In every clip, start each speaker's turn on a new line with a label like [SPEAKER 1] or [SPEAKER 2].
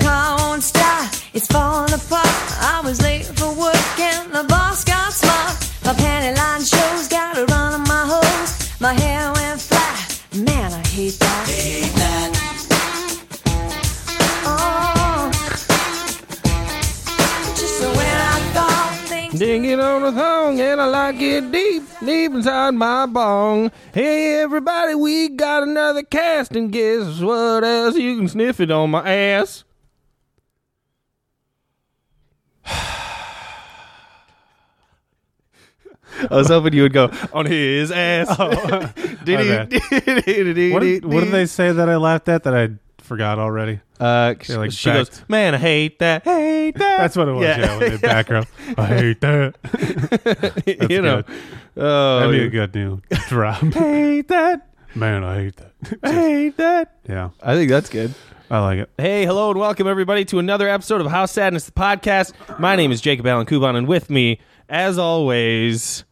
[SPEAKER 1] car won't start. It's falling apart. I was late for work and the boss got smart. My panty line shows, got a run on my hose. My hair went fly. Man, I hate that. Hate that. Oh. Just when I thought things.
[SPEAKER 2] Ding it on a thong, and I like it deep, deep inside my bong. Hey, everybody, we got another cast, and guess what else? You can sniff it on my ass. I was hoping you would go on his ass.
[SPEAKER 3] bad. What did, what did they say that I laughed at that I forgot already?
[SPEAKER 2] Uh, she,
[SPEAKER 3] They, like,
[SPEAKER 2] she goes,
[SPEAKER 3] backed-
[SPEAKER 2] man, I hate that, hate that.
[SPEAKER 3] That's what it was. Yeah, when they back her up. I hate that.
[SPEAKER 2] you know.
[SPEAKER 3] good.
[SPEAKER 2] Oh,
[SPEAKER 3] That'd be
[SPEAKER 2] yeah.
[SPEAKER 3] a good new drop.
[SPEAKER 2] hate that,
[SPEAKER 3] Man, I hate that.
[SPEAKER 2] hate that.
[SPEAKER 3] Yeah,
[SPEAKER 2] I think that's good.
[SPEAKER 3] I like it.
[SPEAKER 2] Hey, hello, and welcome everybody to another episode of How Sadness the podcast. My name is Jacob Allen Kuban, and with me, as always,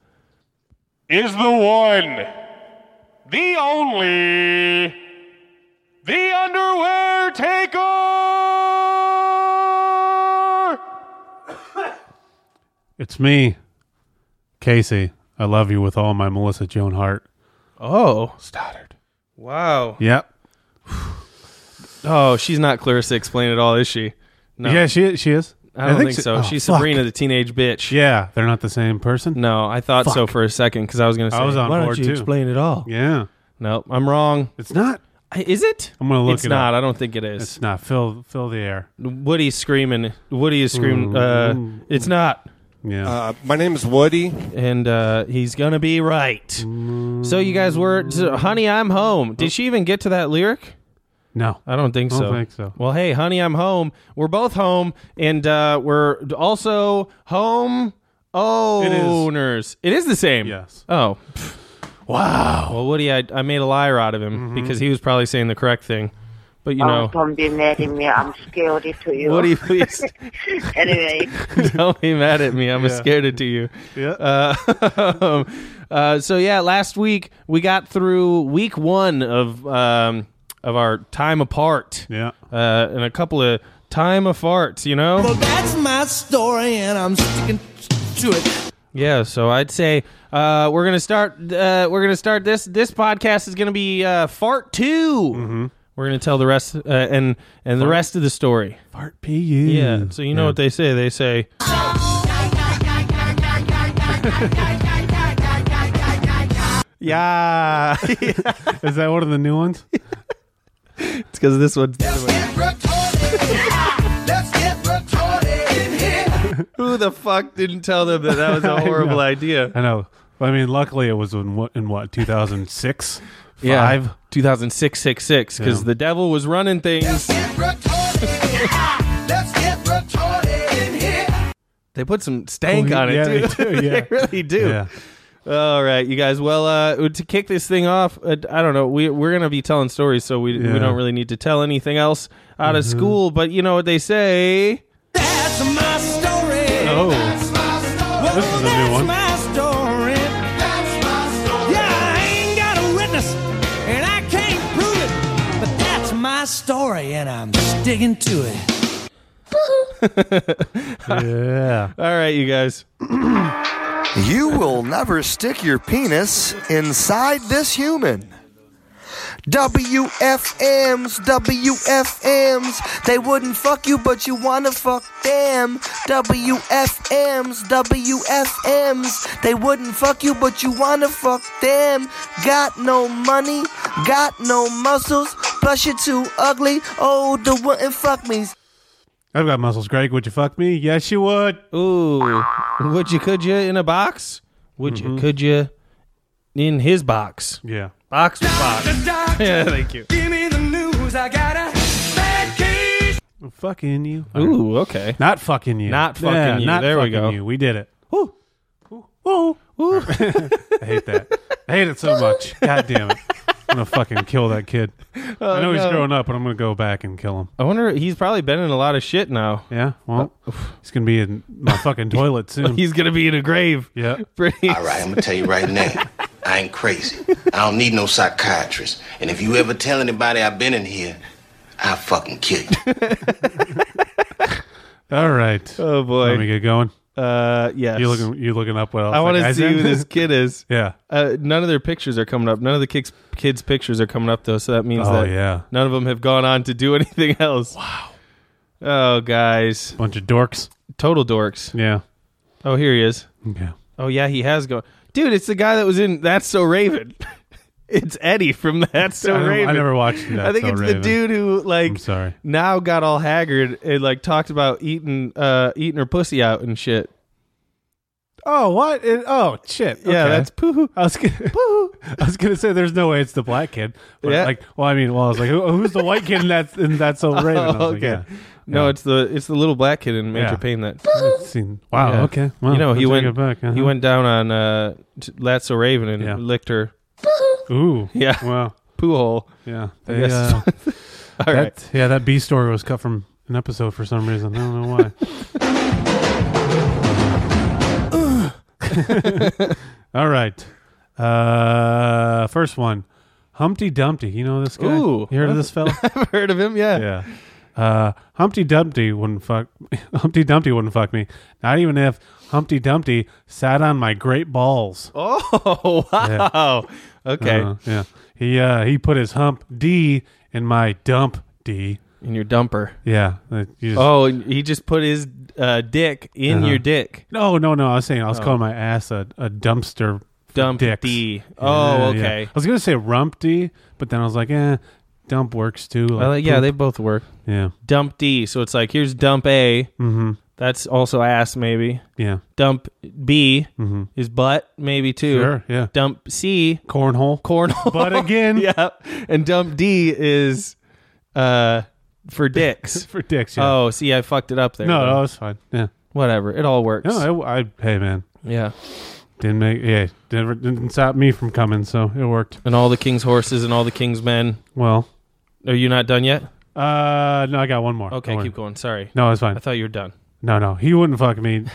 [SPEAKER 4] is the one, the only, the underwear taker.
[SPEAKER 3] It's me, Casey. I love you with all my Melissa Joan Hart.
[SPEAKER 2] oh
[SPEAKER 3] Stoddard.
[SPEAKER 2] wow,
[SPEAKER 3] Yep.
[SPEAKER 2] oh she's not Clarissa Explain at all, is she? No,
[SPEAKER 3] Yeah, she she is.
[SPEAKER 2] I don't think,
[SPEAKER 3] she-
[SPEAKER 2] so.
[SPEAKER 3] oh,
[SPEAKER 2] she's
[SPEAKER 3] fuck.
[SPEAKER 2] Sabrina the teenage bitch.
[SPEAKER 3] Yeah, they're not the same person.
[SPEAKER 2] No, I thought so
[SPEAKER 3] Fuck.
[SPEAKER 2] for a second because I was gonna say
[SPEAKER 3] I was on
[SPEAKER 2] "Why don't
[SPEAKER 3] board
[SPEAKER 2] you
[SPEAKER 3] too.
[SPEAKER 2] explain it all?
[SPEAKER 3] Yeah,
[SPEAKER 2] Nope, I'm wrong.
[SPEAKER 3] it's not.
[SPEAKER 2] I- Is it?
[SPEAKER 3] I'm gonna look
[SPEAKER 2] it's
[SPEAKER 3] it
[SPEAKER 2] not.
[SPEAKER 3] up.
[SPEAKER 2] I don't think it is.
[SPEAKER 3] It's not. Fill fill the air.
[SPEAKER 2] Woody's screaming. Woody is screaming. Uh, it's not,
[SPEAKER 3] Yeah.
[SPEAKER 5] Uh, my name is Woody.
[SPEAKER 2] and uh, he's gonna be right. So you guys were, so, honey, I'm home. Did she even get to that lyric?
[SPEAKER 3] no.
[SPEAKER 2] I don't think
[SPEAKER 3] I
[SPEAKER 2] so.
[SPEAKER 3] don't think so.
[SPEAKER 2] Well, hey, honey, I'm home. We're both home, and uh, we're also home owners. It is, the same.
[SPEAKER 3] Yes.
[SPEAKER 2] Oh. Wow. Well, Woody, I, I made a liar out of him
[SPEAKER 3] Mm-hmm.
[SPEAKER 2] because he was probably saying the correct thing, but you
[SPEAKER 6] Oh,
[SPEAKER 2] know,
[SPEAKER 6] don't be mad at me. I'm scared to you.
[SPEAKER 2] Woody, please
[SPEAKER 6] anyway,
[SPEAKER 2] don't be mad at me. I'm scared it to you.
[SPEAKER 3] Yeah.
[SPEAKER 2] Uh, uh, so yeah, last week we got through week one of um, of our time apart,
[SPEAKER 3] yeah.
[SPEAKER 2] uh, and a couple of time farts, you know.
[SPEAKER 7] Well, that's my story, and I'm sticking to it.
[SPEAKER 2] Yeah, so I'd say uh, we're gonna start. Uh, we're gonna start this. This podcast is gonna be uh, fart 2 Mm-hmm. We're gonna tell the rest uh, and and the rest of the story.
[SPEAKER 3] Fart P U.
[SPEAKER 2] Yeah. So you know what they say? They say yeah. it's
[SPEAKER 3] Is that one of the new ones?
[SPEAKER 2] because this one's Who the fuck didn't tell them that that was a horrible idea?
[SPEAKER 3] I know. I mean, luckily it was in what in what 2006,
[SPEAKER 2] Yeah,
[SPEAKER 3] five.
[SPEAKER 2] 2006 66 because
[SPEAKER 3] Yeah.
[SPEAKER 2] the devil was running things. They put some stank
[SPEAKER 3] Oh,
[SPEAKER 2] on it
[SPEAKER 3] yeah,
[SPEAKER 2] too.
[SPEAKER 3] they do, yeah.
[SPEAKER 2] They really do.
[SPEAKER 3] Yeah.
[SPEAKER 2] All right, you guys. Well, uh, to kick this thing off, uh, I don't know. We we're gonna be telling stories, so we
[SPEAKER 3] Yeah.
[SPEAKER 2] we don't really need to tell anything else out of school. But you know what they say.
[SPEAKER 7] That's my story.
[SPEAKER 3] Oh,
[SPEAKER 7] Well,
[SPEAKER 3] this is a new
[SPEAKER 7] that's
[SPEAKER 3] one.
[SPEAKER 7] my story. Yeah, I ain't got a witness, and I can't prove it. But that's my story, and I'm sticking to it.
[SPEAKER 3] yeah.
[SPEAKER 2] All right, you guys.
[SPEAKER 8] You will never stick your penis inside this human. WFMs, WFMs, they wouldn't fuck you, but you wanna fuck them. WFMs, WFMs, they wouldn't fuck you, but you wanna fuck them. Got no money, got no muscles, plus you're too ugly. Oh, the wouldn't fuck me's.
[SPEAKER 3] I've got muscles, Greg. Would you fuck me? Yes, you would.
[SPEAKER 2] Ooh, would you? Could you in a box? Would you? Could you in his box?
[SPEAKER 3] Yeah.
[SPEAKER 2] Box with box. Yeah, thank you.
[SPEAKER 7] Give me the news. I got a bad case.
[SPEAKER 3] I'm fucking you.
[SPEAKER 2] Ooh, okay.
[SPEAKER 3] Not fucking you.
[SPEAKER 2] Not fucking
[SPEAKER 3] Yeah,
[SPEAKER 2] you.
[SPEAKER 3] Not
[SPEAKER 2] There we
[SPEAKER 3] fucking
[SPEAKER 2] go.
[SPEAKER 3] You. We did it. Woo. Woo. Woo. I hate that. I hate it so much. God damn it. I'm gonna fucking kill that kid. I know he's
[SPEAKER 2] Oh, no.
[SPEAKER 3] growing up, but I'm gonna go back and kill him.
[SPEAKER 2] I wonder. He's probably been in a lot of shit now.
[SPEAKER 3] Yeah. Well, he's gonna be in my fucking toilet soon.
[SPEAKER 2] Oh. He's gonna be in a grave.
[SPEAKER 3] yeah.
[SPEAKER 2] Pretty.
[SPEAKER 9] All right, I'm gonna tell you right now. I ain't crazy. I don't need no psychiatrist. And if you ever tell anybody I've been in here, I fucking kick.
[SPEAKER 3] All right.
[SPEAKER 2] Oh
[SPEAKER 3] Let
[SPEAKER 2] boy.
[SPEAKER 3] me get going.
[SPEAKER 2] Uh, yes.
[SPEAKER 3] You looking? You looking up what else?
[SPEAKER 2] I want to
[SPEAKER 3] that guy's
[SPEAKER 2] see
[SPEAKER 3] in?
[SPEAKER 2] who this kid is.
[SPEAKER 3] yeah.
[SPEAKER 2] Uh, none of their pictures are coming up. None of the kids' kids' pictures are coming up though, so that means
[SPEAKER 3] Oh
[SPEAKER 2] that
[SPEAKER 3] yeah.
[SPEAKER 2] none of them have gone on to do anything else. Wow. Oh guys,
[SPEAKER 3] Bunch of dorks.
[SPEAKER 2] total dorks.
[SPEAKER 3] Yeah.
[SPEAKER 2] Oh, here he is.
[SPEAKER 3] Yeah.
[SPEAKER 2] Oh yeah, he has gone. Dude, it's the guy that was in That's So Raven. it's Eddie from That's So
[SPEAKER 3] I, don't-
[SPEAKER 2] Raven.
[SPEAKER 3] I never watched that.
[SPEAKER 2] I think
[SPEAKER 3] so
[SPEAKER 2] it's
[SPEAKER 3] Raven.
[SPEAKER 2] the dude who like
[SPEAKER 3] I'm sorry.
[SPEAKER 2] now got all haggard and like talked about eating uh eating her pussy out and shit.
[SPEAKER 3] Oh what? It- oh shit.
[SPEAKER 2] Yeah,
[SPEAKER 3] Okay.
[SPEAKER 2] that's poo.
[SPEAKER 3] I was gonna, I was gonna say there's no way it's the black kid. But
[SPEAKER 2] Yeah.
[SPEAKER 3] Like, well, I mean, well, I was like, who, who's the white kid in that? In that's so Raven. I was
[SPEAKER 2] Oh,
[SPEAKER 3] like,
[SPEAKER 2] okay.
[SPEAKER 3] yeah.
[SPEAKER 2] No,
[SPEAKER 3] Yeah.
[SPEAKER 2] it's the it's the little black kid in Major
[SPEAKER 3] Yeah.
[SPEAKER 2] Pain that
[SPEAKER 3] I've seen. Wow.
[SPEAKER 2] Yeah.
[SPEAKER 3] Okay. Wow,
[SPEAKER 2] you know
[SPEAKER 3] I
[SPEAKER 2] he
[SPEAKER 3] take
[SPEAKER 2] went
[SPEAKER 3] it back.
[SPEAKER 2] he
[SPEAKER 3] uh-huh.
[SPEAKER 2] went down on uh t- Latzo Raven and
[SPEAKER 3] Yeah.
[SPEAKER 2] licked her
[SPEAKER 3] Ooh.
[SPEAKER 2] Yeah.
[SPEAKER 3] Wow.
[SPEAKER 2] poo hole.
[SPEAKER 3] Yeah.
[SPEAKER 2] I
[SPEAKER 3] They,
[SPEAKER 2] guess.
[SPEAKER 3] uh,
[SPEAKER 2] All right.
[SPEAKER 3] that- Yeah. That B story was cut from an episode for some reason. I don't know why. All right. Uh, first one. Humpty Dumpty. You know this guy?
[SPEAKER 2] Ooh.
[SPEAKER 3] you heard of this fella?
[SPEAKER 2] I've heard of him, yeah.
[SPEAKER 3] yeah. Uh, Humpty Dumpty wouldn't fuck. Humpty Dumpty wouldn't fuck me. Not even if Humpty Dumpty sat on my great balls.
[SPEAKER 2] Oh wow. Okay.
[SPEAKER 3] Uh, yeah. He uh, he put his hump D in my dump D.
[SPEAKER 2] In your dumper.
[SPEAKER 3] Yeah. Uh, you just-
[SPEAKER 2] Oh, he just put his uh, dick in
[SPEAKER 3] Uh-huh.
[SPEAKER 2] your dick.
[SPEAKER 3] No, no, no. I was saying I was calling my ass a, a dumpster. for
[SPEAKER 2] Oh. Dump
[SPEAKER 3] dicks.
[SPEAKER 2] D. Oh,
[SPEAKER 3] Yeah, yeah.
[SPEAKER 2] okay.
[SPEAKER 3] I was gonna say rump D, but then I was like, eh, dump works too. Like
[SPEAKER 2] Well, yeah,
[SPEAKER 3] poop.
[SPEAKER 2] they both work.
[SPEAKER 3] yeah.
[SPEAKER 2] Dump D. So it's like here's dump A.
[SPEAKER 3] Mm-hmm.
[SPEAKER 2] That's also ass maybe.
[SPEAKER 3] Yeah.
[SPEAKER 2] Dump B
[SPEAKER 3] Mm-hmm.
[SPEAKER 2] is butt maybe too.
[SPEAKER 3] Sure. Yeah.
[SPEAKER 2] Dump C
[SPEAKER 3] Cornhole.
[SPEAKER 2] cornhole.
[SPEAKER 3] But again,
[SPEAKER 2] yeah. And dump D is uh for dicks.
[SPEAKER 3] for dicks. Yeah.
[SPEAKER 2] Oh, see, I fucked it up there.
[SPEAKER 3] no,
[SPEAKER 2] but
[SPEAKER 3] no, it's fine. Yeah.
[SPEAKER 2] whatever. It all works.
[SPEAKER 3] No, I, I hey man,
[SPEAKER 2] yeah.
[SPEAKER 3] didn't make yeah, never didn't stop me from coming, so it worked.
[SPEAKER 2] And all the king's horses and all the king's men.
[SPEAKER 3] Well,
[SPEAKER 2] Are you not done yet?
[SPEAKER 3] uh, no, I got one more.
[SPEAKER 2] Okay,
[SPEAKER 3] Don't worry.
[SPEAKER 2] keep going. Sorry.
[SPEAKER 3] No, it's fine.
[SPEAKER 2] I thought you were done.
[SPEAKER 3] No, no, he wouldn't fuck me.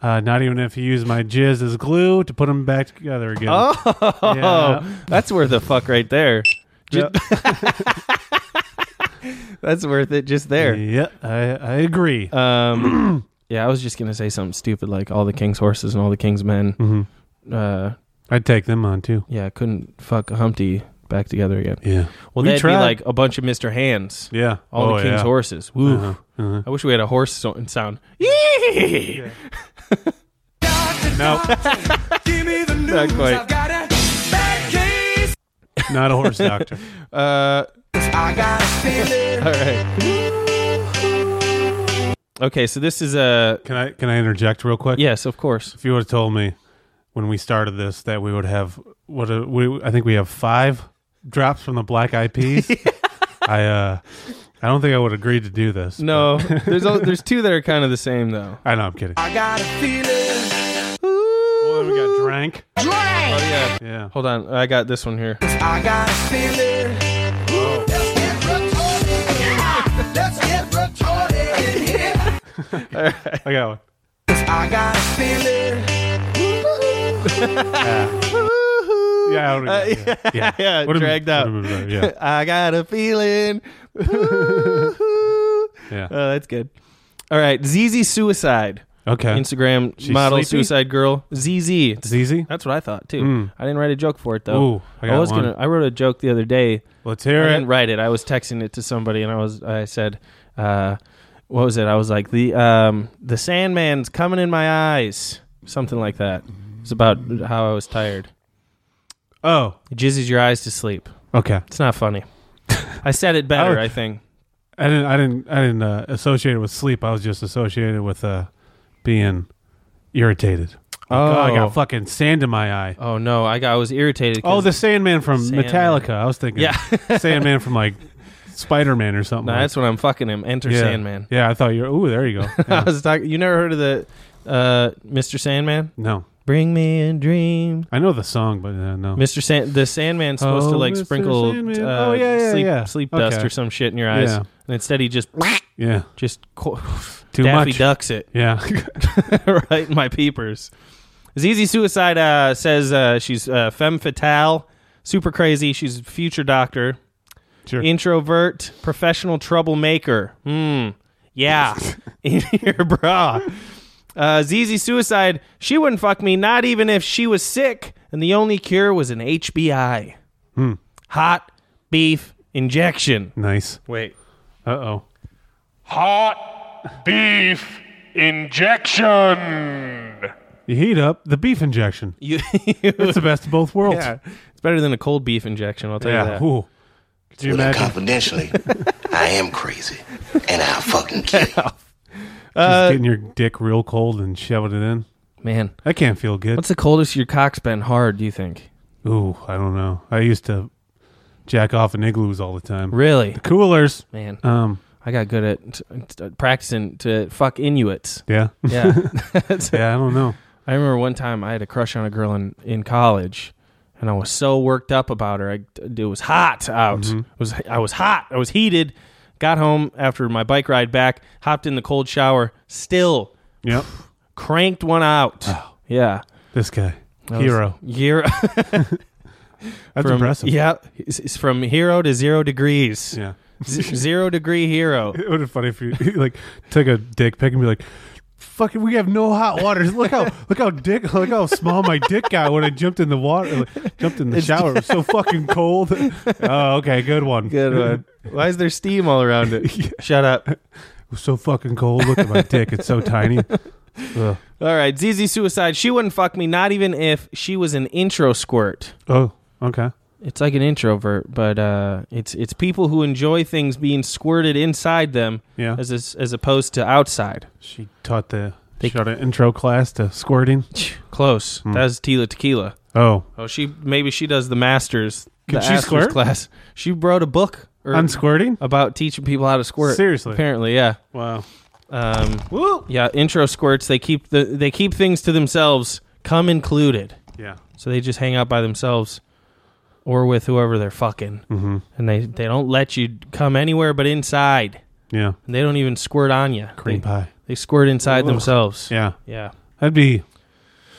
[SPEAKER 3] Uh, not even if he used my jizz as glue to put him back together again.
[SPEAKER 2] Oh,
[SPEAKER 3] Yeah.
[SPEAKER 2] that's worth a fuck right there. Ju- that's worth it just there.
[SPEAKER 3] Yeah, I, I agree.
[SPEAKER 2] Um, yeah, I was just gonna say something stupid like all the king's horses and all the king's men.
[SPEAKER 3] Mhm.
[SPEAKER 2] Uh,
[SPEAKER 3] I'd take them on too.
[SPEAKER 2] yeah, couldn't fuck Humpty back together again.
[SPEAKER 3] Yeah.
[SPEAKER 2] Well,
[SPEAKER 3] We
[SPEAKER 2] that'd
[SPEAKER 3] tried.
[SPEAKER 2] be like a bunch of Mister Hands.
[SPEAKER 3] Yeah.
[SPEAKER 2] All
[SPEAKER 3] Oh,
[SPEAKER 2] the king's
[SPEAKER 3] yeah.
[SPEAKER 2] horses. Woo.
[SPEAKER 3] Uh-huh, uh-huh.
[SPEAKER 2] I wish we had a horse so- sound. Not quite.
[SPEAKER 3] Not a horse doctor.
[SPEAKER 2] Uh, all right. Okay, so this is a
[SPEAKER 3] Can I can I interject real quick?
[SPEAKER 2] yes, of course.
[SPEAKER 3] If you would have told me when we started this that we would have what a, we I think we have five drops from the Black Eyed Peas. I uh, I don't think I would agree to do this.
[SPEAKER 2] No, there's al- there's two that are kind of the same though.
[SPEAKER 3] I know I'm kidding. I got a feeling. we got drank.
[SPEAKER 2] Oh yeah.
[SPEAKER 3] Yeah.
[SPEAKER 2] Hold on, I got this one here.
[SPEAKER 3] I got one. Yeah, I
[SPEAKER 2] Uh,
[SPEAKER 3] would've- yeah, yeah,
[SPEAKER 2] yeah,
[SPEAKER 3] Would've-
[SPEAKER 2] dragged out.
[SPEAKER 3] would've been better, Yeah,
[SPEAKER 2] I got a feeling. Woo-hoo.
[SPEAKER 3] yeah.
[SPEAKER 2] Oh, that's good. All right, ZZ Suicide
[SPEAKER 3] okay,
[SPEAKER 2] Instagram
[SPEAKER 3] She's
[SPEAKER 2] model
[SPEAKER 3] sleepy?
[SPEAKER 2] suicide girl ZZ.
[SPEAKER 3] it's easy.
[SPEAKER 2] That's what I thought too.
[SPEAKER 3] Mm.
[SPEAKER 2] I didn't write a joke for it though.
[SPEAKER 3] Ooh, I got
[SPEAKER 2] was
[SPEAKER 3] one.
[SPEAKER 2] gonna. I wrote a joke the other day.
[SPEAKER 3] Let's
[SPEAKER 2] I
[SPEAKER 3] hear
[SPEAKER 2] didn't
[SPEAKER 3] it.
[SPEAKER 2] write it. I was texting it to somebody, and I was. I said, uh, "What was it?" I was like, "the um, the Sandman's coming in my eyes," something like that. It's about how I was tired.
[SPEAKER 3] Oh,
[SPEAKER 2] It jizzes your eyes to sleep.
[SPEAKER 3] okay.
[SPEAKER 2] It's not funny. I said it
[SPEAKER 3] Oh.
[SPEAKER 2] better, I think.
[SPEAKER 3] I didn't, I didn't, I didn't uh, associate it with sleep. I was just associated with uh, being irritated. Like, I
[SPEAKER 2] Oh.
[SPEAKER 3] got fucking sand in my eye.
[SPEAKER 2] Oh no, I got. I was irritated.
[SPEAKER 3] Oh,
[SPEAKER 2] 'cause-
[SPEAKER 3] the Sandman from
[SPEAKER 2] Sandman.
[SPEAKER 3] Metallica. I was thinking,
[SPEAKER 2] Yeah.
[SPEAKER 3] Sandman from like Spider Man or something.
[SPEAKER 2] No,
[SPEAKER 3] like-
[SPEAKER 2] that's when I'm fucking him. Enter
[SPEAKER 3] yeah.
[SPEAKER 2] Sandman.
[SPEAKER 3] Yeah, I thought you. were Ooh, there you go.
[SPEAKER 2] I
[SPEAKER 3] Yeah.
[SPEAKER 2] was talking. You never heard of the uh, Mr. Sandman?
[SPEAKER 3] no,
[SPEAKER 2] Bring me a dream.
[SPEAKER 3] I know the song, but uh, no.
[SPEAKER 2] Mr. San- the Sandman's supposed
[SPEAKER 3] Oh,
[SPEAKER 2] to like
[SPEAKER 3] Mr.
[SPEAKER 2] sprinkle
[SPEAKER 3] Sandman.
[SPEAKER 2] uh,
[SPEAKER 3] Oh, yeah, yeah,
[SPEAKER 2] sleep,
[SPEAKER 3] yeah.
[SPEAKER 2] sleep
[SPEAKER 3] Okay.
[SPEAKER 2] dust or some shit in your eyes,
[SPEAKER 3] Yeah.
[SPEAKER 2] and instead he just
[SPEAKER 3] Yeah,
[SPEAKER 2] just co-
[SPEAKER 3] too
[SPEAKER 2] Daffy
[SPEAKER 3] much.
[SPEAKER 2] Ducks it
[SPEAKER 3] Yeah,
[SPEAKER 2] right in my peepers. ZZ Suicide uh, says uh, she's uh, femme fatale, super crazy. She's a future doctor.
[SPEAKER 3] Sure.
[SPEAKER 2] Introvert, professional troublemaker. Hmm. Yeah. In your bra. Uh, ZZ Suicide, she wouldn't fuck me, not even if she was sick, and the only cure was an HBI.
[SPEAKER 3] Hmm.
[SPEAKER 2] Hot beef injection.
[SPEAKER 3] Nice.
[SPEAKER 2] Wait.
[SPEAKER 3] Uh oh.
[SPEAKER 4] Hot beef injection.
[SPEAKER 3] You heat up the beef injection.
[SPEAKER 2] You,
[SPEAKER 3] It's the best of both worlds.
[SPEAKER 2] yeah. It's better than a cold beef injection, I'll tell you
[SPEAKER 3] Yeah.
[SPEAKER 2] that.
[SPEAKER 3] Ooh. Could
[SPEAKER 2] Uh,
[SPEAKER 3] you
[SPEAKER 9] Well,
[SPEAKER 3] imagine
[SPEAKER 9] confidentially, I am crazy, and I'll fucking kill you.
[SPEAKER 2] uh,
[SPEAKER 3] just getting your dick real cold and shoving it in?
[SPEAKER 2] Man,
[SPEAKER 3] That can't feel good.
[SPEAKER 2] what's the coldest your cock's been hard, do you think?
[SPEAKER 3] Ooh, I don't know. I used to jack off in igloos all the time.
[SPEAKER 2] Really?
[SPEAKER 3] Coolers.
[SPEAKER 2] Man,
[SPEAKER 3] Um.
[SPEAKER 2] I got good at t- t- uh, practicing to fuck Inuits.
[SPEAKER 3] Yeah.
[SPEAKER 2] Yeah.
[SPEAKER 3] yeah. I don't know.
[SPEAKER 2] I remember one time I had a crush on a girl in, in college, and I was so worked up about her. I, it was hot out.
[SPEAKER 3] Mm-hmm.
[SPEAKER 2] It was I was hot. I was heated. Got home after my bike ride back. Hopped in the cold shower. Still
[SPEAKER 3] Yep.
[SPEAKER 2] cranked one out. Yeah,
[SPEAKER 3] This guy.
[SPEAKER 2] That was-
[SPEAKER 3] Hero.
[SPEAKER 2] Hero.
[SPEAKER 3] That's
[SPEAKER 2] from,
[SPEAKER 3] impressive.
[SPEAKER 2] Yeah, it's, it's from hero to zero degrees.
[SPEAKER 3] Yeah.
[SPEAKER 2] Z- zero degree hero.
[SPEAKER 3] It would have been funny if you like took a dick pic and be like, "Fucking, we have no hot waters. Look how look how dick look how small my dick got when I jumped in the water, like, jumped in the shower. It was so fucking cold. Oh, okay, good one.
[SPEAKER 2] Good one. Why is there steam all around it? Shut up.
[SPEAKER 3] It was so fucking cold. Look at my dick. It's so tiny. Ugh.
[SPEAKER 2] All right, ZZ Suicide. She wouldn't fuck me, not even if she was an intro squirt.
[SPEAKER 3] Oh, okay.
[SPEAKER 2] It's like an introvert, but uh, it's it's people who enjoy things being squirted inside them,
[SPEAKER 3] Yeah.
[SPEAKER 2] as as, as opposed to outside.
[SPEAKER 3] She taught the
[SPEAKER 2] They-
[SPEAKER 3] she taught an intro class to squirting.
[SPEAKER 2] Close.
[SPEAKER 3] Hmm.
[SPEAKER 2] That was Tila Tequila.
[SPEAKER 3] Oh,
[SPEAKER 2] Oh, she maybe she does the masters.
[SPEAKER 3] Can
[SPEAKER 2] the
[SPEAKER 3] she
[SPEAKER 2] Asters
[SPEAKER 3] squirt?
[SPEAKER 2] class? She wrote a book or, Oh.
[SPEAKER 3] on squirting.
[SPEAKER 2] about teaching people how to squirt.
[SPEAKER 3] Seriously?
[SPEAKER 2] apparently, yeah.
[SPEAKER 3] Wow.
[SPEAKER 2] Um, yeah, intro squirts. They keep the they keep things to themselves, come included.
[SPEAKER 3] Yeah.
[SPEAKER 2] So they just hang out by themselves or with whoever they're fucking. Mm-hmm. And they, they don't let you come anywhere but inside.
[SPEAKER 3] Yeah.
[SPEAKER 2] And they don't even squirt on you.
[SPEAKER 3] Cream
[SPEAKER 2] they,
[SPEAKER 3] pie.
[SPEAKER 2] They squirt inside themselves.
[SPEAKER 3] Yeah.
[SPEAKER 2] Yeah.
[SPEAKER 3] That'd be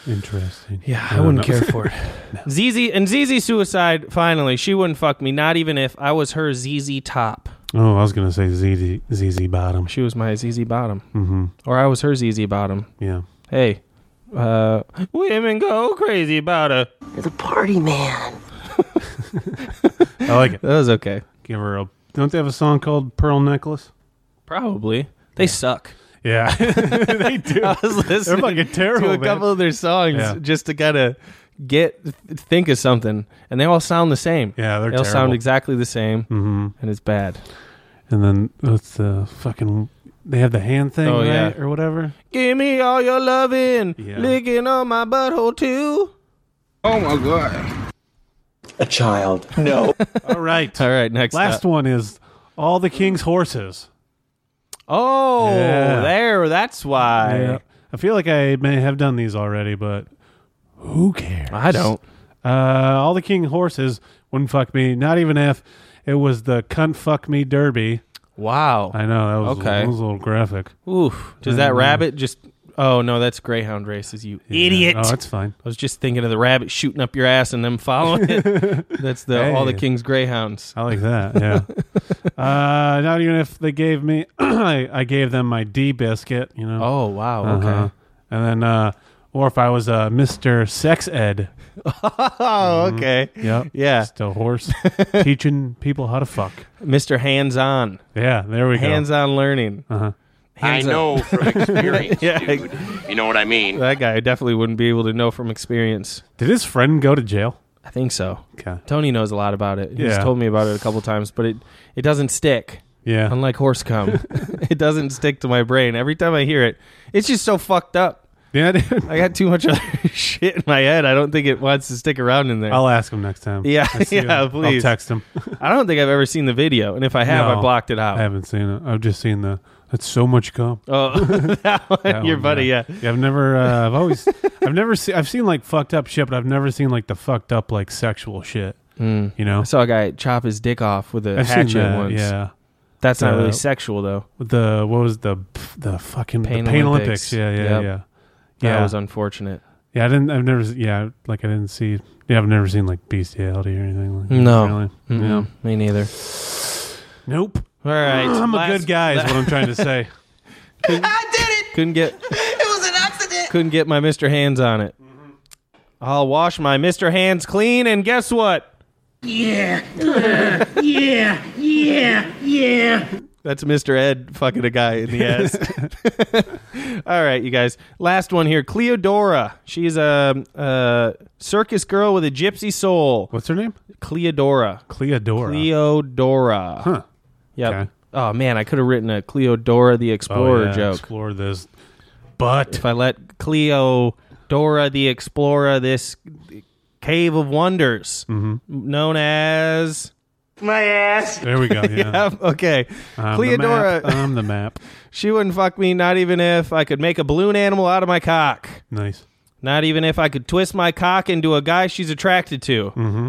[SPEAKER 3] interesting.
[SPEAKER 2] Yeah, I
[SPEAKER 3] don't
[SPEAKER 2] wouldn't
[SPEAKER 3] know.
[SPEAKER 2] care for it. ZZ and ZZ suicide finally, she wouldn't fuck me not even if I was her ZZ top.
[SPEAKER 3] Oh, I was gonna say ZZ, ZZ bottom.
[SPEAKER 2] She was my ZZ bottom
[SPEAKER 3] Mm-hmm.
[SPEAKER 2] or I was her ZZ bottom.
[SPEAKER 3] Yeah.
[SPEAKER 2] Hey. Uh, women go crazy about her.
[SPEAKER 3] I like
[SPEAKER 2] That
[SPEAKER 3] it.
[SPEAKER 2] was okay.
[SPEAKER 3] Give her a. Don't they have a song called Pearl Necklace?
[SPEAKER 2] Probably. They suck.
[SPEAKER 3] Yeah. they do.
[SPEAKER 2] I was listening
[SPEAKER 3] fucking terrible,
[SPEAKER 2] to a
[SPEAKER 3] man.
[SPEAKER 2] couple of their songs
[SPEAKER 3] Yeah.
[SPEAKER 2] just to kind of get think of something, and they all sound the same.
[SPEAKER 3] Yeah, they're
[SPEAKER 2] they all sound
[SPEAKER 3] terrible.
[SPEAKER 2] exactly the same,
[SPEAKER 3] hmm
[SPEAKER 2] and it's bad.
[SPEAKER 3] And then what's the fucking. They have the hand thing,
[SPEAKER 2] Oh, yeah.
[SPEAKER 3] right? Or whatever?
[SPEAKER 2] Give me all your loving,
[SPEAKER 3] Yeah.
[SPEAKER 2] licking on my butthole too.
[SPEAKER 3] All right.
[SPEAKER 2] All right, next
[SPEAKER 3] Last
[SPEAKER 2] up.
[SPEAKER 3] one is All the King's Horses.
[SPEAKER 2] Oh,
[SPEAKER 3] Yeah.
[SPEAKER 2] there. That's why.
[SPEAKER 3] Yeah. I feel like I may have done these already, but who cares?
[SPEAKER 2] I don't.
[SPEAKER 3] Uh, all the King Horses wouldn't fuck me. Not even if it was the cunt fuck me derby.
[SPEAKER 2] Wow.
[SPEAKER 3] I know. That was,
[SPEAKER 2] Okay.
[SPEAKER 3] that was a little graphic.
[SPEAKER 2] Oof. Does that rabbit just? Oh no, that's greyhound races. You idiot.
[SPEAKER 3] Yeah. Oh, that's fine.
[SPEAKER 2] I was just thinking of the rabbit shooting up your ass and them following it. That's the all the
[SPEAKER 3] Hey.
[SPEAKER 2] king's greyhounds.
[SPEAKER 3] I like that. Yeah. uh, not even if they gave me, I, I gave them my D biscuit. You know.
[SPEAKER 2] Oh wow. Okay.
[SPEAKER 3] Uh-huh. And then, uh, or if I was uh, Mister Sex Ed.
[SPEAKER 2] Oh, okay.
[SPEAKER 3] Yep.
[SPEAKER 2] Yeah.
[SPEAKER 3] Just a horse teaching people how to fuck.
[SPEAKER 2] Mr. Hands on.
[SPEAKER 3] Yeah. There we
[SPEAKER 2] Hands
[SPEAKER 3] go.
[SPEAKER 2] on learning.
[SPEAKER 3] Uh-huh.
[SPEAKER 2] Hands on-
[SPEAKER 5] from experience,
[SPEAKER 2] Yeah.
[SPEAKER 5] You know what I mean?
[SPEAKER 2] That guy definitely wouldn't be able to know from experience.
[SPEAKER 3] Did his friend go to jail?
[SPEAKER 2] I think so.
[SPEAKER 3] Okay.
[SPEAKER 2] Tony knows a lot about it. He's
[SPEAKER 3] Yeah.
[SPEAKER 2] told me about it a couple times, but it, it doesn't stick.
[SPEAKER 3] Yeah.
[SPEAKER 2] Unlike horse cum. it doesn't stick to my brain. Every time I hear it, it's just so fucked up.
[SPEAKER 3] yeah, dude.
[SPEAKER 2] I got too much other shit in my head. I don't think it wants to stick around in there.
[SPEAKER 3] I'll ask him next time.
[SPEAKER 2] Yeah,
[SPEAKER 3] I see
[SPEAKER 2] yeah,
[SPEAKER 3] I'll
[SPEAKER 2] please.
[SPEAKER 3] text him.
[SPEAKER 2] I don't think I've ever seen the video, and if I have,
[SPEAKER 3] No,
[SPEAKER 2] I blocked it out.
[SPEAKER 3] I haven't seen it. I've just seen the. That's so much cum.
[SPEAKER 2] Oh, that one,
[SPEAKER 3] That
[SPEAKER 2] your
[SPEAKER 3] one,
[SPEAKER 2] buddy, yeah.
[SPEAKER 3] I've never. Uh, I've always. I've never seen. I've seen like fucked up shit, but I've never seen like the fucked up like sexual shit. You know.
[SPEAKER 2] Hmm. I saw a guy chop his dick off with a
[SPEAKER 3] I've
[SPEAKER 2] hatchet
[SPEAKER 3] seen that.
[SPEAKER 2] once.
[SPEAKER 3] Yeah.
[SPEAKER 2] That's not really
[SPEAKER 3] Uh,
[SPEAKER 2] sexual though.
[SPEAKER 3] With The what was the the fucking
[SPEAKER 2] Pain
[SPEAKER 3] the Pain
[SPEAKER 2] Olympics.
[SPEAKER 3] Olympics? Yeah, yeah,
[SPEAKER 2] Yep.
[SPEAKER 3] yeah.
[SPEAKER 2] That
[SPEAKER 3] Yeah.
[SPEAKER 2] was unfortunate.
[SPEAKER 3] yeah. I didn't. I've never. s- Yeah. Like I didn't see. Yeah. I've never seen like bestiality or anything. Like that,
[SPEAKER 2] No.
[SPEAKER 3] Really.
[SPEAKER 2] Mm-mm, Mm-hmm. Me neither.
[SPEAKER 3] Nope.
[SPEAKER 2] All right.
[SPEAKER 3] I'm a
[SPEAKER 2] last-
[SPEAKER 3] good guy, is what I'm trying to say.
[SPEAKER 2] Couldn't get. it was an accident. Couldn't get my Mr. Hands on it.
[SPEAKER 3] Mm-hmm.
[SPEAKER 2] I'll wash my Mr. Hands clean, and guess what? Yeah, yeah, yeah, yeah. That's Mr. Ed fucking a guy in the ass. All right, you guys. Last one here. Cleodora. She's a, a circus girl with a gypsy soul.
[SPEAKER 3] What's her name?
[SPEAKER 2] Cleodora.
[SPEAKER 3] Cleodora.
[SPEAKER 2] Cleodora.
[SPEAKER 3] Huh.
[SPEAKER 2] Yep.
[SPEAKER 3] Okay.
[SPEAKER 2] Oh man, I could have written a Cleodora the Explorer
[SPEAKER 3] Oh, yeah,
[SPEAKER 2] joke.
[SPEAKER 3] Explore this. But
[SPEAKER 2] If I let Cleodora the Explorer, this cave of wonders
[SPEAKER 3] Mm-hmm.
[SPEAKER 2] known as.
[SPEAKER 3] there we go. Yeah.
[SPEAKER 2] Yep, okay.
[SPEAKER 3] I'm
[SPEAKER 2] Cleodora,
[SPEAKER 3] The map. Uh-huh. I'm the map.
[SPEAKER 2] she wouldn't fuck me, not even if I could make a balloon animal out of my cock.
[SPEAKER 3] Nice.
[SPEAKER 2] Not even if I could twist my cock into a guy she's attracted to. Mm-hmm.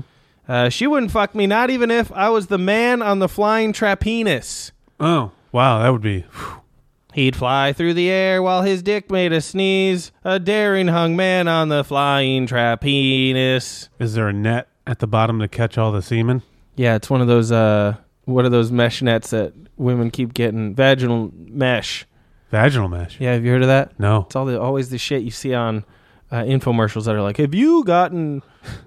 [SPEAKER 2] Uh, she wouldn't fuck me, not even if I was the man on the flying trapinus.
[SPEAKER 3] Oh wow, that would be.
[SPEAKER 2] He'd fly through the air while his dick made a sneeze. A daring hung man on the flying trapinus.
[SPEAKER 3] Is there a net at the bottom to catch all the semen?
[SPEAKER 2] Yeah, it's one of those. Uh, what are those mesh nets that women keep getting? Vaginal mesh.
[SPEAKER 3] Vaginal mesh.
[SPEAKER 2] Yeah, have you heard of that?
[SPEAKER 3] No.
[SPEAKER 2] It's all the always the shit you see on uh, infomercials that are like, "Have you gotten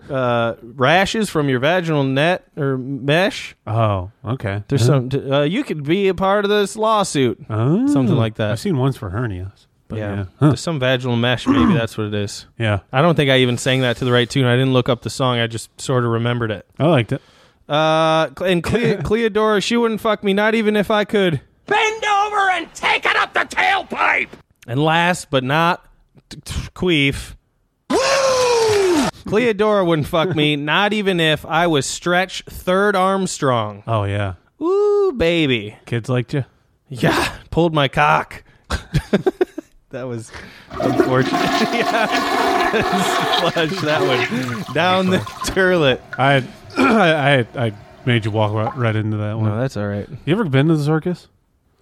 [SPEAKER 2] uh, rashes from your vaginal net or mesh?"
[SPEAKER 3] Oh, okay.
[SPEAKER 2] There's some. Uh, you could be a part of this lawsuit.
[SPEAKER 3] Oh.
[SPEAKER 2] something like that.
[SPEAKER 3] I've seen ones for hernias. But
[SPEAKER 2] yeah,
[SPEAKER 3] yeah. Huh.
[SPEAKER 2] there's some vaginal mesh. Maybe that's what it is.
[SPEAKER 3] Yeah.
[SPEAKER 2] I don't think I even sang that to the right tune. I didn't look up the song. I just sort of remembered it.
[SPEAKER 3] I liked it.
[SPEAKER 2] Uh, Cle- and Cle- Cleodora, she wouldn't fuck me, not even if I could.
[SPEAKER 4] Bend over and take it up the tailpipe.
[SPEAKER 2] And last but not t- t- queef. Cleodora wouldn't fuck me, not even if I was stretched third Armstrong.
[SPEAKER 3] Oh yeah.
[SPEAKER 2] Ooh, baby.
[SPEAKER 3] Kids liked you.
[SPEAKER 2] Yeah, pulled my cock. that was unfortunate. yeah. Flush that one down the turlet.
[SPEAKER 3] I, I, I, I made you walk right, right into that one.
[SPEAKER 2] No, that's all right.
[SPEAKER 3] you ever been to the circus?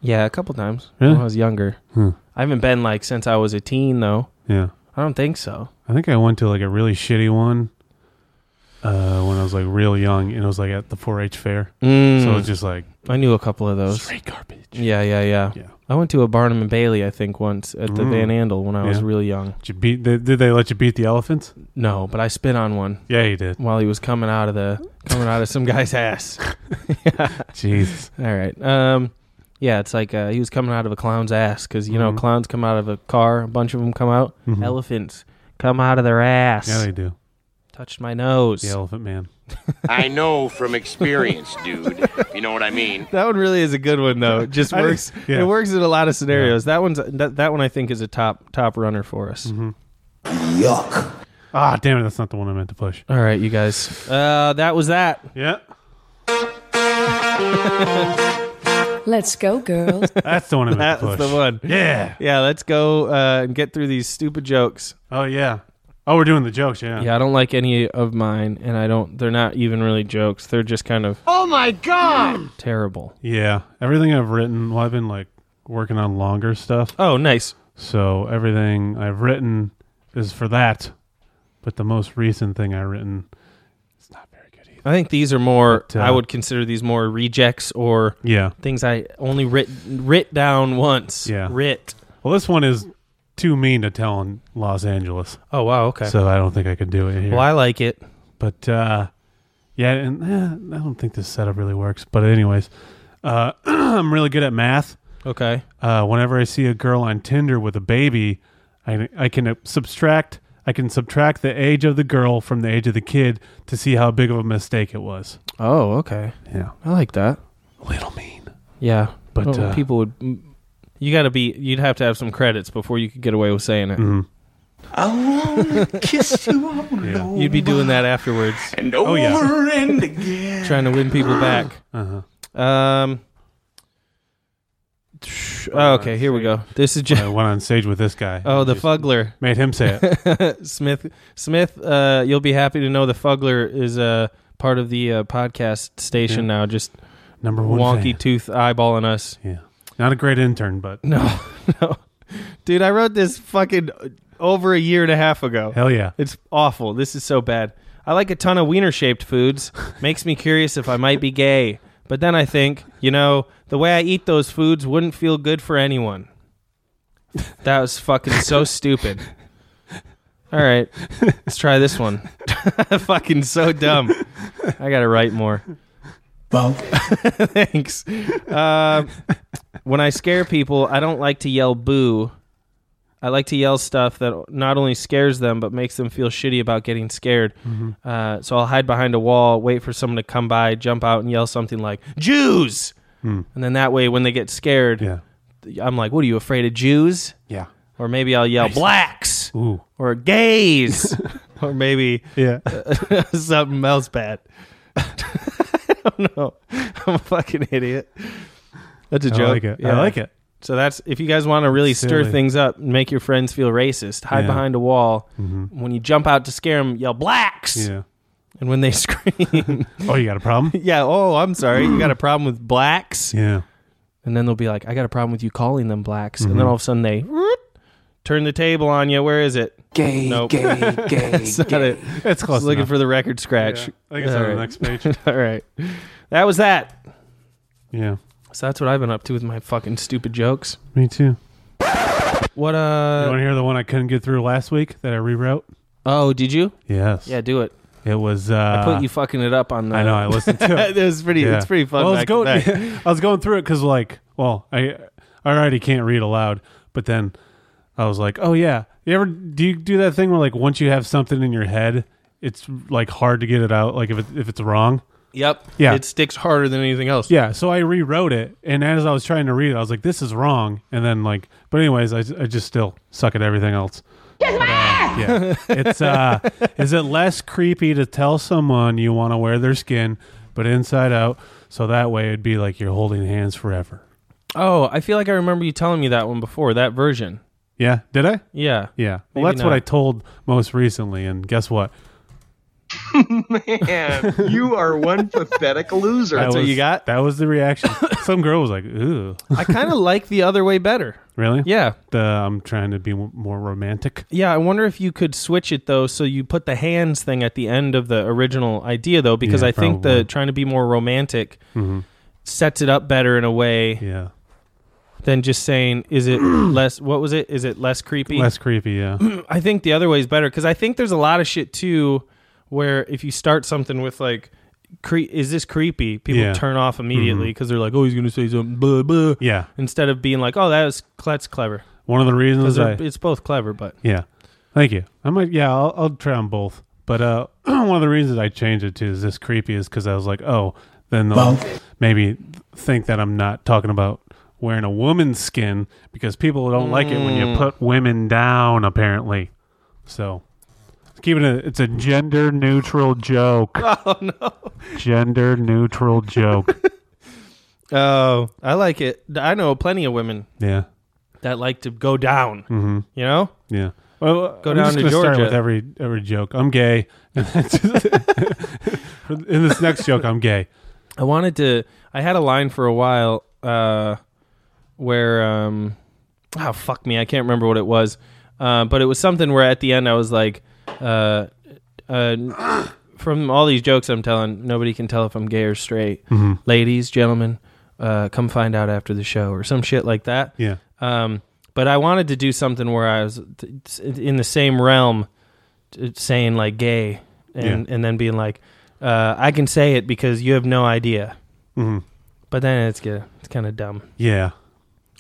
[SPEAKER 2] Yeah, a couple times
[SPEAKER 3] Really?
[SPEAKER 2] when I was younger. I haven't been like since I was a teen though.
[SPEAKER 3] Yeah.
[SPEAKER 2] I don't think so.
[SPEAKER 3] I think I went to like a really shitty one uh, when I was like real young, and it was like at the 4-H fair.
[SPEAKER 2] Mm.
[SPEAKER 3] So it was just like
[SPEAKER 2] I knew a couple of those.
[SPEAKER 3] straight garbage.
[SPEAKER 2] Yeah, yeah, yeah,
[SPEAKER 3] Yeah.
[SPEAKER 2] I went to a Barnum and Bailey, I think, once at the Van Andel when I was
[SPEAKER 3] Yeah.
[SPEAKER 2] real young.
[SPEAKER 3] Did you beat? They, did they let you beat the elephants?
[SPEAKER 2] No, but I spit on one
[SPEAKER 3] Yeah, you did.
[SPEAKER 2] while he was coming out of the coming out of some guy's ass.
[SPEAKER 3] Jesus.
[SPEAKER 2] All right. Um, yeah, it's like uh, he was coming out of a clown's ass because you
[SPEAKER 3] Mm-hmm.
[SPEAKER 2] know clowns come out of a car. A bunch of them come out. Elephants come out of their ass.
[SPEAKER 3] Yeah, they do.
[SPEAKER 2] Touched my nose.
[SPEAKER 3] The elephant man.
[SPEAKER 5] I know from experience, dude. You know what I mean?
[SPEAKER 2] That one really is a good one though. It just
[SPEAKER 3] I-
[SPEAKER 2] works.
[SPEAKER 3] yeah.
[SPEAKER 2] It works in a lot of scenarios. That one's that, that one I think is a top top runner for us.
[SPEAKER 3] Mm-hmm. Ah, damn it! That's not the one I meant to push.
[SPEAKER 2] All right, you guys. Uh, that was that.
[SPEAKER 3] Yeah,
[SPEAKER 1] Let's go, girls.
[SPEAKER 3] that's the one I meant
[SPEAKER 2] That's
[SPEAKER 3] to push.
[SPEAKER 2] the one.
[SPEAKER 3] Yeah.
[SPEAKER 2] Yeah, let's go uh, and get through these stupid jokes.
[SPEAKER 3] Oh yeah. Oh, we're doing the jokes. Yeah.
[SPEAKER 2] Yeah, I don't like any of mine, and I don't. They're not even really jokes. They're just kind of. Oh my god! Terrible.
[SPEAKER 3] Yeah. Everything I've written, well, I've been like working on longer stuff,
[SPEAKER 2] Oh, nice.
[SPEAKER 3] so everything I've written is for that. But the most recent thing I've written, it's not very good either.
[SPEAKER 2] I think these are more.
[SPEAKER 3] But, uh,
[SPEAKER 2] I would consider these more rejects or
[SPEAKER 3] Yeah.
[SPEAKER 2] things I only writ writ down once.
[SPEAKER 3] Yeah.
[SPEAKER 2] Writ.
[SPEAKER 3] Well, this one is too mean to tell in Los Angeles,
[SPEAKER 2] Oh wow. Okay.
[SPEAKER 3] so I don't think I could do it here.
[SPEAKER 2] well, I like it.
[SPEAKER 3] But uh, yeah, and eh, I don't think this setup really works. But anyways, uh, I'm really good at math.
[SPEAKER 2] Okay.
[SPEAKER 3] Uh, whenever I see a girl on Tinder with a baby, I, I can uh, subtract I can subtract the age of the girl from the age of the kid to see how big of a mistake it was.
[SPEAKER 2] Oh, okay.
[SPEAKER 3] Yeah,
[SPEAKER 2] I like that.
[SPEAKER 3] little mean.
[SPEAKER 2] Yeah,
[SPEAKER 3] But,
[SPEAKER 2] Well,
[SPEAKER 3] uh,
[SPEAKER 2] people would. mm, You got to be. You'd have to have some credits before you could get away with saying it.
[SPEAKER 3] Mm-hmm. Yeah.
[SPEAKER 2] You'd be doing that afterwards,
[SPEAKER 3] Oh yeah.
[SPEAKER 2] trying to win people back.
[SPEAKER 3] Uh-huh.
[SPEAKER 2] Um. oh, okay, here we go. This is
[SPEAKER 3] I
[SPEAKER 2] just
[SPEAKER 3] went on stage with this guy.
[SPEAKER 2] oh the
[SPEAKER 3] Just
[SPEAKER 2] Fuggler
[SPEAKER 3] Made him say it.
[SPEAKER 2] Smith. Smith, uh, you'll be happy to know the Fuggler is uh, part of the uh, podcast station now. Just
[SPEAKER 3] Number one.
[SPEAKER 2] wonky
[SPEAKER 3] fan.
[SPEAKER 2] tooth eyeballing us.
[SPEAKER 3] yeah. Not a great intern, but
[SPEAKER 2] No, no, dude, I wrote this fucking over a year and a half ago.
[SPEAKER 3] hell yeah.
[SPEAKER 2] It's awful. This is so bad. I like a ton of wiener shaped foods. Makes me curious if I might be gay. But then I think, you know, the way I eat those foods wouldn't feel good for anyone. That was fucking so stupid. All right, let's try this one. fucking so dumb. I gotta write more. Thanks. Uh, when I scare people, I don't like to yell boo. I like to yell stuff that not only scares them but makes them feel shitty about getting scared.
[SPEAKER 3] Mm-hmm.
[SPEAKER 2] Uh, so I'll hide behind a wall, wait for someone to come by, jump out, and yell something like "Jews," and then that way, when they get scared,
[SPEAKER 3] Hmm. Yeah.
[SPEAKER 2] I'm like, "What are you afraid of, Jews?"
[SPEAKER 3] Yeah.
[SPEAKER 2] Or maybe I'll yell "blacks"
[SPEAKER 3] Ooh.
[SPEAKER 2] or "gays," or maybe
[SPEAKER 3] Yeah.
[SPEAKER 2] something else bad. I don't know. I'm a fucking idiot. That's a
[SPEAKER 3] I
[SPEAKER 2] joke.
[SPEAKER 3] like it.
[SPEAKER 2] Yeah.
[SPEAKER 3] I like it.
[SPEAKER 2] So that's if you guys want to really stir
[SPEAKER 3] Silly.
[SPEAKER 2] things up and make your friends feel racist, hide
[SPEAKER 3] Yeah. Mm-hmm.
[SPEAKER 2] behind a wall. When you jump out to scare them, yell blacks.
[SPEAKER 3] Yeah.
[SPEAKER 2] And when they scream,
[SPEAKER 3] Oh, you got a problem?
[SPEAKER 2] yeah, oh, I'm sorry, you got a problem with blacks.
[SPEAKER 3] Yeah.
[SPEAKER 2] And then they'll be like, I got a problem with you calling them blacks.
[SPEAKER 3] Mm-hmm.
[SPEAKER 2] And then all of a sudden they whoop, turn the table on you. Where is it?
[SPEAKER 8] Gay,
[SPEAKER 2] Nope.
[SPEAKER 8] gay, gay,
[SPEAKER 2] That's not it.
[SPEAKER 3] It's close.
[SPEAKER 2] Just looking
[SPEAKER 3] enough.
[SPEAKER 2] for the record
[SPEAKER 3] Yeah.
[SPEAKER 2] scratch.
[SPEAKER 3] I think it's
[SPEAKER 2] All
[SPEAKER 3] on the
[SPEAKER 2] right.
[SPEAKER 3] next page.
[SPEAKER 2] All right. That was that.
[SPEAKER 3] yeah.
[SPEAKER 2] So that's what I've been up to with my fucking stupid jokes.
[SPEAKER 3] Me too.
[SPEAKER 2] What
[SPEAKER 3] You
[SPEAKER 2] uh
[SPEAKER 3] want to hear the one I couldn't get through last week that I rewrote?
[SPEAKER 2] Oh, did you?
[SPEAKER 3] Yes.
[SPEAKER 2] Yeah, do it.
[SPEAKER 3] It was. Uh, I
[SPEAKER 2] Put you fucking it up on the
[SPEAKER 3] I know. I listened to it.
[SPEAKER 2] That was pretty
[SPEAKER 3] Yeah.
[SPEAKER 2] it's pretty fun.
[SPEAKER 3] Well, I was
[SPEAKER 2] back to
[SPEAKER 3] going.
[SPEAKER 2] back.
[SPEAKER 3] I was going through it because, like, well, I I already can't read aloud, but then I was like, oh yeah, you ever do you do that thing where like once you have something in your head, it's like hard to get it out, like if it, if it's wrong.
[SPEAKER 2] Yep.
[SPEAKER 3] Yeah.
[SPEAKER 2] It sticks harder than anything else.
[SPEAKER 3] Yeah, so I rewrote it, and as I was trying to read it, I was like, this is wrong, and then like, but anyways, I, I just still suck at everything else. uh, yeah it's uh is it less creepy to tell someone you want to wear their skin but inside out so that way it'd be like you're holding hands forever
[SPEAKER 2] Oh, I feel like I remember you telling me that one before, that version.
[SPEAKER 3] yeah did i
[SPEAKER 2] Yeah.
[SPEAKER 3] yeah
[SPEAKER 2] Maybe
[SPEAKER 3] well that's what
[SPEAKER 2] not.
[SPEAKER 3] i told most recently and guess what
[SPEAKER 10] Man, you are one pathetic loser.
[SPEAKER 3] That
[SPEAKER 2] what
[SPEAKER 3] was-
[SPEAKER 2] you got?
[SPEAKER 3] that was the reaction some girl was like ooh
[SPEAKER 2] I kind of like the other way better.
[SPEAKER 3] really
[SPEAKER 2] Yeah.
[SPEAKER 3] the, i'm trying to be w- more romantic
[SPEAKER 2] Yeah, I wonder if you could switch it though, so you put the hands thing at the end of the original idea though, because
[SPEAKER 3] Yeah,
[SPEAKER 2] I think
[SPEAKER 3] probably. Mm-hmm.
[SPEAKER 2] the trying to be more romantic sets it up better in a way
[SPEAKER 3] yeah
[SPEAKER 2] than just saying, "Is it less? What was it? Is it less creepy?"
[SPEAKER 3] less creepy yeah
[SPEAKER 2] I think the other way is better because I think there's a lot of shit too where if you start something with like, cre- "Is this creepy?" People
[SPEAKER 3] Yeah. Mm-hmm.
[SPEAKER 2] turn off immediately because they're like, "Oh, he's gonna say something," blah blah.
[SPEAKER 3] yeah
[SPEAKER 2] Instead of being like, "Oh, that was that's clever,"
[SPEAKER 3] one of the reasons
[SPEAKER 2] because
[SPEAKER 3] i
[SPEAKER 2] it's both clever, but
[SPEAKER 3] Yeah. Thank you. I might, yeah, I'll, I'll try on both. But uh, one of the reasons I changed it to is this creepy is because I was like, oh, then they'll maybe think that I'm not talking about wearing a woman's skin because people don't like it when you put women down, apparently. So keeping it, it's a gender neutral joke. Oh, no. Gender neutral joke.
[SPEAKER 2] oh, I like it. I know plenty of women
[SPEAKER 3] yeah.
[SPEAKER 2] that like to go down. You know,
[SPEAKER 3] Yeah. Well,
[SPEAKER 2] Go
[SPEAKER 3] I'm
[SPEAKER 2] down
[SPEAKER 3] just
[SPEAKER 2] to
[SPEAKER 3] gonna Start
[SPEAKER 2] Georgia.
[SPEAKER 3] with every every joke, I'm gay. And that's- In this next joke, I'm gay.
[SPEAKER 2] I wanted to. I had a line for a while uh, where, um, oh fuck me, I can't remember what it was, uh, but it was something where at the end I was like, uh, uh, from all these jokes I'm telling, nobody can tell if I'm gay or straight. Ladies, gentlemen, uh, come find out after the show or some shit like that.
[SPEAKER 3] Yeah.
[SPEAKER 2] Um, but I wanted to do something where I was t- in the same realm, t- saying like gay, and and then being like, uh, I can say it because you have no idea.
[SPEAKER 3] Mhm.
[SPEAKER 2] But then it's good. It's kind of dumb.
[SPEAKER 3] Yeah.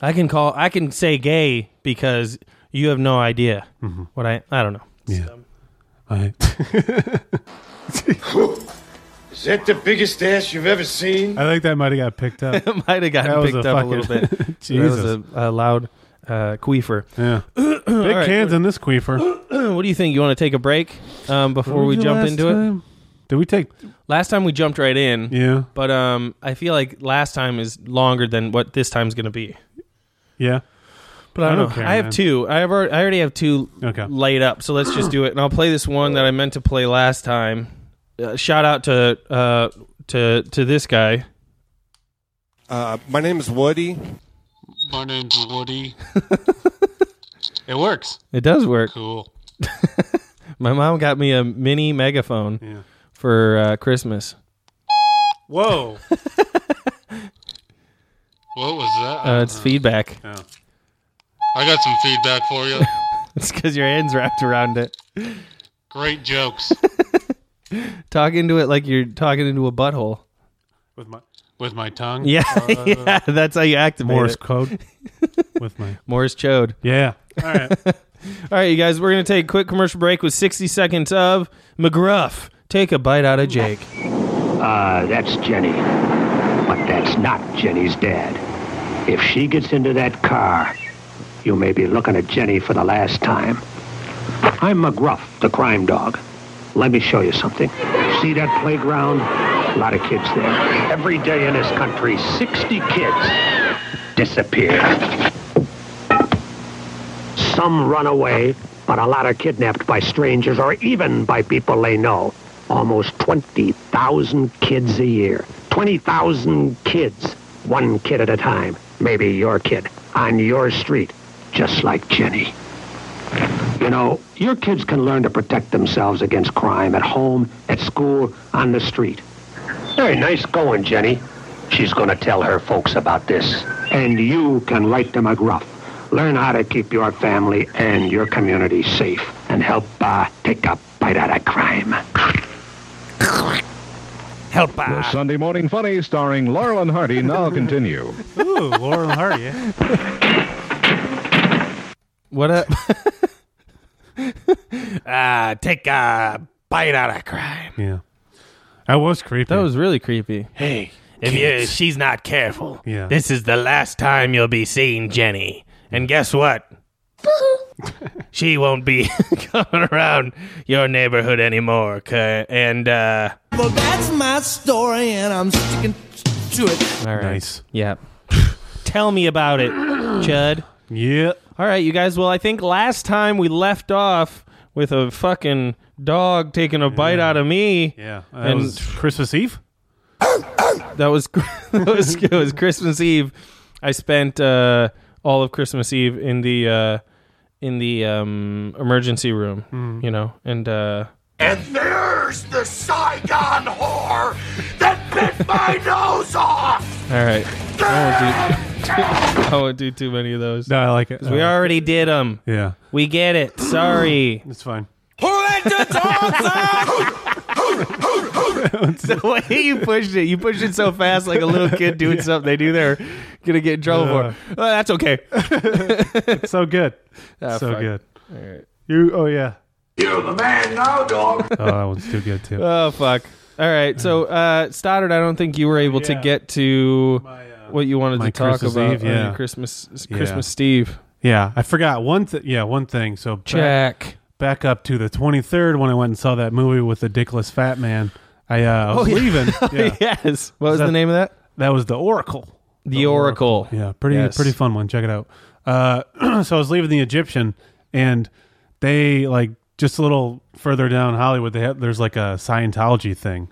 [SPEAKER 2] I can call. I can say gay because you have no idea
[SPEAKER 3] Mm-hmm.
[SPEAKER 2] what I. I don't know.
[SPEAKER 3] Yeah. I,
[SPEAKER 5] Is that the biggest ass you've ever seen?
[SPEAKER 3] I think that might have got picked up.
[SPEAKER 2] It might have
[SPEAKER 3] That
[SPEAKER 2] gotten
[SPEAKER 3] was
[SPEAKER 2] picked
[SPEAKER 3] a
[SPEAKER 2] up a little
[SPEAKER 3] fucking-
[SPEAKER 2] bit.
[SPEAKER 3] Jesus.
[SPEAKER 2] That was a, a loud uh, queefer.
[SPEAKER 3] yeah. Big
[SPEAKER 2] right,
[SPEAKER 3] cans in this queefer.
[SPEAKER 2] what do you think? You want to take a break um, before we jump into it?
[SPEAKER 3] it. Did we take?
[SPEAKER 2] Last time we jumped right in.
[SPEAKER 3] Yeah.
[SPEAKER 2] But um, I feel like last time is longer than what this time's going to be.
[SPEAKER 3] Yeah.
[SPEAKER 2] But I don't,
[SPEAKER 3] I don't
[SPEAKER 2] know.
[SPEAKER 3] care,
[SPEAKER 2] I have
[SPEAKER 3] man.
[SPEAKER 2] two. I have already, I already have two
[SPEAKER 3] Okay.
[SPEAKER 2] laid up. So let's just do it. And I'll play this one that I meant to play last time. Uh, shout out to uh, to to this guy.
[SPEAKER 10] Uh, my name is Woody.
[SPEAKER 7] My name's Woody. it works.
[SPEAKER 2] It does work.
[SPEAKER 7] Cool.
[SPEAKER 2] My mom got me a mini megaphone for uh, Christmas.
[SPEAKER 3] Whoa.
[SPEAKER 11] What was that?
[SPEAKER 2] Uh, it's feedback.
[SPEAKER 11] I got some feedback for you.
[SPEAKER 2] It's because your hands wrapped around it.
[SPEAKER 11] Great jokes
[SPEAKER 2] Talk into it like you're talking into a butthole.
[SPEAKER 11] with my with my tongue.
[SPEAKER 2] Yeah,
[SPEAKER 11] Uh,
[SPEAKER 2] yeah, that's how you activate
[SPEAKER 3] Morse
[SPEAKER 2] it.
[SPEAKER 3] code with my-
[SPEAKER 2] Morse chode.
[SPEAKER 3] Yeah.
[SPEAKER 2] All right. All right, you guys. We're gonna take a quick commercial break with 60 seconds of McGruff. Take a bite out of Jake.
[SPEAKER 12] Ah, that's Jenny. But that's not Jenny's dad. If she gets into that car, you may be looking at Jenny for the last time. I'm McGruff, the crime dog. Let me show you something. See that playground? A lot of kids there. Every day in this country, 60 kids disappear. Some run away, but a lot are kidnapped by strangers or even by people they know. Almost 20,000 kids a year. 20,000 kids, one kid at a time. Maybe your kid, on your street, just like Jenny. You know, your kids can learn to protect themselves against crime at home, at school, on the street. Very nice going, Jenny. She's going to tell her folks about this. And you can write to McGruff. Learn how to keep your family and your community safe and help uh, take a bite out of crime.
[SPEAKER 2] Help
[SPEAKER 13] The Sunday Morning Funny starring Laurel and Hardy now continue.
[SPEAKER 3] Ooh, Laurel and Hardy. Yeah.
[SPEAKER 2] What up? Ah, take a bite out of crime.
[SPEAKER 3] Yeah. That was creepy. That was
[SPEAKER 2] really creepy.
[SPEAKER 3] Hey,
[SPEAKER 2] If you, she's not careful,
[SPEAKER 3] Yeah.
[SPEAKER 2] this is the last time you'll be seeing Jenny. And guess what? she won't be coming around your neighborhood anymore. 'ca- And uh,
[SPEAKER 7] Well, that's my story, and I'm sticking to it.
[SPEAKER 2] all right. yeah, tell me about it, Chud.
[SPEAKER 3] Yeah.
[SPEAKER 2] All right, you guys. Well, I think last time we left off with a fucking dog taking a bite out of me.
[SPEAKER 3] Yeah. That
[SPEAKER 2] and
[SPEAKER 3] was Christmas Eve?
[SPEAKER 2] that was that was it was Christmas Eve. I spent uh, all of Christmas Eve in the uh, in the um, emergency room,
[SPEAKER 4] Mm.
[SPEAKER 2] you know, and uh,
[SPEAKER 4] And there's the Saigon whore that bit my nose off!
[SPEAKER 2] all right, I won't do, I won't do too many of those.
[SPEAKER 3] No, I like it.
[SPEAKER 2] 'Cause we already did them.
[SPEAKER 3] Yeah.
[SPEAKER 2] we get it. Sorry,
[SPEAKER 3] it's fine.
[SPEAKER 2] Who let the dogs out? the way you pushed it, you pushed it so fast, like a little kid doing something they do. They're gonna get in trouble
[SPEAKER 3] Yeah.
[SPEAKER 2] for. Oh, that's okay.
[SPEAKER 3] It's so good.
[SPEAKER 2] Ah,
[SPEAKER 3] so
[SPEAKER 2] fuck.
[SPEAKER 3] good.
[SPEAKER 2] All right.
[SPEAKER 3] You, oh, yeah.
[SPEAKER 4] You're the man now, dog!
[SPEAKER 3] Oh, that one's too good, too.
[SPEAKER 2] Oh fuck! All right, so uh, Stoddard, I don't think you were able to get to what you wanted
[SPEAKER 3] my
[SPEAKER 2] to talk
[SPEAKER 3] Christmas
[SPEAKER 2] about
[SPEAKER 3] Eve,
[SPEAKER 2] on your
[SPEAKER 3] yeah.
[SPEAKER 2] Christmas
[SPEAKER 3] Yeah.
[SPEAKER 2] Christmas Steve.
[SPEAKER 3] Yeah, I forgot one thing. Yeah, one thing. So back,
[SPEAKER 2] Check.
[SPEAKER 3] back up to the 23rd when I went and saw that movie with the dickless fat man. I, uh, I was
[SPEAKER 2] yeah.
[SPEAKER 3] leaving. Yeah.
[SPEAKER 2] yes. What was
[SPEAKER 3] That-
[SPEAKER 2] the name of that?
[SPEAKER 3] That was the Oracle.
[SPEAKER 2] The, Oracle.
[SPEAKER 3] Yeah, pretty
[SPEAKER 2] Yes.
[SPEAKER 3] pretty fun one. Check it out. Uh, so I was leaving the Egyptian, and they like just a little further down Hollywood. They have there's like a Scientology thing.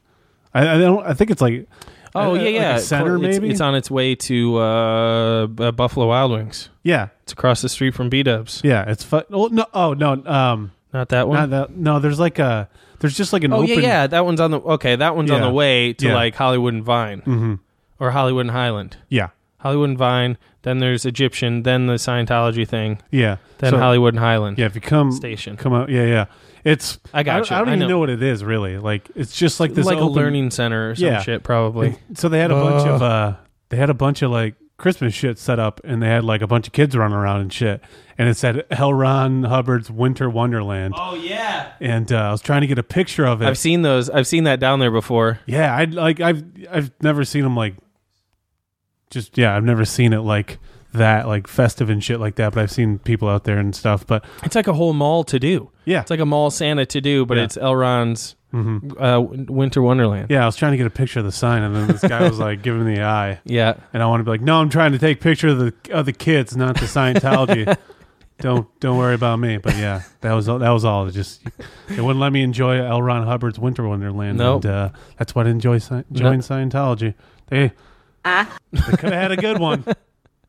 [SPEAKER 3] I, I don't. I think it's like
[SPEAKER 2] Oh
[SPEAKER 3] uh,
[SPEAKER 2] yeah,
[SPEAKER 3] like a
[SPEAKER 2] yeah.
[SPEAKER 3] center
[SPEAKER 2] It's-
[SPEAKER 3] maybe.
[SPEAKER 2] It's, on its way to uh, B- Buffalo Wild Wings.
[SPEAKER 3] Yeah.
[SPEAKER 2] it's across the street from B Dubs.
[SPEAKER 3] Yeah, it's fun. Oh no, oh no, um,
[SPEAKER 2] not that one?
[SPEAKER 3] Not that, no, there's like a there's just like an
[SPEAKER 2] oh
[SPEAKER 3] open.
[SPEAKER 2] yeah, yeah. That one's on the okay. That one's on
[SPEAKER 3] Yeah.
[SPEAKER 2] the way to
[SPEAKER 3] Yeah.
[SPEAKER 2] like Hollywood and Vine
[SPEAKER 3] Mhm.
[SPEAKER 2] or Hollywood and Highland.
[SPEAKER 3] Yeah.
[SPEAKER 2] Hollywood and Vine. Then there's Egyptian. Then the Scientology thing.
[SPEAKER 3] Yeah.
[SPEAKER 2] Then
[SPEAKER 3] So-
[SPEAKER 2] Hollywood and Highland.
[SPEAKER 3] Yeah, if you come
[SPEAKER 2] station.
[SPEAKER 3] come out. Yeah, yeah. It's
[SPEAKER 2] I got
[SPEAKER 3] don't-
[SPEAKER 2] you.
[SPEAKER 3] I don't
[SPEAKER 2] I
[SPEAKER 3] even
[SPEAKER 2] know.
[SPEAKER 3] know. what it is really. Like it's just like this
[SPEAKER 2] Like a
[SPEAKER 3] open-
[SPEAKER 2] learning center or some shit, probably.
[SPEAKER 3] And so they had a bunch
[SPEAKER 2] Ugh.
[SPEAKER 3] of uh they had a bunch of like Christmas shit set up and they had like a bunch of kids running around and shit. And it said L. Ron Hubbard's Winter Wonderland. Oh
[SPEAKER 2] yeah.
[SPEAKER 3] And uh, I was trying to get a picture of it.
[SPEAKER 2] I've seen those. I've seen that down there before.
[SPEAKER 3] Yeah, I like I've I've never seen them like just yeah, I've never seen it like that like festive and shit like that, but I've seen people out there and stuff, but
[SPEAKER 2] It's like a whole mall to do.
[SPEAKER 3] Yeah,
[SPEAKER 2] it's like a mall Santa to do, but
[SPEAKER 3] Yeah.
[SPEAKER 2] it's Elron's
[SPEAKER 3] Mhm.
[SPEAKER 2] uh, Winter Wonderland.
[SPEAKER 3] yeah, I was trying to get a picture of the sign and then this guy was like giving the eye.
[SPEAKER 2] Yeah.
[SPEAKER 3] And I want to be like, "No, I'm trying to take picture of the of the kids, not the Scientology." don't don't worry about me, but yeah, that was all- that was all. It just it wouldn't let me enjoy L. Ron Hubbard's Winter Wonderland,
[SPEAKER 2] Nope.
[SPEAKER 3] and uh, that's why I didn't enjoy Sci-
[SPEAKER 2] No.
[SPEAKER 3] join Scientology. They they could have had a good one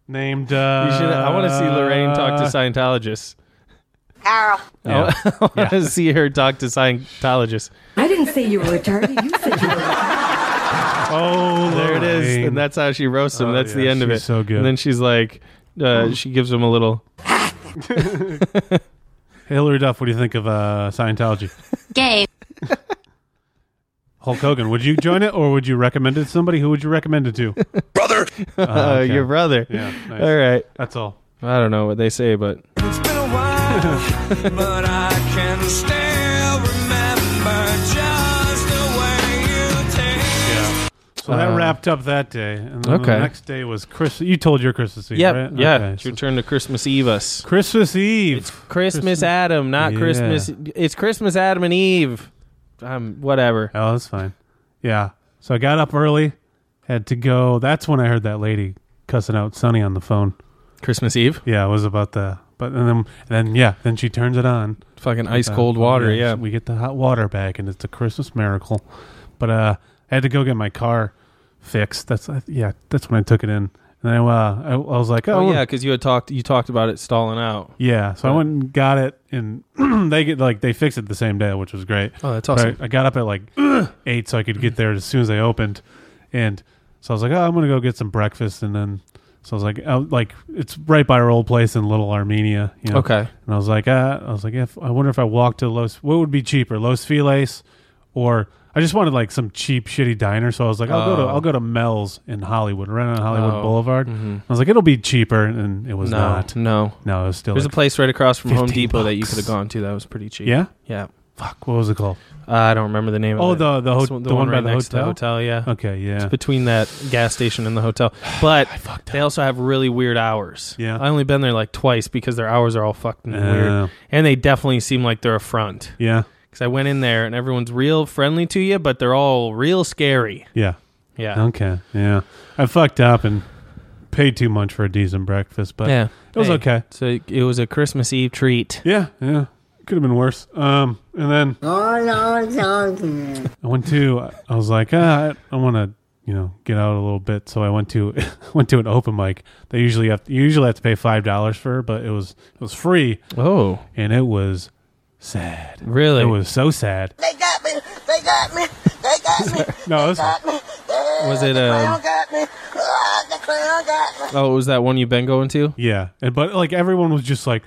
[SPEAKER 3] named. Uh,
[SPEAKER 2] You should, I want to see Lorraine talk to Scientologists.
[SPEAKER 6] Carl.
[SPEAKER 2] I want to see her talk to Scientologists.
[SPEAKER 14] I didn't say you were retarded. You said you were.
[SPEAKER 3] Oh,
[SPEAKER 2] there it is, and that's how she roasts him. that's the
[SPEAKER 3] yeah,
[SPEAKER 2] end of
[SPEAKER 3] she's
[SPEAKER 2] it.
[SPEAKER 3] so good. Mm-hmm.
[SPEAKER 2] And then she's like, uh, she gives him a little.
[SPEAKER 3] Hillary Duff, what do you think of uh, Scientology?
[SPEAKER 14] Gay.
[SPEAKER 3] Hulk Hogan, would you join it or would you recommend it to somebody? Who would you recommend it to? Brother.
[SPEAKER 2] Uh, Your brother.
[SPEAKER 3] Oh, Yeah. nice.
[SPEAKER 2] All right.
[SPEAKER 3] That's all.
[SPEAKER 2] I don't know what they say, but
[SPEAKER 7] but I can still remember just the way you taste.
[SPEAKER 3] So that
[SPEAKER 2] Uh,
[SPEAKER 3] wrapped up that day. And then
[SPEAKER 2] okay.
[SPEAKER 3] the next day was Chris. You told your Christmas Eve,
[SPEAKER 2] Yep.
[SPEAKER 3] right?
[SPEAKER 2] Yeah.
[SPEAKER 3] Okay.
[SPEAKER 2] It's your turn to Christmas Eve us.
[SPEAKER 3] Christmas Eve.
[SPEAKER 2] It's Christmas, Adam, not
[SPEAKER 3] Yeah.
[SPEAKER 2] Christmas. It's Christmas Adam and Eve. Um, whatever.
[SPEAKER 3] Oh, that's fine. Yeah. So I got up early, had to go. That's when I heard that lady cussing out Sonny on the phone.
[SPEAKER 2] Christmas Eve?
[SPEAKER 3] Yeah, it was about the. But and then, and then yeah, then she turns it on.
[SPEAKER 2] Fucking
[SPEAKER 3] With
[SPEAKER 2] ice
[SPEAKER 3] the-
[SPEAKER 2] cold water, yeah.
[SPEAKER 3] Uh, oh, We get the hot water back, and it's a Christmas miracle. But uh, I had to go get my car fixed. That's uh, yeah. That's when I took it in, and I uh, I, I was like,
[SPEAKER 2] Oh,
[SPEAKER 3] oh,
[SPEAKER 2] yeah, because you had talked. You talked about it stalling out.
[SPEAKER 3] yeah, so I went and got it, and they get like they fixed it the same day, which was great.
[SPEAKER 2] Oh, that's
[SPEAKER 3] But I-
[SPEAKER 2] awesome.
[SPEAKER 3] I, got up at like eight, so I could get there as soon as they opened, and so I was like, oh, I'm gonna go get some breakfast, and then so I was like, oh, like it's right by our old place in Little Armenia, you know?
[SPEAKER 2] Okay.
[SPEAKER 3] And I was like, uh, I was like, if I wonder if I walked to Los, what would be cheaper, Los Feliz, or I just wanted like some cheap shitty diner, so I was like, I'll go
[SPEAKER 2] Oh.
[SPEAKER 3] to I'll go to Mel's in Hollywood, right on Hollywood
[SPEAKER 2] Oh,
[SPEAKER 3] Boulevard.
[SPEAKER 2] mhm.
[SPEAKER 3] I was like, it'll be cheaper, and it was
[SPEAKER 2] No,
[SPEAKER 3] not.
[SPEAKER 2] No,
[SPEAKER 3] no, it was still
[SPEAKER 2] There's
[SPEAKER 3] like
[SPEAKER 2] a place right across from Home
[SPEAKER 3] 15
[SPEAKER 2] Depot that you
[SPEAKER 3] bucks.
[SPEAKER 2] could have gone to. That was pretty cheap.
[SPEAKER 3] Yeah?
[SPEAKER 2] Yeah.
[SPEAKER 3] Fuck, what was it called?
[SPEAKER 2] Uh, I don't remember the name
[SPEAKER 3] Oh,
[SPEAKER 2] of it.
[SPEAKER 3] the- the ho-
[SPEAKER 2] It's
[SPEAKER 3] the one by
[SPEAKER 2] right
[SPEAKER 3] the
[SPEAKER 2] next to
[SPEAKER 3] hotel?
[SPEAKER 2] hotel, yeah.
[SPEAKER 3] Okay, yeah.
[SPEAKER 2] It's between that gas station and the hotel. But they also have really weird hours.
[SPEAKER 3] Yeah.
[SPEAKER 2] I only been there like twice because their hours are all fucking
[SPEAKER 3] Yeah.
[SPEAKER 2] weird. And they definitely seem like they're a front.
[SPEAKER 3] Yeah.
[SPEAKER 2] Because I went in there and everyone's real friendly to you, but they're all real scary.
[SPEAKER 3] Yeah.
[SPEAKER 2] Yeah.
[SPEAKER 3] Okay. Yeah. I fucked up and paid too much for a decent breakfast, but
[SPEAKER 2] yeah.
[SPEAKER 3] it was
[SPEAKER 2] Hey,
[SPEAKER 3] okay.
[SPEAKER 2] So it was a Christmas Eve treat.
[SPEAKER 3] Yeah. Yeah. Could have been worse. Um, and then I went to. I was like, ah, I, I want to, you know, get out a little bit. So I went to went to an open mic. They usually have you usually have to pay five dollars for, but it was it was free.
[SPEAKER 2] Oh,
[SPEAKER 3] and it was sad.
[SPEAKER 2] Really,
[SPEAKER 3] it was so sad.
[SPEAKER 15] They got me. They got me. They got me.
[SPEAKER 3] No, it was,
[SPEAKER 2] Was it
[SPEAKER 15] The
[SPEAKER 2] um,
[SPEAKER 15] clown got me. Ah, the clown got me.
[SPEAKER 2] Oh, it was that one you've been going to?
[SPEAKER 3] Yeah, and but like everyone was just like,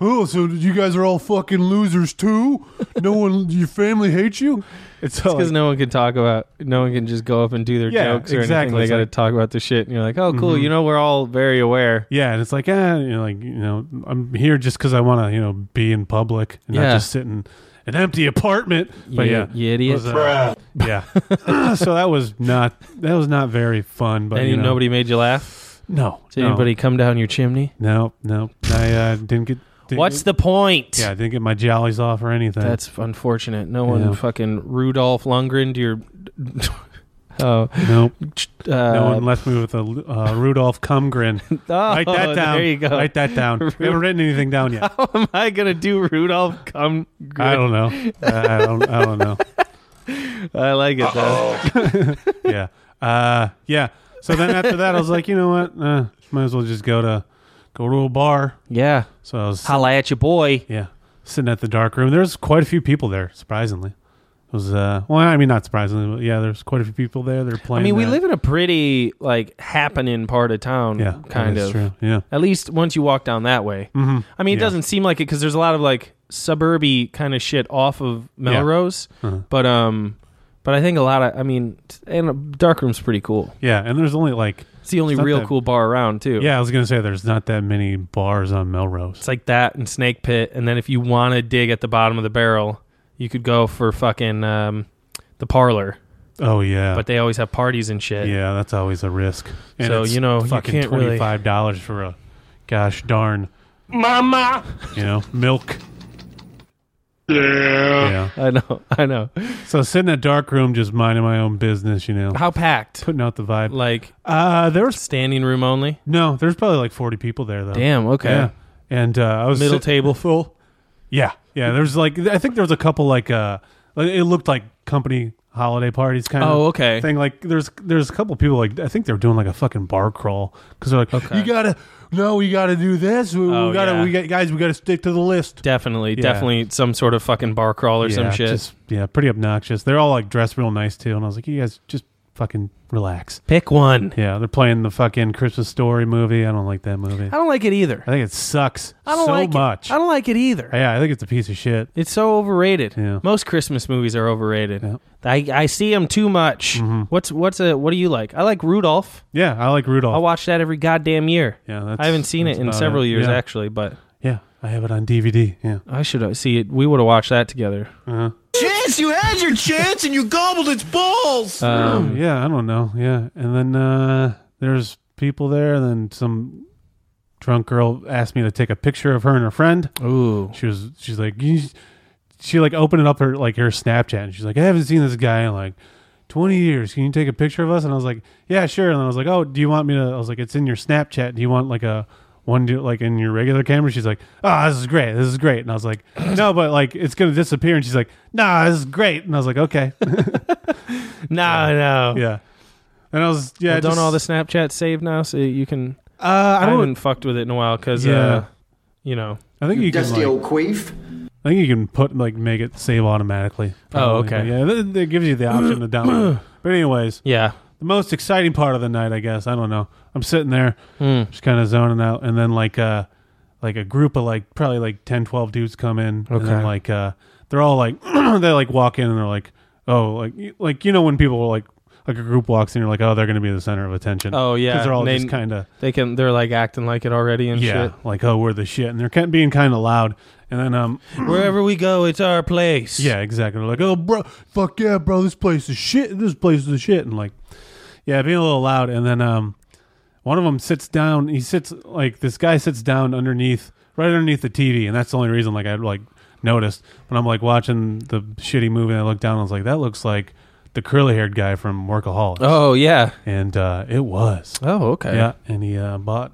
[SPEAKER 3] "Oh, so you guys are all fucking losers too? No one, your family hates you." It's
[SPEAKER 2] It's
[SPEAKER 3] all
[SPEAKER 2] because
[SPEAKER 3] like,
[SPEAKER 2] no one can talk about, no one can just go up and do their
[SPEAKER 3] Yeah,
[SPEAKER 2] jokes or anything.
[SPEAKER 3] exactly.
[SPEAKER 2] They
[SPEAKER 3] It's
[SPEAKER 2] got to
[SPEAKER 3] like-
[SPEAKER 2] talk about the shit, and you're like, oh, cool.
[SPEAKER 3] Mhm.
[SPEAKER 2] You know, we're all very aware.
[SPEAKER 3] yeah, and it's like, ah, you know, like you know, I'm here just because I want to, you know, be in public and
[SPEAKER 2] Yeah.
[SPEAKER 3] not just sit in an empty apartment. But
[SPEAKER 2] You-
[SPEAKER 3] yeah,
[SPEAKER 2] you idiot.
[SPEAKER 3] It uh, yeah. so that was not that was not very fun. But
[SPEAKER 2] and
[SPEAKER 3] you know,
[SPEAKER 2] nobody made you laugh.
[SPEAKER 3] No,
[SPEAKER 2] Did
[SPEAKER 3] no.
[SPEAKER 2] anybody come down your chimney?
[SPEAKER 3] No, no, I uh, didn't get. Didn't
[SPEAKER 2] What's the point?
[SPEAKER 3] Yeah, I didn't get my jollies off or anything.
[SPEAKER 2] That's unfortunate. No one
[SPEAKER 3] Yeah.
[SPEAKER 2] fucking Rudolph Lundgren to your. Oh
[SPEAKER 3] no!
[SPEAKER 2] uh, oh,
[SPEAKER 3] no one left me with a uh, Rudolph Cumgrin. Write that down.
[SPEAKER 2] There you go. Oh,
[SPEAKER 3] Write that down. We haven't written anything down yet.
[SPEAKER 2] How am I gonna do Rudolph? Come.
[SPEAKER 3] I don't know. I don't. I don't know.
[SPEAKER 2] I like it though.
[SPEAKER 3] yeah. Uh, yeah. So then after that, I was like, you know what? Uh, might as well just go to go to a bar.
[SPEAKER 2] Yeah.
[SPEAKER 3] So I was
[SPEAKER 2] holla at your boy.
[SPEAKER 3] Yeah. Sitting at the dark room. There's quite a few people there. Surprisingly, it was. Uh, well, I mean, not surprisingly, but yeah, there's quite a few people there. They're
[SPEAKER 2] I
[SPEAKER 3] playing.
[SPEAKER 2] mean, we
[SPEAKER 3] that.
[SPEAKER 2] live in a pretty like happening part of town.
[SPEAKER 3] Yeah,
[SPEAKER 2] kind
[SPEAKER 3] that
[SPEAKER 2] of.
[SPEAKER 3] is true. Yeah.
[SPEAKER 2] At least once you walk down that way.
[SPEAKER 3] Mhm.
[SPEAKER 2] I mean, it
[SPEAKER 3] Yeah.
[SPEAKER 2] doesn't seem like it because there's a lot of like suburby kind of shit off of Melrose.
[SPEAKER 3] Uh-huh.
[SPEAKER 2] But um, but I think a lot of I mean, t- and a dark room's pretty cool.
[SPEAKER 3] Yeah, and there's only like
[SPEAKER 2] It's the only
[SPEAKER 3] not
[SPEAKER 2] real
[SPEAKER 3] that-
[SPEAKER 2] cool bar around too.
[SPEAKER 3] Yeah, I was gonna say there's not that many bars on Melrose.
[SPEAKER 2] It's like that and Snake Pit, and then if you want to dig at the bottom of the barrel, you could go for fucking um, the parlor.
[SPEAKER 3] Oh yeah.
[SPEAKER 2] But they always have parties and shit.
[SPEAKER 3] Yeah, that's always a risk.
[SPEAKER 2] So, you know, you
[SPEAKER 3] fucking
[SPEAKER 2] can't really-
[SPEAKER 3] five dollars for a gosh darn,
[SPEAKER 5] Mama.
[SPEAKER 3] you know, milk.
[SPEAKER 5] Yeah.
[SPEAKER 3] Yeah,
[SPEAKER 2] I know, I know.
[SPEAKER 3] So sitting in a dark room, just minding my own business, you know.
[SPEAKER 2] How packed?
[SPEAKER 3] Putting out the vibe.
[SPEAKER 2] Like
[SPEAKER 3] uh, there was
[SPEAKER 2] standing room only.
[SPEAKER 3] No, there's probably like forty people there though.
[SPEAKER 2] Damn, okay.
[SPEAKER 3] Yeah. And uh, I was
[SPEAKER 2] Middle
[SPEAKER 3] sit-
[SPEAKER 2] table full.
[SPEAKER 3] Yeah, yeah. There's like I think there was a couple like uh, like, it looked like company holiday parties kind of.
[SPEAKER 2] Oh, okay.
[SPEAKER 3] Thing like there's there's a couple people like I think they're doing like a fucking bar crawl because they're like you gotta no we gotta do this we, we
[SPEAKER 2] Oh,
[SPEAKER 3] gotta
[SPEAKER 2] yeah.
[SPEAKER 3] we got guys we gotta stick to the list.
[SPEAKER 2] Definitely,
[SPEAKER 3] Yeah.
[SPEAKER 2] definitely some sort of fucking bar crawl or some
[SPEAKER 3] Yeah,
[SPEAKER 2] shit.
[SPEAKER 3] just- yeah, pretty obnoxious. They're all like dressed real nice too, and I was like, you guys just fucking relax.
[SPEAKER 2] Pick one.
[SPEAKER 3] Yeah, they're playing the fucking Christmas Story movie. I don't like that movie.
[SPEAKER 2] I don't like it either.
[SPEAKER 3] I think it sucks
[SPEAKER 2] I don't
[SPEAKER 3] so
[SPEAKER 2] like it.
[SPEAKER 3] much.
[SPEAKER 2] I don't like it either.
[SPEAKER 3] Yeah, I think it's a piece of shit.
[SPEAKER 2] It's so overrated. Most Christmas movies are overrated. I, I see them too much.
[SPEAKER 3] Mm-hmm.
[SPEAKER 2] What's what's a what do you like? I like Rudolph.
[SPEAKER 3] Yeah, I like Rudolph.
[SPEAKER 2] I watch that every goddamn year.
[SPEAKER 3] Yeah, that's-
[SPEAKER 2] I haven't seen it
[SPEAKER 3] that's
[SPEAKER 2] in
[SPEAKER 3] about
[SPEAKER 2] several
[SPEAKER 3] it.
[SPEAKER 2] years
[SPEAKER 3] Yeah.
[SPEAKER 2] actually, but
[SPEAKER 3] Yeah, I have it on DVD. Yeah.
[SPEAKER 2] I should uh, see it. We would have watched that together.
[SPEAKER 3] Uh-huh.
[SPEAKER 14] Chance, you had your chance and you gobbled its balls.
[SPEAKER 3] Um, yeah, I don't know. Yeah, and then uh, there's people there, and then some drunk girl asked me to take a picture of her and her friend.
[SPEAKER 2] Ooh,
[SPEAKER 3] she was she's like you, she like opened up her like her Snapchat, and she's like, I haven't seen this guy in like. 20 years. Can you take a picture of us? And I was like, yeah, sure. And I was like, oh, do you want me to? I was like, it's in your Snapchat. Do you want like a one, do, like in your regular camera? She's like, oh, this is great. This is great. And I was like, no, but like it's going to disappear. And she's like, nah, this is great. And I was like, okay.
[SPEAKER 2] no, no.
[SPEAKER 3] Yeah. And I was yeah.
[SPEAKER 2] Well, don't
[SPEAKER 3] just-
[SPEAKER 2] all the Snapchat save now so you can?
[SPEAKER 3] Uh, I don't.
[SPEAKER 2] haven't fucked with it in a while because
[SPEAKER 3] Yeah.
[SPEAKER 2] uh, you know.
[SPEAKER 3] I think you can, like-
[SPEAKER 2] queef.
[SPEAKER 3] I think you can put like make it save automatically.
[SPEAKER 2] Oh,
[SPEAKER 3] Probably.
[SPEAKER 2] okay.
[SPEAKER 3] Yeah, that, that gives you the option to download. But anyways,
[SPEAKER 2] yeah.
[SPEAKER 3] The most exciting part of the night, I guess. I don't know. I'm sitting there,
[SPEAKER 2] Hmm.
[SPEAKER 3] just kind of zoning out, and then like uh, like a group of like probably like 10, 12 dudes come in, and
[SPEAKER 2] Okay.
[SPEAKER 3] then like uh, they're all like they like walk in and they're like, oh, like y- like you know when people are like like a group walks in, you're like, oh, they're gonna be the center of attention.
[SPEAKER 2] Oh yeah,
[SPEAKER 3] 'Cause they're all
[SPEAKER 2] They-
[SPEAKER 3] just kind of
[SPEAKER 2] They can. They're like acting like it already and
[SPEAKER 3] yeah,
[SPEAKER 2] shit.
[SPEAKER 3] like oh, we're the shit, and they're kind being kind of loud, and then um,
[SPEAKER 2] Wherever we go, it's our place.
[SPEAKER 3] yeah, exactly. They're like, oh, bro, fuck yeah, bro, this place is shit. This place is the shit, and like, yeah, being a little loud, and then um, one of them sits down. He sits like this guy sits down underneath, right underneath the TV, and that's the only reason like I like noticed when I'm like watching the shitty movie. And I look down, and I was like, that looks like the curly haired guy from Workaholics.
[SPEAKER 2] Oh yeah,
[SPEAKER 3] and uh, it was.
[SPEAKER 2] Oh okay.
[SPEAKER 3] Yeah, and he uh, bought.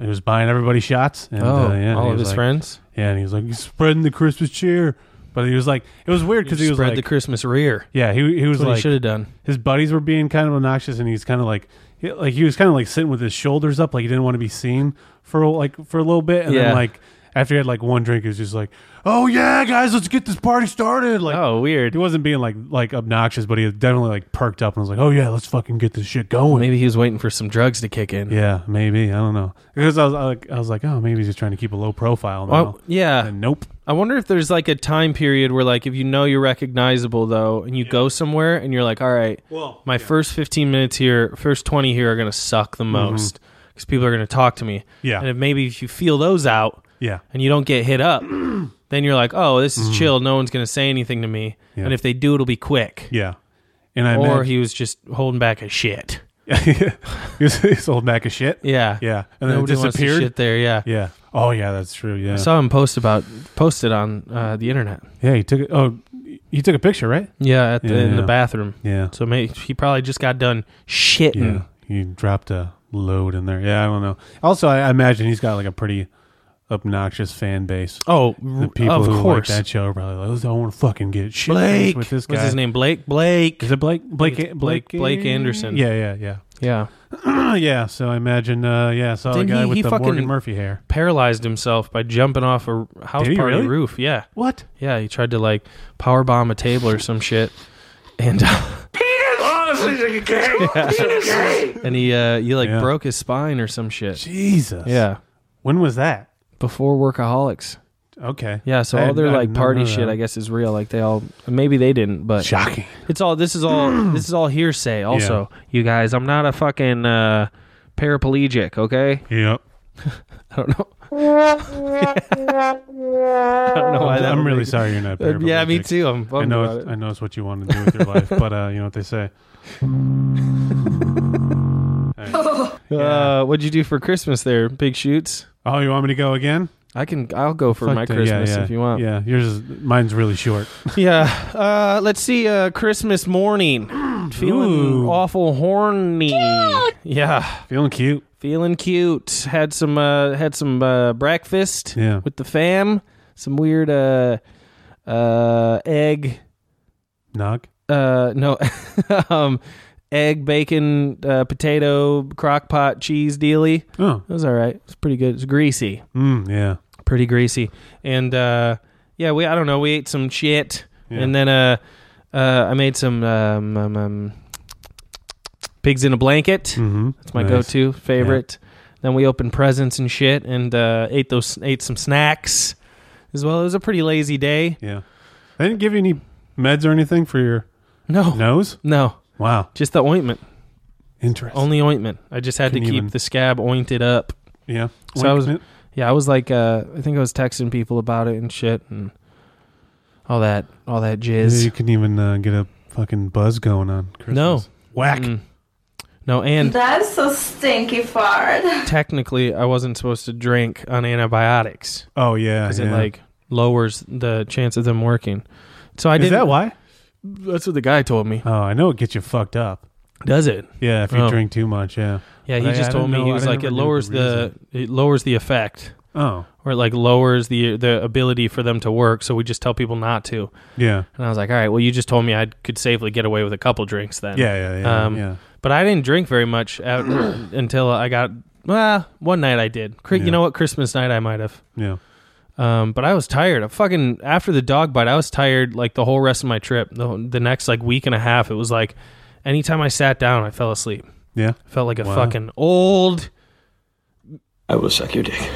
[SPEAKER 3] He was buying everybody shots. And,
[SPEAKER 2] Oh,
[SPEAKER 3] uh, yeah,
[SPEAKER 2] all
[SPEAKER 3] he
[SPEAKER 2] of
[SPEAKER 3] was
[SPEAKER 2] his
[SPEAKER 3] like-
[SPEAKER 2] friends?
[SPEAKER 3] Yeah, and he was like "He's spreading the Christmas cheer. But he was like, it was weird because he was
[SPEAKER 2] spread
[SPEAKER 3] like
[SPEAKER 2] the Christmas rear.
[SPEAKER 3] Yeah, he he
[SPEAKER 2] That's
[SPEAKER 3] was
[SPEAKER 2] what he
[SPEAKER 3] like
[SPEAKER 2] should have done.
[SPEAKER 3] His buddies were being kind of obnoxious, and he's kind of like, he, like he was kind of like sitting with his shoulders up, like he didn't want to be seen for like for a little bit, and
[SPEAKER 2] Yeah.
[SPEAKER 3] then like after he had like one drink, he was just like, oh yeah, guys, let's get this party started. Like,
[SPEAKER 2] oh weird.
[SPEAKER 3] He wasn't being like like obnoxious, but he had definitely like perked up and was like, oh yeah, let's fucking get this shit going.
[SPEAKER 2] Maybe he was waiting for some drugs to kick in.
[SPEAKER 3] Yeah, maybe I don't know because I was I like I was like, oh, maybe he's just trying to keep a low profile. Now.
[SPEAKER 2] Well, Oh, yeah.
[SPEAKER 3] nope.
[SPEAKER 2] I wonder if there's like a time period where like if you know you're recognizable though, and you go somewhere and you're like, all right,
[SPEAKER 3] Well,
[SPEAKER 2] my first 15 minutes here, first 20 here are gonna suck the most because people are gonna talk to me.
[SPEAKER 3] Mm-hmm. Yeah.
[SPEAKER 2] and if maybe if you feel those out,
[SPEAKER 3] Yeah.
[SPEAKER 2] and you don't get hit up, then you're like, oh, this is chill. No one's gonna say anything to me,
[SPEAKER 3] Mm-hmm. Yeah.
[SPEAKER 2] and if they do, it'll be quick.
[SPEAKER 3] Yeah, and I
[SPEAKER 2] or
[SPEAKER 3] imagine-
[SPEAKER 2] he was just holding back a shit.
[SPEAKER 3] he's, he's holding back a shit.
[SPEAKER 2] Yeah,
[SPEAKER 3] yeah, and then
[SPEAKER 2] Nobody
[SPEAKER 3] it
[SPEAKER 2] wants to
[SPEAKER 3] disappeared.
[SPEAKER 2] shit there, yeah,
[SPEAKER 3] yeah. Oh yeah, that's true. Yeah,
[SPEAKER 2] I saw him post about posted on uh, the internet.
[SPEAKER 3] Yeah, he took it. Oh, he took a picture, right?
[SPEAKER 2] Yeah, at the, in the
[SPEAKER 3] Yeah.
[SPEAKER 2] bathroom.
[SPEAKER 3] Yeah.
[SPEAKER 2] So may, he probably just got done shitting.
[SPEAKER 3] Yeah, Hmm. he dropped a load in there. Yeah, I don't know. Also, I, I imagine he's got like a pretty obnoxious fan base.
[SPEAKER 2] Oh,
[SPEAKER 3] the people
[SPEAKER 2] of
[SPEAKER 3] who
[SPEAKER 2] course.
[SPEAKER 3] like that show are probably like, I want to fucking get shit
[SPEAKER 2] Blake
[SPEAKER 3] with this guy.
[SPEAKER 2] What's his name? Blake. Blake.
[SPEAKER 3] Is it Blake? Blake.
[SPEAKER 2] It's
[SPEAKER 3] Blake.
[SPEAKER 2] Blake Anderson.
[SPEAKER 3] Yeah, yeah, yeah.
[SPEAKER 2] Yeah.
[SPEAKER 3] yeah, so I imagine, uh, yeah, I saw
[SPEAKER 2] Didn't
[SPEAKER 3] the guy
[SPEAKER 2] he-
[SPEAKER 3] with
[SPEAKER 2] he
[SPEAKER 3] the
[SPEAKER 2] fucking-
[SPEAKER 3] Morgan Murphy hair.
[SPEAKER 2] Paralyzed himself by jumping off a r- house
[SPEAKER 3] Did he
[SPEAKER 2] party
[SPEAKER 3] really?
[SPEAKER 2] roof. Yeah.
[SPEAKER 3] What?
[SPEAKER 2] Yeah, he tried to like power bomb a table or some shit, and uh,
[SPEAKER 4] Honestly, it's gay.
[SPEAKER 2] and he uh, he like broke his spine or some shit.
[SPEAKER 3] Jesus.
[SPEAKER 2] Yeah.
[SPEAKER 3] When was that?
[SPEAKER 2] Before Workaholics.
[SPEAKER 3] Okay.
[SPEAKER 2] Yeah, so
[SPEAKER 3] I
[SPEAKER 2] all
[SPEAKER 3] had-
[SPEAKER 2] their
[SPEAKER 3] I
[SPEAKER 2] like
[SPEAKER 3] did not
[SPEAKER 2] party
[SPEAKER 3] know
[SPEAKER 2] shit,
[SPEAKER 3] that.
[SPEAKER 2] I guess, is real. Like they all, maybe they didn't, but
[SPEAKER 3] shocking.
[SPEAKER 2] It's all this is all this is all hearsay. Also, you guys, I'm not a fucking uh, paraplegic. Okay.
[SPEAKER 3] Yep.
[SPEAKER 2] I don't know.
[SPEAKER 4] I
[SPEAKER 2] I don't know why.
[SPEAKER 3] I'm,
[SPEAKER 2] that
[SPEAKER 3] I'm
[SPEAKER 2] would
[SPEAKER 3] really
[SPEAKER 2] make-
[SPEAKER 3] sorry you're not.
[SPEAKER 2] Uh, Yeah, me
[SPEAKER 3] paraplegic.
[SPEAKER 2] too. I'm bummed
[SPEAKER 3] I know.
[SPEAKER 2] about
[SPEAKER 3] it's,
[SPEAKER 2] it.
[SPEAKER 3] I know it's what you want to do with your life, but uh, you know what they say.
[SPEAKER 2] Uh, what'd you do for Christmas there? Big shoots.
[SPEAKER 3] Oh, you want me to go again?
[SPEAKER 2] I can. I'll go for
[SPEAKER 3] Fuck
[SPEAKER 2] my
[SPEAKER 3] that. Yeah,
[SPEAKER 2] Christmas
[SPEAKER 3] yeah,
[SPEAKER 2] if you want.
[SPEAKER 3] Yeah, yours. Is, mine's really short.
[SPEAKER 2] Yeah. Uh, let's see. Uh, Christmas morning. Feeling
[SPEAKER 3] Ooh.
[SPEAKER 2] awful horny. Yeah.
[SPEAKER 3] Feeling cute.
[SPEAKER 2] Feeling cute. Had some uh, had some uh, breakfast.
[SPEAKER 3] Yeah.
[SPEAKER 2] With the fam. Some weird uh, uh, egg.
[SPEAKER 3] Nog.
[SPEAKER 2] Uh, no. um, egg, bacon, uh, potato, crock pot, cheese dealy.
[SPEAKER 3] Oh.
[SPEAKER 2] It was all right. It was pretty good. It's greasy.
[SPEAKER 3] Mm, yeah.
[SPEAKER 2] Pretty greasy. And uh, yeah, we I don't know. We ate some shit,
[SPEAKER 3] Yeah.
[SPEAKER 2] and then uh, uh, I made some um, um, um, Pigs in a Blanket. That's my
[SPEAKER 3] mm-hmm. Nice.
[SPEAKER 2] go-to favorite. Then we opened presents and shit, and uh, ate those ate some snacks as well. It was a pretty lazy day.
[SPEAKER 3] Yeah. They didn't give you any meds or anything for your
[SPEAKER 2] no
[SPEAKER 3] nose.
[SPEAKER 2] No.
[SPEAKER 3] Wow.
[SPEAKER 2] Just the ointment.
[SPEAKER 3] Interesting.
[SPEAKER 2] Only ointment. I just had
[SPEAKER 3] Couldn't
[SPEAKER 2] to keep
[SPEAKER 3] even-
[SPEAKER 2] the scab ointed up.
[SPEAKER 3] Yeah.
[SPEAKER 2] So I was.
[SPEAKER 3] Ointment?
[SPEAKER 2] Yeah, I was like, uh, I think I was texting people about it and shit, and all that, all that jizz.
[SPEAKER 3] You couldn't even uh, get a fucking buzz going on. Christmas.
[SPEAKER 2] No. Mm. Whack. No, and
[SPEAKER 16] That's a stinky fart.
[SPEAKER 2] technically I wasn't supposed to drink on antibiotics.
[SPEAKER 3] Oh yeah,
[SPEAKER 2] because it
[SPEAKER 3] yeah.
[SPEAKER 2] like lowers the chance of them working. So I
[SPEAKER 3] Is
[SPEAKER 2] didn't.
[SPEAKER 3] that why?
[SPEAKER 2] That's what the guy told me.
[SPEAKER 3] Oh, I know it gets you fucked up.
[SPEAKER 2] Does it?
[SPEAKER 3] Yeah, if you
[SPEAKER 2] Oh.
[SPEAKER 3] drink too much. Yeah.
[SPEAKER 2] Yeah, he
[SPEAKER 3] But I-
[SPEAKER 2] just
[SPEAKER 3] I
[SPEAKER 2] told
[SPEAKER 3] don't
[SPEAKER 2] me he
[SPEAKER 3] know-
[SPEAKER 2] was
[SPEAKER 3] I
[SPEAKER 2] like
[SPEAKER 3] never
[SPEAKER 2] it
[SPEAKER 3] knew the
[SPEAKER 2] lowers the, it lowers the effect.
[SPEAKER 3] Oh.
[SPEAKER 2] Or it like lowers the the ability for them to work, so we just tell people not to.
[SPEAKER 3] Yeah.
[SPEAKER 2] And I was like, all right, well, you just told me I could safely get away with a couple drinks then.
[SPEAKER 3] Yeah, yeah, yeah,
[SPEAKER 2] um,
[SPEAKER 3] yeah.
[SPEAKER 2] But I didn't drink very much at, until I got well. One night I did. Cri-
[SPEAKER 3] Yeah.
[SPEAKER 2] You know what? Christmas night I might have.
[SPEAKER 3] Yeah.
[SPEAKER 2] Um, but I was tired. I fucking after the dog bite, I was tired like the whole rest of my trip. The, the next like week and a half, it was like anytime I sat down, I fell asleep.
[SPEAKER 3] Yeah.
[SPEAKER 2] felt like a
[SPEAKER 17] Wow.
[SPEAKER 2] fucking old.
[SPEAKER 17] I will suck your dick.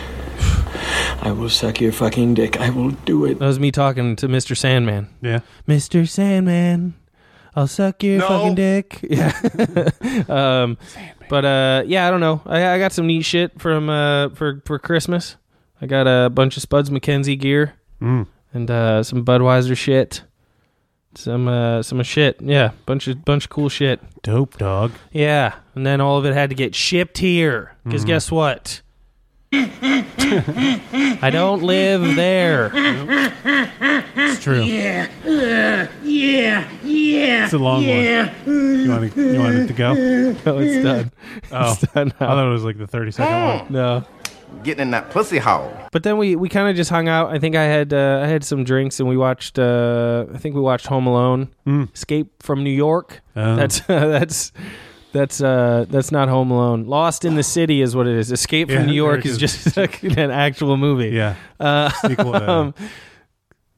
[SPEAKER 17] I will suck your fucking dick. I will do it.
[SPEAKER 2] That was me talking to Mr. Sandman.
[SPEAKER 3] Yeah.
[SPEAKER 2] Mr. Sandman, I'll suck your fucking dick. Yeah. um, but uh, yeah, I don't know. I, I got some neat shit from uh, for for Christmas. I got a bunch of Spuds McKenzie gear
[SPEAKER 3] Mm.
[SPEAKER 2] and uh, some Budweiser shit. Some uh, some shit. Yeah, bunch of bunch of cool shit.
[SPEAKER 3] Dope dog.
[SPEAKER 2] Yeah, and then all of it had to get shipped here because
[SPEAKER 3] Mhm.
[SPEAKER 2] guess what? I don't live there.
[SPEAKER 3] It's true.
[SPEAKER 15] Yeah. Uh, yeah. Yeah.
[SPEAKER 3] It's a long one.
[SPEAKER 15] yeah. one.
[SPEAKER 3] You want, to, you want it to go?
[SPEAKER 2] No, it's done.
[SPEAKER 3] Oh,
[SPEAKER 2] It's done
[SPEAKER 3] I thought it was like the thirty second one.
[SPEAKER 2] No.
[SPEAKER 18] Getting in that pussy hole.
[SPEAKER 2] But then we, we kind of just hung out. I think I had uh, I had some drinks and we watched. Uh, I think we watched Home Alone, Escape from New York.
[SPEAKER 3] Mm. Oh.
[SPEAKER 2] That's that's that's uh, that's not Home Alone. Lost in the City is what it is. Escape
[SPEAKER 3] Yeah,
[SPEAKER 2] from New York
[SPEAKER 3] there it
[SPEAKER 2] is
[SPEAKER 3] is.
[SPEAKER 2] just an actual movie.
[SPEAKER 3] Yeah.
[SPEAKER 2] Uh,
[SPEAKER 3] Sequel to-
[SPEAKER 2] um,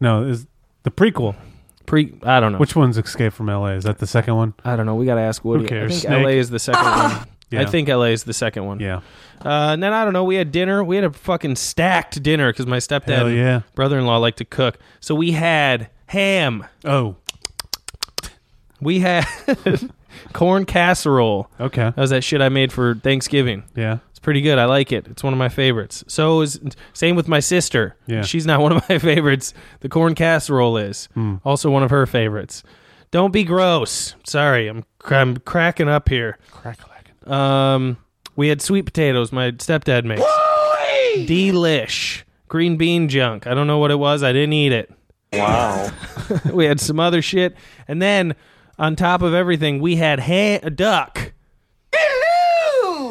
[SPEAKER 3] No, is the prequel.
[SPEAKER 2] Pre, I don't know.
[SPEAKER 3] Which one's Escape from L.A. Is that the second one?
[SPEAKER 2] I don't know. We gotta ask Woody.
[SPEAKER 3] Who cares?
[SPEAKER 2] I think
[SPEAKER 3] Snake.
[SPEAKER 2] LA is the second one.
[SPEAKER 3] Yeah.
[SPEAKER 2] I think LA is the second one.
[SPEAKER 3] Yeah.
[SPEAKER 2] Uh, and then I don't know. We had dinner. We had a fucking stacked dinner because my stepdad,
[SPEAKER 3] Hell yeah.
[SPEAKER 2] and brother-in-law, like to cook. So we had ham.
[SPEAKER 3] Oh.
[SPEAKER 2] We had corn casserole.
[SPEAKER 3] Okay. That
[SPEAKER 2] was that shit I made for Thanksgiving.
[SPEAKER 3] Yeah.
[SPEAKER 2] It's pretty good. I like it. It's one of my favorites. So is same with my sister.
[SPEAKER 3] Yeah.
[SPEAKER 2] She's not one of my favorites. The corn casserole is
[SPEAKER 3] Hmm.
[SPEAKER 2] also one of her favorites. Don't be gross. Sorry, I'm cr- I'm cracking up here. Cracklacking. Um, we had sweet potatoes. My stepdad makes. Delish green bean junk. I don't know what it was. I didn't eat it. Wow. we had some other shit, and then on top of everything, we had ha- a duck.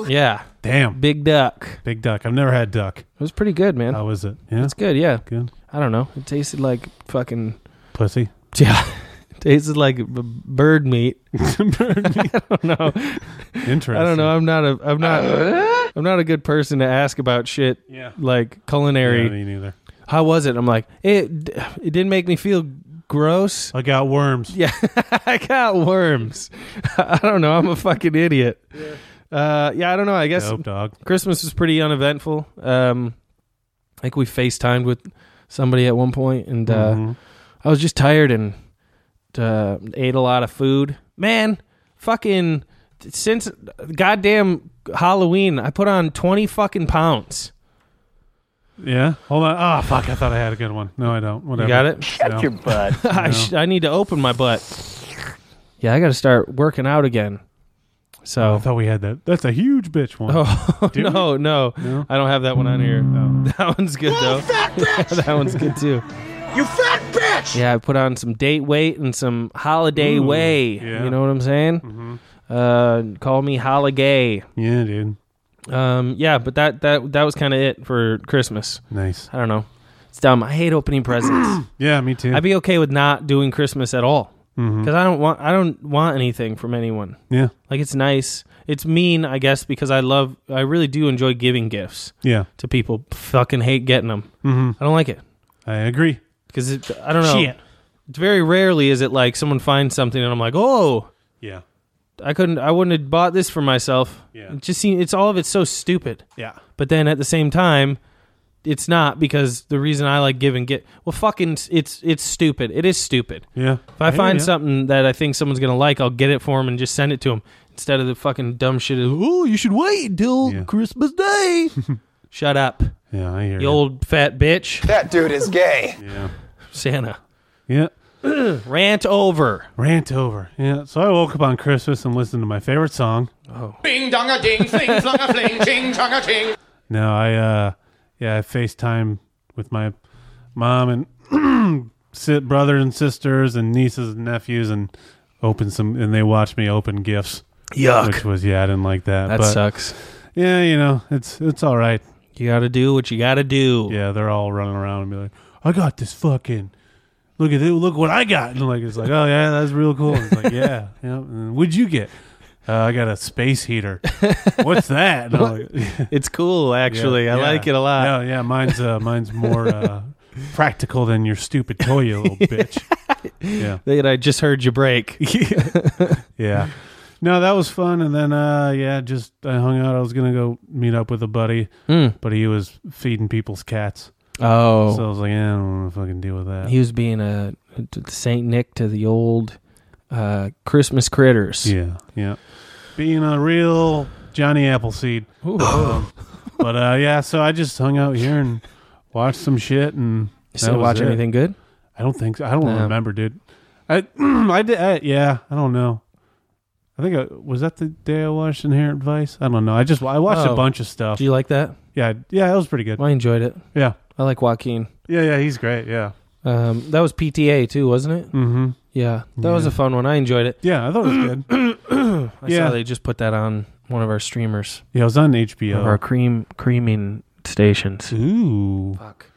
[SPEAKER 2] Yeah.
[SPEAKER 3] Damn.
[SPEAKER 2] Big duck. Oh.
[SPEAKER 3] Big duck. I've never had duck.
[SPEAKER 2] It was pretty good, man.
[SPEAKER 3] How was it? Yeah.
[SPEAKER 2] It's good, yeah.
[SPEAKER 3] Good.
[SPEAKER 2] I don't know. It tasted like fucking
[SPEAKER 3] Pussy.
[SPEAKER 2] yeah. It tasted like b- bird meat. bird meat. I don't know.
[SPEAKER 3] Interesting.
[SPEAKER 2] I don't know. I'm not a. I'm not. I'm not a good person to ask about shit.
[SPEAKER 3] Yeah.
[SPEAKER 2] Like culinary.
[SPEAKER 3] Yeah, me neither.
[SPEAKER 2] How was it? I'm like it. d- It didn't make me feel gross.
[SPEAKER 3] I got worms.
[SPEAKER 2] Yeah, I got worms. I don't know. I'm a fucking idiot. Yeah. Uh, yeah. I don't know. I guess
[SPEAKER 3] Dope dog.
[SPEAKER 2] Christmas was pretty uneventful. Um, I think we FaceTimed with somebody at one point, and uh,
[SPEAKER 3] Mhm.
[SPEAKER 2] I was just tired and uh, ate a lot of food. Man, fucking since goddamn Halloween, I put on twenty fucking pounds.
[SPEAKER 3] Yeah. Hold on. Ah, fuck. I thought I had a good one. No, I don't.
[SPEAKER 2] You
[SPEAKER 3] Whatever.
[SPEAKER 2] got it.
[SPEAKER 3] No.
[SPEAKER 2] I,
[SPEAKER 3] No.
[SPEAKER 2] sh- I need to open my butt. Yeah, I got to start working out again. So
[SPEAKER 3] I thought we had that. That's a huge bitch one.
[SPEAKER 2] Oh
[SPEAKER 3] Did
[SPEAKER 2] no, no, I don't have that one on here. That one's good though. that one's good too.
[SPEAKER 15] You fat bitch!
[SPEAKER 2] Yeah, I put on some date weight and some holiday
[SPEAKER 3] Ooh,
[SPEAKER 2] way.
[SPEAKER 3] yeah.
[SPEAKER 2] You know what I'm saying? Uh, call me holiday.
[SPEAKER 3] Yeah, dude.
[SPEAKER 2] Um, yeah, but that that that was kind of it for Christmas.
[SPEAKER 3] Nice.
[SPEAKER 2] I don't know. It's dumb. I hate opening presents.
[SPEAKER 3] yeah, me too.
[SPEAKER 2] I'd be okay with not doing Christmas at all because
[SPEAKER 3] Mhm.
[SPEAKER 2] I don't want I don't want anything from anyone.
[SPEAKER 3] Yeah.
[SPEAKER 2] like it's nice. It's mean, I guess, because I love. I really do enjoy giving gifts.
[SPEAKER 3] Yeah.
[SPEAKER 2] to people, fucking hate getting them.
[SPEAKER 3] Mhm.
[SPEAKER 2] I don't like it.
[SPEAKER 3] I agree.
[SPEAKER 2] Because I don't know.
[SPEAKER 3] Shit.
[SPEAKER 2] It's Very rarely is it like someone finds something and I'm like, oh,
[SPEAKER 3] Yeah.
[SPEAKER 2] I couldn't. I wouldn't have bought this for myself. Yeah. It just seems. It's all of it's so stupid.
[SPEAKER 3] Yeah.
[SPEAKER 2] But then at the same time, it's not because the reason I like give and get. Well, fucking, s- it's it's stupid. It is stupid.
[SPEAKER 3] Yeah.
[SPEAKER 2] If I
[SPEAKER 3] Yeah,
[SPEAKER 2] find
[SPEAKER 3] yeah.
[SPEAKER 2] something that I think someone's gonna like, I'll get it for them and just send it to them instead of the fucking dumb shit. Of, oh, you should wait until Christmas Day. Shut up.
[SPEAKER 3] Yeah, I hear
[SPEAKER 2] You
[SPEAKER 3] you.
[SPEAKER 2] old fat bitch.
[SPEAKER 14] That dude is gay.
[SPEAKER 3] Yeah.
[SPEAKER 2] Santa.
[SPEAKER 3] Yeah.
[SPEAKER 2] Rant over.
[SPEAKER 3] Rant over. Yeah. So I woke up on Christmas and listened to my favorite song. Oh.
[SPEAKER 14] Bing dong a ding, fling flung a fling, ching chong a ching.
[SPEAKER 3] No, I uh yeah, I FaceTime with my mom and sit brothers and sisters and nieces and nephews and open some and they watched me open gifts.
[SPEAKER 2] Yuck.
[SPEAKER 3] Which was yeah, I didn't like that.
[SPEAKER 2] That
[SPEAKER 3] but
[SPEAKER 2] sucks.
[SPEAKER 3] Yeah, you know, it's it's all right.
[SPEAKER 2] You gotta do what you gotta do.
[SPEAKER 3] Yeah, they're all running around and be like, I got this fucking look at it, look what I got. And like it's like, Oh yeah, that's real cool. And it's like, Yeah, yeah. And what'd you get? Uh, I got a space heater. What's that? And I'm like,
[SPEAKER 2] it's cool, actually. I like it a lot.
[SPEAKER 3] No, yeah, mine's uh, mine's more uh, practical than your stupid toy, you little bitch. Yeah,
[SPEAKER 2] That I just heard you break.
[SPEAKER 3] yeah. No, that was fun, and then uh, yeah, just I hung out. I was gonna go meet up with a buddy,
[SPEAKER 2] Hmm.
[SPEAKER 3] but he was feeding people's cats.
[SPEAKER 2] Oh.
[SPEAKER 3] so I was like, yeah, I don't want to fucking deal with that.
[SPEAKER 2] He was being a Saint Nick to the old uh, Christmas critters.
[SPEAKER 3] Yeah, yeah. Being a real Johnny Appleseed. Um, but uh, yeah, so I just hung out here and watched some shit and.
[SPEAKER 2] You still watch anything good?
[SPEAKER 3] I don't think so. I don't
[SPEAKER 2] No.
[SPEAKER 3] remember, dude. I I did. I, yeah, I don't know. I think I, was that the day I watched Inherent Vice. I don't know. I just I watched a
[SPEAKER 2] Oh.
[SPEAKER 3] bunch of stuff.
[SPEAKER 2] Do you like that?
[SPEAKER 3] Yeah, yeah, that was pretty good.
[SPEAKER 2] I enjoyed it.
[SPEAKER 3] Yeah,
[SPEAKER 2] I like Joaquin.
[SPEAKER 3] Yeah, yeah, he's great. Yeah,
[SPEAKER 2] Um, that was PTA too, wasn't it?
[SPEAKER 3] Mhm.
[SPEAKER 2] Yeah, that was
[SPEAKER 3] Yeah.
[SPEAKER 2] a fun one. I enjoyed it.
[SPEAKER 3] Yeah, I thought it was good.
[SPEAKER 2] I
[SPEAKER 3] Yeah.
[SPEAKER 2] saw they just put that on one of our streamers.
[SPEAKER 3] Yeah, it was on
[SPEAKER 2] One
[SPEAKER 3] HBO.
[SPEAKER 2] of our cream creaming stations.
[SPEAKER 3] Ooh,
[SPEAKER 2] fuck.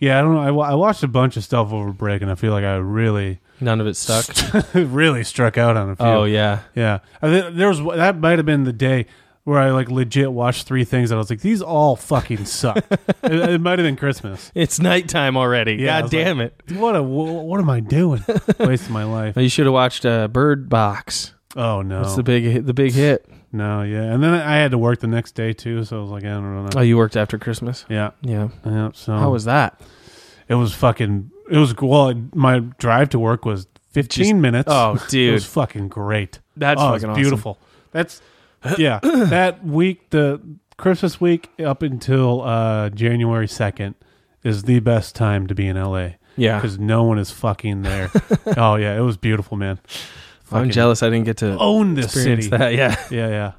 [SPEAKER 3] Yeah, I don't know. I, wa- I watched a bunch of stuff over break, and I feel like I really
[SPEAKER 2] None of it stuck.
[SPEAKER 3] really struck out on a few.
[SPEAKER 2] Oh, yeah.
[SPEAKER 3] yeah. I thi- there was that might have been the day where I like legit watched three things, and I was like, these all fucking suck. it, it might have been Christmas.
[SPEAKER 2] It's nighttime already.
[SPEAKER 3] Yeah, I
[SPEAKER 2] God
[SPEAKER 3] was like,
[SPEAKER 2] damn it.
[SPEAKER 3] What a wh- what am I doing? Wasting my life.
[SPEAKER 2] You should have watched uh, Bird Box.
[SPEAKER 3] Oh no,
[SPEAKER 2] That's the big hit- the big hit.
[SPEAKER 3] No, yeah, and then I had to work the next day too, so I was like, I don't know.
[SPEAKER 2] Oh, you worked after Christmas?
[SPEAKER 3] Yeah, Oh.
[SPEAKER 2] Yeah.
[SPEAKER 3] yeah. So
[SPEAKER 2] How was that?
[SPEAKER 3] It was fucking. It was well. My drive to work was fifteen
[SPEAKER 2] Just-
[SPEAKER 3] minutes.
[SPEAKER 2] Oh,
[SPEAKER 3] it
[SPEAKER 2] dude.
[SPEAKER 3] was fucking great.
[SPEAKER 2] That's
[SPEAKER 3] Oh, it was
[SPEAKER 2] fucking awesome.
[SPEAKER 3] beautiful. That's yeah. that week, the Christmas week up until uh, January second, is the best time to be in LA.
[SPEAKER 2] Yeah.
[SPEAKER 3] because no one is fucking there. oh yeah, it was beautiful, man.
[SPEAKER 2] I'm
[SPEAKER 3] Fucking
[SPEAKER 2] jealous I didn't get to
[SPEAKER 3] own this
[SPEAKER 2] experience
[SPEAKER 3] city.
[SPEAKER 2] That. Yeah.
[SPEAKER 3] yeah, yeah.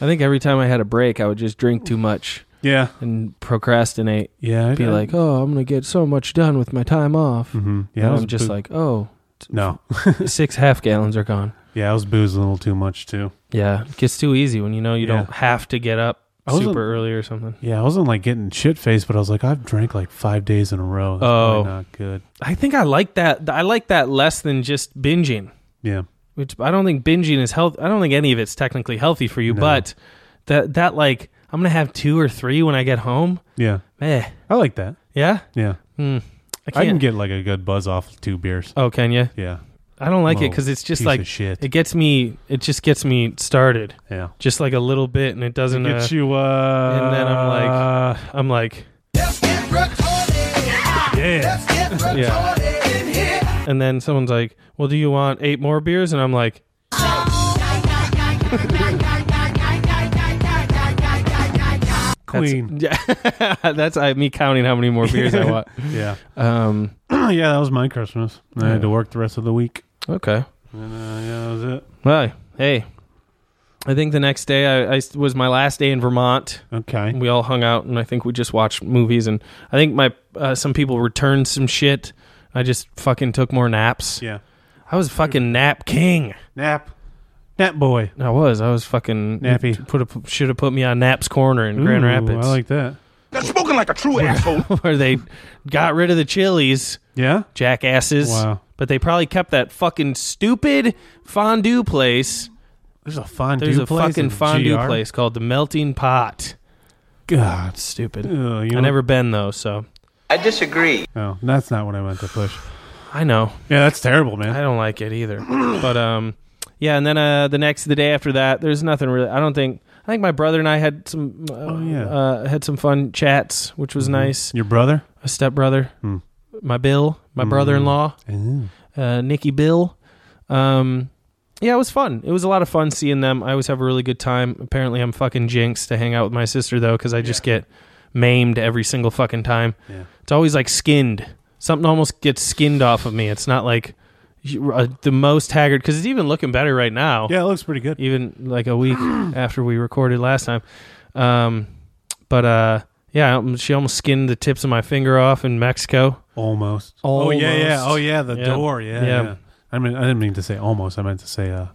[SPEAKER 2] I think every time I had a break, I would just drink too much.
[SPEAKER 3] Yeah.
[SPEAKER 2] And procrastinate.
[SPEAKER 3] Yeah, I-
[SPEAKER 2] Be
[SPEAKER 3] I-
[SPEAKER 2] like, oh, I'm going to get so much done with my time off.
[SPEAKER 3] Mhm. Yeah, I
[SPEAKER 2] And
[SPEAKER 3] was
[SPEAKER 2] I'm just
[SPEAKER 3] boo-
[SPEAKER 2] like, oh.
[SPEAKER 3] No.
[SPEAKER 2] six half gallons are gone.
[SPEAKER 3] Yeah, I was boozing a little too much too.
[SPEAKER 2] Yeah. It gets too easy when you know you
[SPEAKER 3] Yeah.
[SPEAKER 2] don't have to get up
[SPEAKER 3] I wasn't-
[SPEAKER 2] super early or something.
[SPEAKER 3] Yeah, I wasn't like getting shit faced, but I was like, I've drank like five days in a row. That's probably
[SPEAKER 2] Oh.
[SPEAKER 3] not good.
[SPEAKER 2] I think I like that. I like that less than just binging.
[SPEAKER 3] Yeah.
[SPEAKER 2] Which I don't think binging is health. I don't think any of it's technically healthy for you,
[SPEAKER 3] No.
[SPEAKER 2] but that that like I'm gonna have two or three when I get home.
[SPEAKER 3] Yeah.
[SPEAKER 2] Eh.
[SPEAKER 3] I like that.
[SPEAKER 2] Yeah.
[SPEAKER 3] Yeah.
[SPEAKER 2] Hmm. I
[SPEAKER 3] I, can
[SPEAKER 2] can't-
[SPEAKER 3] get like a good buzz off two beers.
[SPEAKER 2] Oh, can you?
[SPEAKER 3] Yeah.
[SPEAKER 2] I don't like it
[SPEAKER 3] Little
[SPEAKER 2] because it's just
[SPEAKER 3] piece
[SPEAKER 2] like
[SPEAKER 3] of shit.
[SPEAKER 2] it gets me. It just gets me started.
[SPEAKER 3] Yeah.
[SPEAKER 2] Just like a little bit, and it doesn't
[SPEAKER 3] It gets
[SPEAKER 2] uh,
[SPEAKER 3] you, uh,
[SPEAKER 2] and then I'm like, I'm like,
[SPEAKER 3] yeah.
[SPEAKER 2] yeah. And then someone's like, "Well, do you want eight more beers?" And I'm like, that's-
[SPEAKER 3] Queen.
[SPEAKER 2] yeah, that's I, me counting how many more beers I want.
[SPEAKER 3] Yeah.
[SPEAKER 2] Um.
[SPEAKER 3] yeah, that was my Christmas. I had to work the rest of the week.
[SPEAKER 2] Okay.
[SPEAKER 3] And uh, yeah, that was it.
[SPEAKER 2] Well, hey, I think the next day I, I s- was my last day in Vermont.
[SPEAKER 3] Okay.
[SPEAKER 2] We all hung out, and I think we just watched movies. And I think my uh, some people returned some shit. I just fucking took more naps.
[SPEAKER 3] Yeah.
[SPEAKER 2] I was fucking nap king.
[SPEAKER 3] Nap. Nap boy.
[SPEAKER 2] I was. I was fucking
[SPEAKER 3] Nappy.
[SPEAKER 2] you Put a, should have put me on Naps Corner in Grand
[SPEAKER 3] Ooh,
[SPEAKER 2] Rapids.
[SPEAKER 3] I like that.
[SPEAKER 4] That's spoken like a true asshole.
[SPEAKER 2] where they got rid of the chilies.
[SPEAKER 3] Yeah?
[SPEAKER 2] Jackasses.
[SPEAKER 3] Wow.
[SPEAKER 2] But they probably kept that fucking stupid fondue place.
[SPEAKER 3] There's a fondue
[SPEAKER 2] There's a
[SPEAKER 3] place
[SPEAKER 2] fucking
[SPEAKER 3] in
[SPEAKER 2] fondue
[SPEAKER 3] GR?
[SPEAKER 2] place called the Melting Pot.
[SPEAKER 3] God.
[SPEAKER 2] Stupid.
[SPEAKER 3] Ugh, you
[SPEAKER 2] I
[SPEAKER 3] know-
[SPEAKER 2] never been though, so
[SPEAKER 14] I disagree.
[SPEAKER 3] Oh, that's not what I meant to push.
[SPEAKER 2] I know.
[SPEAKER 3] Yeah, that's terrible, man.
[SPEAKER 2] I don't like it either. but um Yeah, and then uh, the next the day after that, there's nothing really. I don't think. I think my brother and I had some uh,
[SPEAKER 3] Oh,
[SPEAKER 2] uh, had some fun chats, which
[SPEAKER 3] Mm-hmm.
[SPEAKER 2] was nice.
[SPEAKER 3] Your brother?
[SPEAKER 2] A stepbrother.
[SPEAKER 3] Hmm.
[SPEAKER 2] My Bill, my
[SPEAKER 3] Mm.
[SPEAKER 2] brother-in-law,
[SPEAKER 3] Ooh.
[SPEAKER 2] uh, Nikki Bill. Um, yeah, it was fun. It was a lot of fun seeing them. I always have a really good time. Apparently, I'm fucking jinxed to hang out with my sister though, because I just get maimed every single fucking time.
[SPEAKER 3] Yeah.
[SPEAKER 2] It's always like skinned. Something almost gets skinned off of me. It's not like you- uh, the most haggard because it's even looking better right now.
[SPEAKER 3] Yeah, it looks pretty good.
[SPEAKER 2] Even like a week after we recorded last time. Um, but uh, yeah, um, she almost skinned the tips of my finger off in Mexico.
[SPEAKER 3] Almost. Oh yeah, yeah. Oh yeah, the door. Yeah, yeah. I mean, I didn't mean to say almost. I meant to say uh,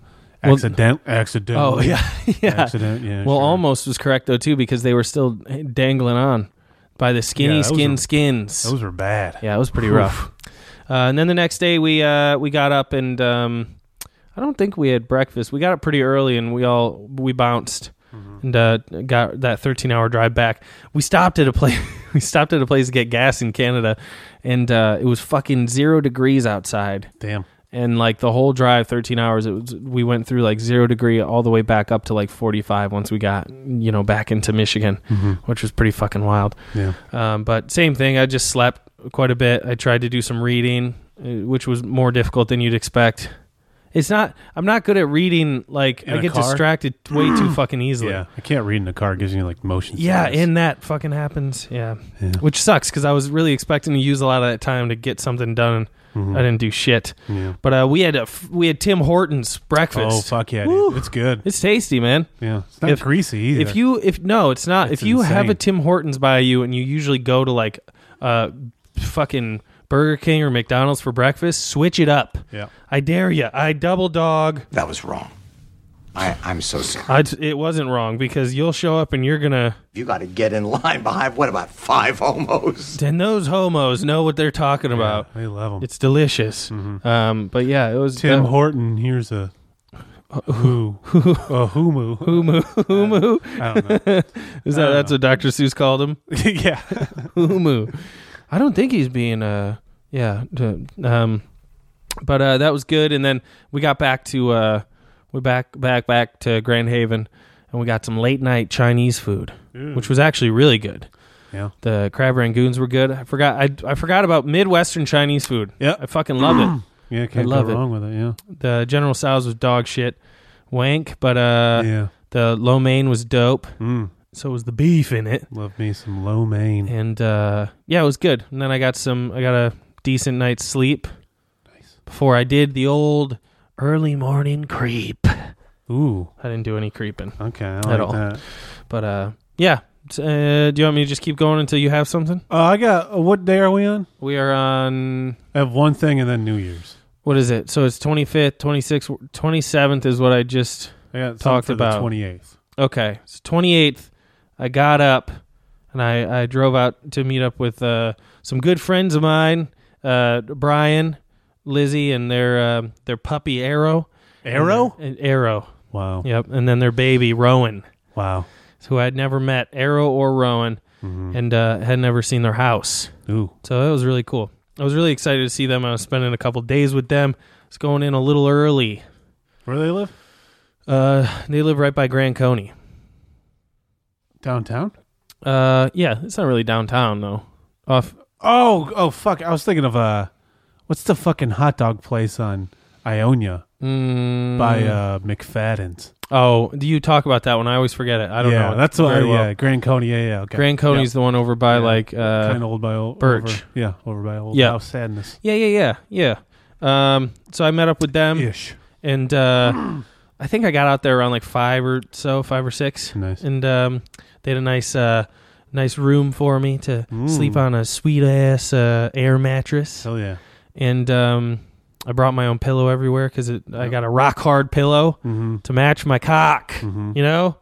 [SPEAKER 2] Well-
[SPEAKER 3] accident, accidentally.
[SPEAKER 2] Oh yeah, yeah.
[SPEAKER 3] Accident. Yeah.
[SPEAKER 2] Well, almost was correct though too because they were still dangling on by the skinny
[SPEAKER 3] Yeah, those
[SPEAKER 2] skin
[SPEAKER 3] were-
[SPEAKER 2] skins.
[SPEAKER 3] those were bad.
[SPEAKER 2] Yeah, it was pretty
[SPEAKER 3] Oof.
[SPEAKER 2] rough. Uh, and then the next day we uh, we got up and um, I don't think we had breakfast. We got up pretty early and we all we bounced and uh, got that 13 hour drive back. We stopped at a place. we stopped at a place to get gas in Canada, and uh, it was fucking zero degrees outside.
[SPEAKER 3] Damn.
[SPEAKER 2] And like the whole drive, 13 hours, it was, we went through like zero degree all the way back up to like 45 once we got, you know, back into Michigan,
[SPEAKER 3] Mhm.
[SPEAKER 2] which was pretty fucking wild.
[SPEAKER 3] Yeah.
[SPEAKER 2] Um, but same thing. I just slept quite a bit. I tried to do some reading, uh, which was more difficult than you'd expect. It's not. I'm not good at reading. Like
[SPEAKER 3] In
[SPEAKER 2] I
[SPEAKER 3] a
[SPEAKER 2] get
[SPEAKER 3] car?
[SPEAKER 2] distracted way too fucking easily.
[SPEAKER 3] Yeah, I can't read in the car. It gives me like motion.
[SPEAKER 2] Yeah,
[SPEAKER 3] sickness.
[SPEAKER 2] and that fucking happens. Yeah.
[SPEAKER 3] Yeah.
[SPEAKER 2] Which sucks because I was really expecting to use a lot of that time to get something done.
[SPEAKER 3] Mhm.
[SPEAKER 2] I didn't do shit.
[SPEAKER 3] Yeah.
[SPEAKER 2] But uh, we had a f- we had Tim Hortons breakfast.
[SPEAKER 3] Oh, fuck yeah, dude.
[SPEAKER 2] It's good. It's tasty, man.
[SPEAKER 3] Yeah. It's not greasy either.
[SPEAKER 2] If you if no, it's not.
[SPEAKER 3] It's
[SPEAKER 2] if you have a
[SPEAKER 3] insane.
[SPEAKER 2] Tim Hortons by you and you usually go to like uh fucking Burger King or McDonald's for breakfast, switch it up.
[SPEAKER 3] Yeah.
[SPEAKER 2] I dare you. I double dog.
[SPEAKER 19] That was wrong. I, I'm so sorry.
[SPEAKER 2] I, it wasn't wrong because you'll show up and you're gonna.
[SPEAKER 19] You got to get in line behind, what about five homos?
[SPEAKER 2] And those homos know what they're talking about.
[SPEAKER 3] They love them.
[SPEAKER 2] It's delicious. Um, but yeah, it was
[SPEAKER 3] Mm-hmm. Tim
[SPEAKER 2] uh,
[SPEAKER 3] Horton, here's a who a humu
[SPEAKER 2] humu humu.
[SPEAKER 3] I don't know.
[SPEAKER 2] Is
[SPEAKER 3] I
[SPEAKER 2] that
[SPEAKER 3] don't
[SPEAKER 2] that's what Dr. Seuss called him?
[SPEAKER 3] yeah,
[SPEAKER 2] humu. I don't think he's being uh yeah. d- Um, but uh, that was good. And then we got back to uh, we back back back to Grand Haven, and we got some late night Chinese food,
[SPEAKER 3] Ew.
[SPEAKER 2] which was actually really good.
[SPEAKER 3] Mm. Yeah.
[SPEAKER 2] the crab rangoons were good. I forgot I, I forgot about Midwestern Chinese food. Yeah, I fucking love it.
[SPEAKER 3] Yeah,
[SPEAKER 2] I
[SPEAKER 3] can't
[SPEAKER 2] love
[SPEAKER 3] go
[SPEAKER 2] it
[SPEAKER 3] wrong with it. Yeah,
[SPEAKER 2] the General Tso's was dog shit, wank. But uh,
[SPEAKER 3] Yeah. Mm.
[SPEAKER 2] the lo mein was dope. So was the beef in it.
[SPEAKER 3] Love me some lo mein.
[SPEAKER 2] And uh, yeah, it was good. And then I got some. I got a decent night's sleep before I did the old early morning creep.
[SPEAKER 3] Ooh,
[SPEAKER 2] I didn't do any creeping.
[SPEAKER 3] Okay, I
[SPEAKER 2] at
[SPEAKER 3] like
[SPEAKER 2] all.
[SPEAKER 3] that.
[SPEAKER 2] But uh, yeah. S- Uh, do you want me to just keep going until you have something?
[SPEAKER 3] Uh, I got uh, what day are we on?
[SPEAKER 2] We are on.
[SPEAKER 3] I have one thing and then New Year's.
[SPEAKER 2] What is it? So it's 25th, 26th, 27th is what I just
[SPEAKER 3] I got something
[SPEAKER 2] talked
[SPEAKER 3] for the
[SPEAKER 2] about.
[SPEAKER 3] 28th.
[SPEAKER 2] Okay. So 28th, I got up and I, I drove out to meet up with uh, some good friends of mine, uh, Brian, Lizzie, and their um their puppy Arrow.
[SPEAKER 3] Arrow?
[SPEAKER 2] And, Arrow.
[SPEAKER 3] Wow.
[SPEAKER 2] Yep. And then their baby Rowan.
[SPEAKER 3] Wow.
[SPEAKER 2] Who I'd never met, Arrow or Rowan, and uh, had never seen their house.
[SPEAKER 3] Ooh.
[SPEAKER 2] So that was really cool. I was really excited to see them. I was spending a couple days with them. I was going in a little early.
[SPEAKER 3] Where they live?
[SPEAKER 2] Uh, they live right by Grand Coney.
[SPEAKER 3] Downtown.
[SPEAKER 2] Uh, yeah, it's not really downtown though. Off.
[SPEAKER 3] Oh, oh fuck! I was thinking of uh, what's the fucking hot dog place on Ionia
[SPEAKER 2] Mm.
[SPEAKER 3] by uh McFadden's?
[SPEAKER 2] Oh, do you talk about that one? I always forget it. I don't
[SPEAKER 3] yeah,
[SPEAKER 2] know. it
[SPEAKER 3] That's what.
[SPEAKER 2] very
[SPEAKER 3] uh,
[SPEAKER 2] well.
[SPEAKER 3] Yeah, Grand Coney. Yeah, yeah. Okay.
[SPEAKER 2] Grand Coney's the one over by like uh,
[SPEAKER 3] kind of old by old
[SPEAKER 2] Birch.
[SPEAKER 3] Over, yeah, over by old
[SPEAKER 2] Yeah.
[SPEAKER 3] house sadness.
[SPEAKER 2] Yeah, yeah, yeah, yeah. Um, so I met up with them, and uh, I think I got out there around like five or so, five or six.
[SPEAKER 3] Nice.
[SPEAKER 2] And um, they had a nice, uh, nice room for me to
[SPEAKER 3] Mm.
[SPEAKER 2] sleep on a sweet ass uh, air mattress.
[SPEAKER 3] Hell yeah.
[SPEAKER 2] And um, I brought my own pillow everywhere because I got a rock hard pillow
[SPEAKER 3] Mm-hmm.
[SPEAKER 2] to match my cock. You know,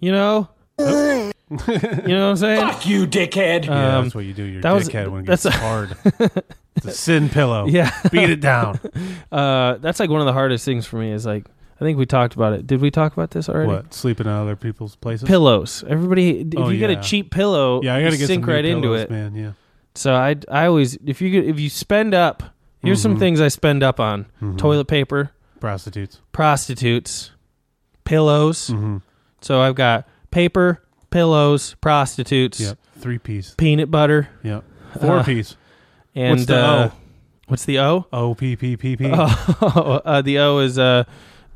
[SPEAKER 2] you know. you know what I'm saying? Fuck
[SPEAKER 14] you, dickhead.
[SPEAKER 2] um,
[SPEAKER 3] Yeah, that's what you do. Your dickhead when it gets hard. it's a sin pillow.
[SPEAKER 2] Yeah,
[SPEAKER 3] beat it down.
[SPEAKER 2] Uh, that's like one of the hardest things for me. Is like I think we talked about it. Did we talk about this already?
[SPEAKER 3] What sleeping in other people's places?
[SPEAKER 2] Pillows. Everybody, if
[SPEAKER 3] Oh,
[SPEAKER 2] you get
[SPEAKER 3] yeah.
[SPEAKER 2] a cheap pillow,
[SPEAKER 3] Yeah, I gotta
[SPEAKER 2] you
[SPEAKER 3] get
[SPEAKER 2] sink
[SPEAKER 3] some new
[SPEAKER 2] right into
[SPEAKER 3] pillows,
[SPEAKER 2] it,
[SPEAKER 3] man, yeah.
[SPEAKER 2] So I, I always if you get, if you spend up, here's some
[SPEAKER 3] Mhm. Mm-hmm.
[SPEAKER 2] things I spend up on: toilet paper,
[SPEAKER 3] Prostitutes.
[SPEAKER 2] prostitutes, pillows.
[SPEAKER 3] Mm-hmm.
[SPEAKER 2] So I've got paper, pillows, prostitutes.
[SPEAKER 3] Yep. Three piece.
[SPEAKER 2] Peanut butter.
[SPEAKER 3] Yep. Four
[SPEAKER 2] Uh,
[SPEAKER 3] piece.
[SPEAKER 2] And
[SPEAKER 3] What's the
[SPEAKER 2] uh,
[SPEAKER 3] O?
[SPEAKER 2] what's the O?
[SPEAKER 3] O P P P P.
[SPEAKER 2] Oh, uh, the O is uh,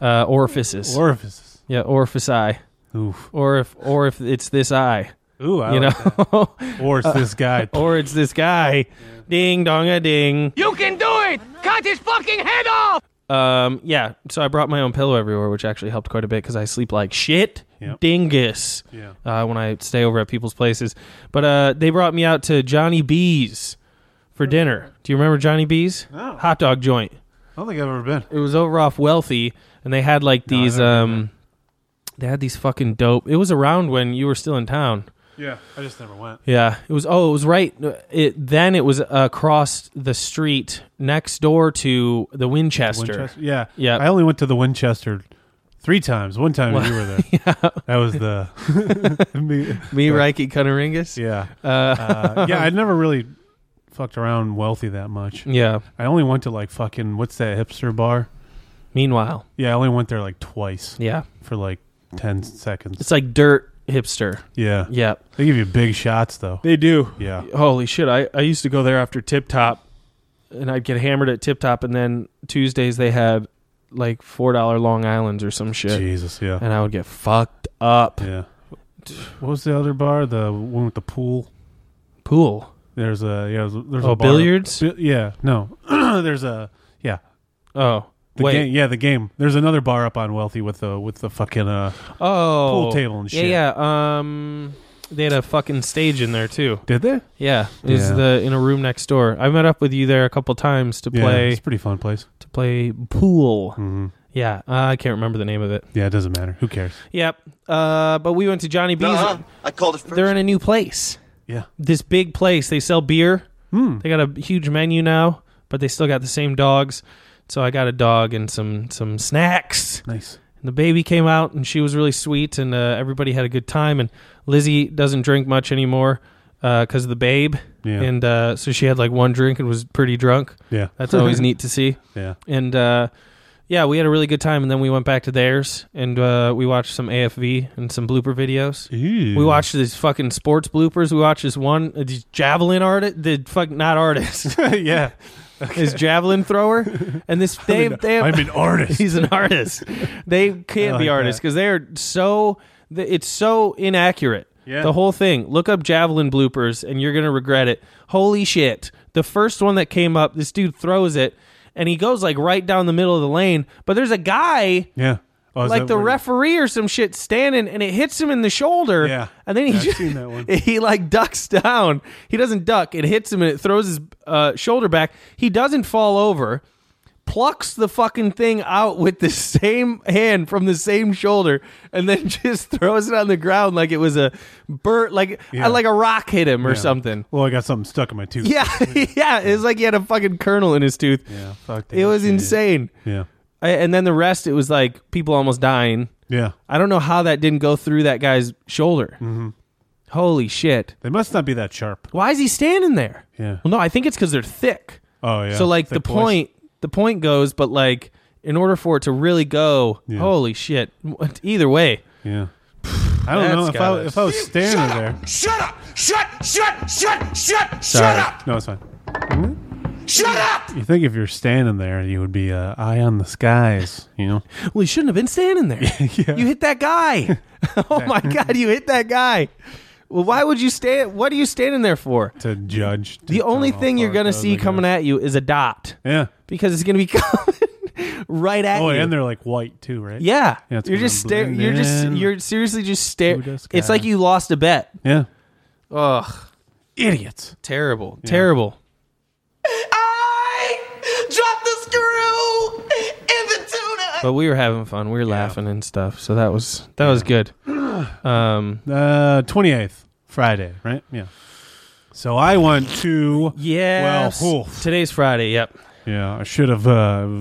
[SPEAKER 2] uh, orifices.
[SPEAKER 3] Orifices.
[SPEAKER 2] Yeah, orifici.
[SPEAKER 3] Oof.
[SPEAKER 2] Or if or if it's this eye.
[SPEAKER 3] Ooh, I
[SPEAKER 2] you
[SPEAKER 3] like
[SPEAKER 2] know. Uh,
[SPEAKER 3] Or it's this guy.
[SPEAKER 2] or it's this guy. Ding dong a ding.
[SPEAKER 20] You can do it! Cut his fucking head off!
[SPEAKER 2] Um, yeah. So I brought my own pillow everywhere, which actually helped quite a bit because I sleep like shit, dingus.
[SPEAKER 3] Yeah.
[SPEAKER 2] Uh, when I stay over at people's places, but uh, they brought me out to Johnny B's for dinner. Do you remember Johnny B's?
[SPEAKER 3] No.
[SPEAKER 2] Hot dog joint.
[SPEAKER 3] I don't think I've ever been.
[SPEAKER 2] It was over off Wealthy, and they had like these. um, they had these fucking dope. It was around when you were still in town.
[SPEAKER 3] Yeah. I just never went.
[SPEAKER 2] Yeah, it was. Oh, it was right. It then it was across the street next door to the Winchester.
[SPEAKER 3] Winchester. Yeah.
[SPEAKER 2] yeah.
[SPEAKER 3] I only went to the Winchester three times. One time
[SPEAKER 2] Well,
[SPEAKER 3] you were there. That was the me,
[SPEAKER 2] Me, Reiki Cunneringus.
[SPEAKER 3] Yeah.
[SPEAKER 2] Uh,
[SPEAKER 3] Uh, yeah, I never really fucked around wealthy that much.
[SPEAKER 2] Yeah.
[SPEAKER 3] I only went to like fucking what's that hipster bar?
[SPEAKER 2] Meanwhile.
[SPEAKER 3] Yeah, I only went there like twice.
[SPEAKER 2] Yeah.
[SPEAKER 3] For like 10 seconds.
[SPEAKER 2] It's like dirt hipster.
[SPEAKER 3] Yeah.
[SPEAKER 2] Yeah.
[SPEAKER 3] They give you big shots though.
[SPEAKER 2] They do.
[SPEAKER 3] Yeah.
[SPEAKER 2] Holy shit. I, I used to go there after Tip Top and I'd get hammered at Tip Top. And then Tuesdays they had like $4 Long Islands or some shit.
[SPEAKER 3] Jesus, yeah.
[SPEAKER 2] And I would get fucked up.
[SPEAKER 3] Yeah. What was the other bar? The one with the pool?
[SPEAKER 2] Pool.
[SPEAKER 3] There's a yeah, there's a- there's
[SPEAKER 2] Oh,
[SPEAKER 3] a bar-
[SPEAKER 2] billiards?
[SPEAKER 3] Bi- yeah, no. there's a yeah.
[SPEAKER 2] Oh.
[SPEAKER 3] The
[SPEAKER 2] wait.
[SPEAKER 3] game, yeah, the game. There's another bar up on Wealthy with the with the fucking uh
[SPEAKER 2] Oh.
[SPEAKER 3] pool table and shit.
[SPEAKER 2] Yeah, yeah. Um, they had a fucking stage in there too.
[SPEAKER 3] Did they?
[SPEAKER 2] Yeah. It was
[SPEAKER 3] Yeah.
[SPEAKER 2] the in a room next door. I met up with you there a couple times to
[SPEAKER 3] Yeah,
[SPEAKER 2] play
[SPEAKER 3] it's a pretty fun place.
[SPEAKER 2] to play pool.
[SPEAKER 3] Mhm.
[SPEAKER 2] Yeah, uh, I can't remember the name of it.
[SPEAKER 3] Yeah, it doesn't matter. Who cares?
[SPEAKER 2] Yep. Uh, but we went to Johnny B's.
[SPEAKER 3] Nuh-uh.
[SPEAKER 2] I called it. They're in a new place.
[SPEAKER 3] Yeah.
[SPEAKER 2] This big place. They sell beer.
[SPEAKER 3] Hmm.
[SPEAKER 2] They got a huge menu now, but they still got the same dogs. So I got a dog and some some snacks.
[SPEAKER 3] Nice.
[SPEAKER 2] And the baby came out, and she was really sweet, and uh, everybody had a good time. And Lizzie doesn't drink much anymore because of the babe.
[SPEAKER 3] Yeah.
[SPEAKER 2] And uh, so she had like one drink and was pretty drunk.
[SPEAKER 3] Yeah.
[SPEAKER 2] That's always neat to see.
[SPEAKER 3] Yeah.
[SPEAKER 2] And uh, yeah, we had a really good time, and then we went back to theirs, and uh, we watched some AFV and some blooper videos. We watched these fucking sports bloopers. We watched this one, uh, these javelin artist, the fuck not artist.
[SPEAKER 3] yeah.
[SPEAKER 2] His javelin thrower, and this they,
[SPEAKER 3] an-
[SPEAKER 2] they have,
[SPEAKER 3] I'm an artist.
[SPEAKER 2] he's an artist. They can't
[SPEAKER 3] I
[SPEAKER 2] be
[SPEAKER 3] like
[SPEAKER 2] artists
[SPEAKER 3] that.
[SPEAKER 2] because they are so. th- It's so inaccurate.
[SPEAKER 3] Yeah.
[SPEAKER 2] The whole thing. Look up javelin bloopers, and you're gonna regret it. Holy shit! The first one that came up, this dude throws it, and he goes like right down the middle of the lane. But there's a guy
[SPEAKER 3] Yeah. Oh, is
[SPEAKER 2] like
[SPEAKER 3] that
[SPEAKER 2] the
[SPEAKER 3] where-
[SPEAKER 2] referee or some shit standing and it hits him in the shoulder.
[SPEAKER 3] Yeah.
[SPEAKER 2] And then he
[SPEAKER 3] I've
[SPEAKER 2] just,
[SPEAKER 3] seen that one.
[SPEAKER 2] he like ducks down. He doesn't duck. It hits him and it throws his uh, shoulder back. He doesn't fall over. Plucks the fucking thing out with the same hand from the same shoulder, and then just throws it on the ground like it was a bird, like
[SPEAKER 3] Yeah.
[SPEAKER 2] like a rock hit him or
[SPEAKER 3] Yeah.
[SPEAKER 2] something.
[SPEAKER 3] Well, I got something stuck in my tooth.
[SPEAKER 2] Yeah, yeah. It was like he had a fucking kernel in his tooth. Yeah,
[SPEAKER 3] fuck that
[SPEAKER 2] It was
[SPEAKER 3] shit.
[SPEAKER 2] insane.
[SPEAKER 3] Yeah.
[SPEAKER 2] I, and then the rest, it was like people almost dying.
[SPEAKER 3] Yeah.
[SPEAKER 2] I don't know how that didn't go through that guy's shoulder. Mm-hmm. Holy shit!
[SPEAKER 3] They must not be that sharp.
[SPEAKER 2] Why is he standing there?
[SPEAKER 3] Yeah.
[SPEAKER 2] Well, no, I think it's because they're thick.
[SPEAKER 3] Oh yeah.
[SPEAKER 2] So like
[SPEAKER 3] Thick
[SPEAKER 2] the
[SPEAKER 3] boys.
[SPEAKER 2] point, the point goes, but like in order for it to really go, holy shit! Either way,
[SPEAKER 3] Yeah. I don't know if I if I was standing there.
[SPEAKER 4] Shut up! Shut! Shut! Shut! Shut!
[SPEAKER 3] Sorry.
[SPEAKER 4] Shut up!
[SPEAKER 3] No, it's fine.
[SPEAKER 4] Shut up!
[SPEAKER 3] You think if you're standing there, you would be uh, eye on the skies, you know?
[SPEAKER 2] Well, you shouldn't have been standing there. You hit that guy. oh my god, you hit that guy. Well, why would you stand? What are you standing there for?
[SPEAKER 3] To judge.
[SPEAKER 2] the only thing you're gonna see coming at you is a dot.
[SPEAKER 3] Yeah.
[SPEAKER 2] because it's gonna be coming right at
[SPEAKER 3] oh,
[SPEAKER 2] you.
[SPEAKER 3] and they're like white too, right?
[SPEAKER 2] Yeah,
[SPEAKER 3] it's
[SPEAKER 2] you're
[SPEAKER 3] gonna
[SPEAKER 2] just staring.
[SPEAKER 3] blend
[SPEAKER 2] You're just
[SPEAKER 3] in.
[SPEAKER 2] you're seriously just staring.
[SPEAKER 3] Buddha's
[SPEAKER 2] It's
[SPEAKER 3] guy.
[SPEAKER 2] like you lost a bet.
[SPEAKER 3] Yeah.
[SPEAKER 2] Ugh,
[SPEAKER 3] idiots!
[SPEAKER 2] Terrible, terrible.
[SPEAKER 14] Drop the screw in the tuna.
[SPEAKER 2] But we were having fun. We were laughing and stuff. So that was that was good. Um,
[SPEAKER 3] Uh, 28th, Friday, right? Yeah. So I went to.
[SPEAKER 2] yeah.
[SPEAKER 3] Well,
[SPEAKER 2] today's Friday. Yep.
[SPEAKER 3] Yeah, I should have. Uh,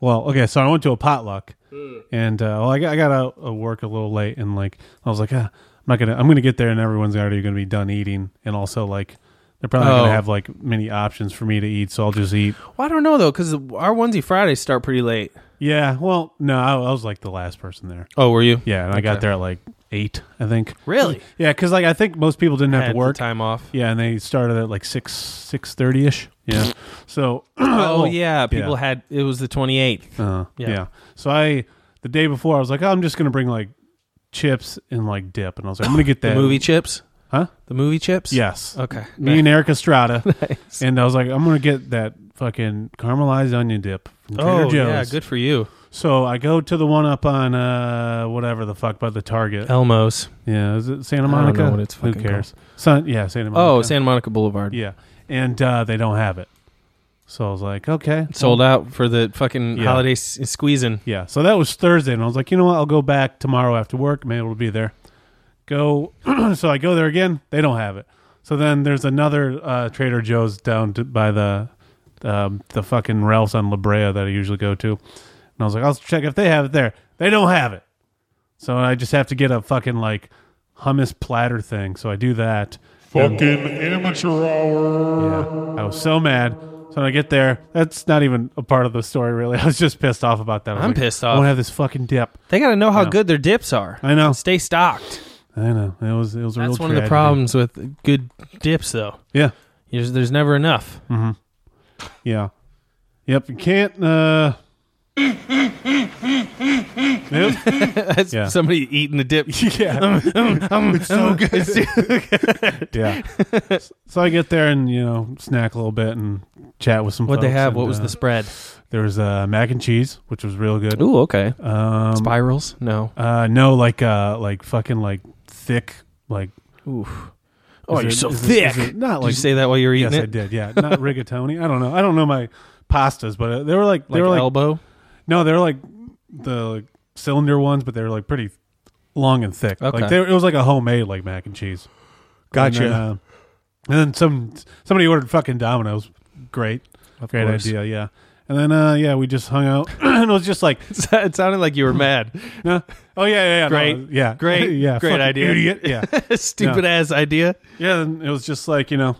[SPEAKER 3] well, okay, so I went to a potluck,
[SPEAKER 2] Hmm.
[SPEAKER 3] and uh, well, I got, I got out of work a little late, and like I was like, ah, I'm not gonna. I'm gonna get there, and everyone's already gonna be done eating, and also like They're probably not
[SPEAKER 2] Oh.
[SPEAKER 3] gonna have like many options for me to eat, so I'll just eat.
[SPEAKER 2] Well, I don't know though, because our onesie Fridays start pretty late.
[SPEAKER 3] Yeah. Well, no, I, I was like the last person there.
[SPEAKER 2] Oh, were you?
[SPEAKER 3] Yeah, and I got
[SPEAKER 2] Okay.
[SPEAKER 3] there at like eight, I think.
[SPEAKER 2] Really?
[SPEAKER 3] Yeah, because like I think most people didn't have
[SPEAKER 2] Had
[SPEAKER 3] to
[SPEAKER 2] the
[SPEAKER 3] work
[SPEAKER 2] time off.
[SPEAKER 3] Yeah, and they started at like six six thirty ish. Yeah. So.
[SPEAKER 2] oh
[SPEAKER 3] well,
[SPEAKER 2] yeah, people had it was the twenty eighth.
[SPEAKER 3] Uh, yeah. So I the day before I was like, oh, I'm just gonna bring like chips and like dip, and I was like, I'm gonna get
[SPEAKER 2] The
[SPEAKER 3] that
[SPEAKER 2] movie chips?
[SPEAKER 3] huh?
[SPEAKER 2] The movie chips?
[SPEAKER 3] Yes.
[SPEAKER 2] Okay.
[SPEAKER 3] Me and Eric Estrada, and I was like, I'm gonna get that fucking caramelized onion dip from Trader
[SPEAKER 2] Oh,
[SPEAKER 3] Joe's.
[SPEAKER 2] yeah, good for you.
[SPEAKER 3] So I go to the one up on uh whatever the fuck by the Target.
[SPEAKER 2] Elmo's.
[SPEAKER 3] Yeah, is it Santa
[SPEAKER 2] Oh. I don't
[SPEAKER 3] Monica?
[SPEAKER 2] know what it's
[SPEAKER 3] Who
[SPEAKER 2] fucking
[SPEAKER 3] cares? Son, yeah, Santa Monica.
[SPEAKER 2] Oh, Santa Monica Boulevard.
[SPEAKER 3] Yeah, and uh, they don't have it. So I was like, okay,
[SPEAKER 2] Sold out for the fucking
[SPEAKER 3] Oh. Yeah.
[SPEAKER 2] holiday s- squeezing.
[SPEAKER 3] Yeah. So that was Thursday, and I was like, you know what? I'll go back tomorrow after work. Maybe it'll be there. Go. so I go there again. They don't have it. So then there's another uh, Trader Joe's down to, by the um, the fucking Ralph's on La Brea that I usually go to, and I was like, I'll check if they have it there. They don't have it. So I just have to get a fucking like hummus platter thing. So I do that. And-
[SPEAKER 11] amateur hour.
[SPEAKER 3] I was so mad. So when I get there, that's not even a part of the story, really. I was just pissed off about that. I was
[SPEAKER 2] I'm
[SPEAKER 3] like,
[SPEAKER 2] pissed
[SPEAKER 3] I
[SPEAKER 2] off.
[SPEAKER 3] want to have this fucking dip.
[SPEAKER 2] They got to know how
[SPEAKER 3] Yeah.
[SPEAKER 2] good their dips are.
[SPEAKER 3] I know.
[SPEAKER 2] Stay stocked.
[SPEAKER 3] I know it was it was a real.
[SPEAKER 2] That's one of the
[SPEAKER 3] tragedy.
[SPEAKER 2] problems with good dips, though.
[SPEAKER 3] Yeah.
[SPEAKER 2] There's, there's never enough.
[SPEAKER 3] Mhm. Yeah. Yep. You can't. Uh, Nope.
[SPEAKER 2] That's
[SPEAKER 3] Yeah.
[SPEAKER 2] somebody eating the dip.
[SPEAKER 3] Yeah. um, It's so good. yeah. So I get there and you know snack a little bit and chat with some.
[SPEAKER 2] What'd they
[SPEAKER 3] folks
[SPEAKER 2] have?
[SPEAKER 3] and,
[SPEAKER 2] What was
[SPEAKER 3] uh,
[SPEAKER 2] the spread?
[SPEAKER 3] There was uh, mac and cheese, which was real good.
[SPEAKER 2] Ooh, okay.
[SPEAKER 3] Um,
[SPEAKER 2] Spirals? No.
[SPEAKER 3] Uh, no, like uh, like fucking like thick, like.
[SPEAKER 2] Oof. Oh,
[SPEAKER 3] Is
[SPEAKER 2] you're
[SPEAKER 3] it-
[SPEAKER 2] so
[SPEAKER 3] is it-
[SPEAKER 2] thick.
[SPEAKER 3] is it not
[SPEAKER 2] Did
[SPEAKER 3] like
[SPEAKER 2] you say that while you were eating
[SPEAKER 3] yes,
[SPEAKER 2] it?
[SPEAKER 3] I did. Yeah, not rigatoni. I don't know. I don't know my pastas, but uh, they were like they
[SPEAKER 2] Like
[SPEAKER 3] were like
[SPEAKER 2] elbow?
[SPEAKER 3] No, they were like the like, cylinder ones, but they were like pretty long and thick.
[SPEAKER 2] Okay.
[SPEAKER 3] Like they, were- it was like a homemade like mac and cheese.
[SPEAKER 2] Gotcha.
[SPEAKER 3] And then, uh, and then some somebody ordered fucking Domino's. Great,
[SPEAKER 2] Of
[SPEAKER 3] great
[SPEAKER 2] course.
[SPEAKER 3] idea. Yeah. And then uh yeah, we just hung out and it was just like
[SPEAKER 2] it sounded like you were mad.
[SPEAKER 3] No. Oh yeah, yeah, yeah. no,
[SPEAKER 2] Great.
[SPEAKER 3] yeah.
[SPEAKER 2] Great.
[SPEAKER 3] yeah.
[SPEAKER 2] Great
[SPEAKER 3] fucking
[SPEAKER 2] idea.
[SPEAKER 3] Idiot. Yeah.
[SPEAKER 2] Stupid ass idea.
[SPEAKER 3] Yeah, and it was just like, you know,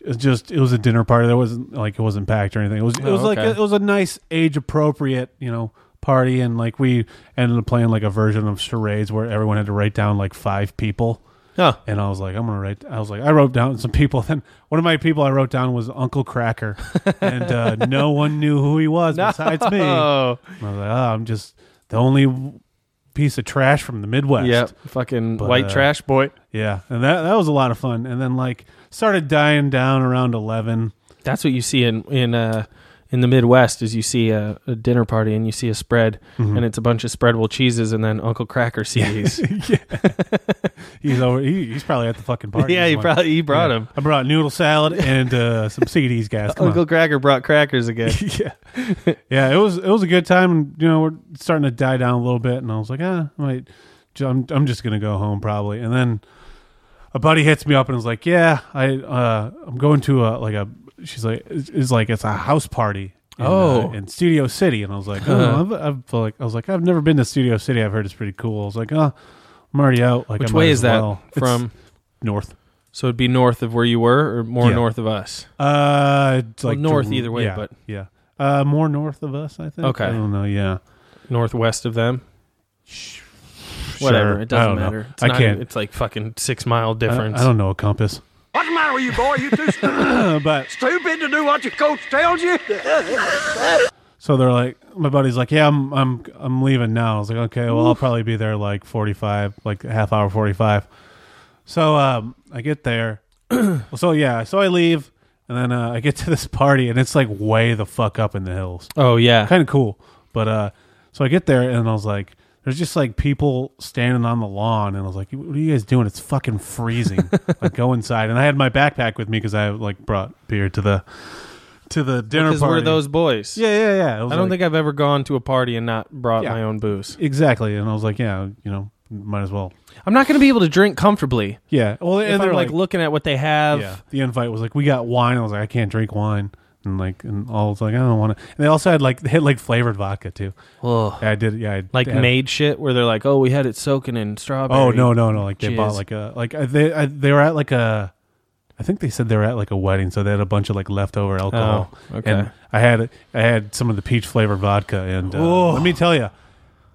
[SPEAKER 3] it was just it was a dinner party. There wasn't like it wasn't packed or anything. It was it
[SPEAKER 2] Oh,
[SPEAKER 3] was like
[SPEAKER 2] okay.
[SPEAKER 3] a, it was a nice age appropriate, you know, party and like we ended up playing like a version of charades where everyone had to write down like five people.
[SPEAKER 2] Yeah.
[SPEAKER 3] And I was like, I'm gonna write. I was like, I wrote down some people. Then one of my people I wrote down was Uncle Cracker, and uh, no one knew who he was besides me. And I
[SPEAKER 2] No.
[SPEAKER 3] was like, oh, I'm just the only piece of trash from the Midwest.
[SPEAKER 2] Yep. Fucking
[SPEAKER 3] But,
[SPEAKER 2] white
[SPEAKER 3] uh,
[SPEAKER 2] trash boy.
[SPEAKER 3] Yeah, and that that was a lot of fun. And then like started dying down around eleven.
[SPEAKER 2] That's what you see in in uh, in the Midwest is you see a, a dinner party and you see a spread
[SPEAKER 3] Mhm.
[SPEAKER 2] and it's a bunch of spreadable cheeses and then Uncle Cracker sees.
[SPEAKER 3] He's over. He, he's probably at the fucking party.
[SPEAKER 2] Yeah,
[SPEAKER 3] He's
[SPEAKER 2] he
[SPEAKER 3] like,
[SPEAKER 2] probably- he brought
[SPEAKER 3] yeah.
[SPEAKER 2] him.
[SPEAKER 3] I brought noodle salad and uh, some CDs, guys. Come on.
[SPEAKER 2] Uncle Cracker brought crackers again.
[SPEAKER 3] yeah. yeah, it was it was a good time. and, You know, we're starting to die down a little bit, and I was like, ah, I might, j- I'm I'm just gonna go home probably. And then a buddy hits me up and was like, yeah, I uh, I'm going to a like a she's like it's, it's like it's a house party. In, uh,
[SPEAKER 2] Oh. Uh-huh.
[SPEAKER 3] in Studio City, and I was like,
[SPEAKER 2] Huh.
[SPEAKER 3] oh, I've, I've like, I was like, I've never been to Studio City. I've heard it's pretty cool. I was like, oh, I'm already out. Like,
[SPEAKER 2] Which
[SPEAKER 3] I might
[SPEAKER 2] way
[SPEAKER 3] as
[SPEAKER 2] is that
[SPEAKER 3] well. It's
[SPEAKER 2] from?
[SPEAKER 3] north?
[SPEAKER 2] So it'd be north of where you were, or more
[SPEAKER 3] Yeah.
[SPEAKER 2] north of us.
[SPEAKER 3] Uh, it's
[SPEAKER 2] Well,
[SPEAKER 3] like
[SPEAKER 2] north
[SPEAKER 3] to-
[SPEAKER 2] either way,
[SPEAKER 3] yeah,
[SPEAKER 2] but-
[SPEAKER 3] yeah, uh, more north of us, I think.
[SPEAKER 2] Okay.
[SPEAKER 3] I don't know. Yeah,
[SPEAKER 2] northwest of them. Whatever,
[SPEAKER 3] Sure.
[SPEAKER 2] it
[SPEAKER 3] I
[SPEAKER 2] doesn't
[SPEAKER 3] don't know.
[SPEAKER 2] matter. It's
[SPEAKER 3] I
[SPEAKER 2] not- e-,
[SPEAKER 3] can't-
[SPEAKER 2] It's like fucking six mile
[SPEAKER 3] I-
[SPEAKER 2] difference.
[SPEAKER 3] I, don't know a compass.
[SPEAKER 14] What's the matter with you, boy? You too stupid.
[SPEAKER 3] but
[SPEAKER 14] stupid to do what your coach tells you.
[SPEAKER 3] So they're like, my buddy's like, yeah, I'm, I'm, I'm leaving now. I was like, okay, well, I'll probably be there like 45, like a half hour, 45. So um, I get there. so yeah, so I leave, and then uh, I get to this party, and it's like way the fuck up in the hills.
[SPEAKER 2] Oh, yeah.
[SPEAKER 3] kind of cool. But uh, so I get there, and I was like, there's just like people standing on the lawn, and I was like, what are you guys doing? It's fucking freezing. like go inside, and I had my backpack with me because I like brought beer to the to the dinner
[SPEAKER 2] Because
[SPEAKER 3] party.
[SPEAKER 2] we're those boys.
[SPEAKER 3] Yeah, yeah, yeah. It
[SPEAKER 2] I
[SPEAKER 3] was
[SPEAKER 2] don't
[SPEAKER 3] like-
[SPEAKER 2] think I've ever gone to a party and not brought
[SPEAKER 3] Yeah.
[SPEAKER 2] my own booze.
[SPEAKER 3] Exactly. And I was like, yeah, you know, might as well.
[SPEAKER 2] I'm not going to be able to drink comfortably.
[SPEAKER 3] Yeah. Well,
[SPEAKER 2] if
[SPEAKER 3] and
[SPEAKER 2] I'm
[SPEAKER 3] they're
[SPEAKER 2] like,
[SPEAKER 3] like-
[SPEAKER 2] looking at what they have.
[SPEAKER 3] Yeah. The invite was like, we got wine. I was like, I can't drink wine. And like, and all was like, I don't want to. And they also had like, they had like flavored vodka too.
[SPEAKER 2] Ugh.
[SPEAKER 3] Yeah, I did. Yeah. I
[SPEAKER 2] Like
[SPEAKER 3] had-
[SPEAKER 2] made shit where they're like, oh, we had it soaking in strawberry.
[SPEAKER 3] Oh, no, no, no. Like they bought
[SPEAKER 2] jizz."
[SPEAKER 3] like a, like I- they, I, they were at like a, I think they said they were at like a wedding, so they had a bunch of like leftover alcohol.
[SPEAKER 2] Oh, okay.
[SPEAKER 3] And I had I had some of the peach flavored vodka, and uh,
[SPEAKER 2] Oh.
[SPEAKER 3] let me tell you,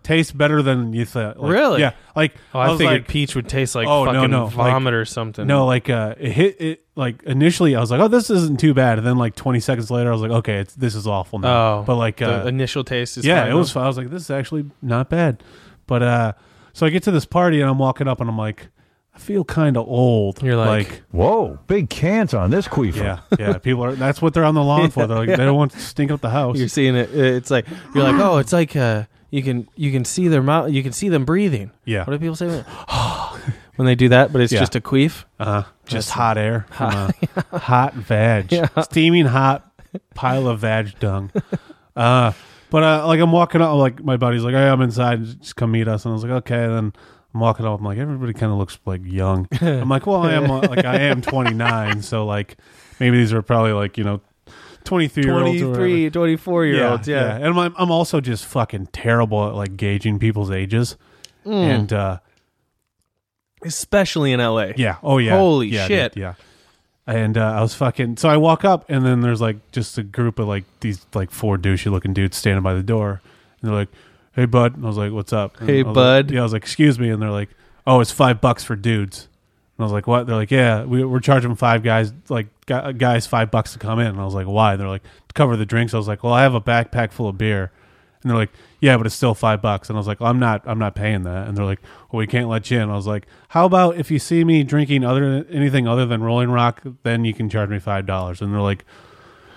[SPEAKER 3] tastes better than you thought. Like,
[SPEAKER 2] Really?
[SPEAKER 3] Yeah. Like
[SPEAKER 2] Oh, I
[SPEAKER 3] was
[SPEAKER 2] figured
[SPEAKER 3] like,
[SPEAKER 2] peach would taste like
[SPEAKER 3] oh no
[SPEAKER 2] fucking
[SPEAKER 3] no
[SPEAKER 2] vomit
[SPEAKER 3] like,
[SPEAKER 2] or something.
[SPEAKER 3] No, like uh, it hit it like initially I was like, oh, this isn't too bad, and then like 20 seconds later I was like, okay, it's, this is awful now.
[SPEAKER 2] Oh,
[SPEAKER 3] but like
[SPEAKER 2] the
[SPEAKER 3] uh,
[SPEAKER 2] initial taste is
[SPEAKER 3] yeah,
[SPEAKER 2] fine,
[SPEAKER 3] it was
[SPEAKER 2] huh?
[SPEAKER 3] fun. I was like, this is actually not bad, but uh, so I get to this party and I'm walking up and I'm like. I feel kind of old. You're
[SPEAKER 21] like,
[SPEAKER 3] whoa, big cans on this queefer. Yeah, yeah. People are. That's what they're on the lawn for. They're like, they don't want to stink up the house.
[SPEAKER 2] You're seeing it. uh, It's like you're like, oh, it's like uh, you can you can see their mouth, you can see them breathing.
[SPEAKER 3] Yeah.
[SPEAKER 2] What do people say when, when they do that? But it's
[SPEAKER 3] Yeah.
[SPEAKER 2] just a queef.
[SPEAKER 3] Uh, just
[SPEAKER 2] That's-
[SPEAKER 3] hot air, from
[SPEAKER 2] Hot-
[SPEAKER 3] a hot vag, steaming hot pile of vag dung. Uh, but uh, like I'm walking up, like my buddy's like, "Hey, I'm inside, just come meet us." And I was like, "Okay." And then I'm walking up, I'm like, "Everybody kind of looks like young." I'm like, "Well, I am uh, like I am 29, so like maybe these are probably like you know 23 year olds,
[SPEAKER 2] 23, 24 year olds, yeah.
[SPEAKER 3] And I'm I'm also just fucking terrible at like gauging people's ages,
[SPEAKER 2] Mm.
[SPEAKER 3] and uh,
[SPEAKER 2] especially in L.A.
[SPEAKER 3] yeah. Oh yeah.
[SPEAKER 2] Holy
[SPEAKER 3] Yeah, dude,
[SPEAKER 2] shit.
[SPEAKER 3] yeah. And uh, I was fucking. So I walk up, and then there's like just a group of like these like four douchey looking dudes standing by the door, and they're like, "Hey bud," and I was like, "What's up?" And
[SPEAKER 2] Hey,
[SPEAKER 3] I was like-
[SPEAKER 2] bud.
[SPEAKER 3] yeah, I was like, "Excuse me," and they're like, "Oh, it's five bucks for dudes." And I was like, "What?" They're like, "Yeah, we, we're charging five guys like gu- guys five bucks to come in." And I was like, "Why?" They're like, "To cover the drinks." I was like, "Well, I have a backpack full of beer." And they're like, "Yeah, but it's still five bucks." And I was like, well, "I'm not, I'm not paying that." And they're like, "Well, we can't let you in." I was like, "How about if you see me drinking other anything other than Rolling Rock, then you can charge me five dollars?" And they're like,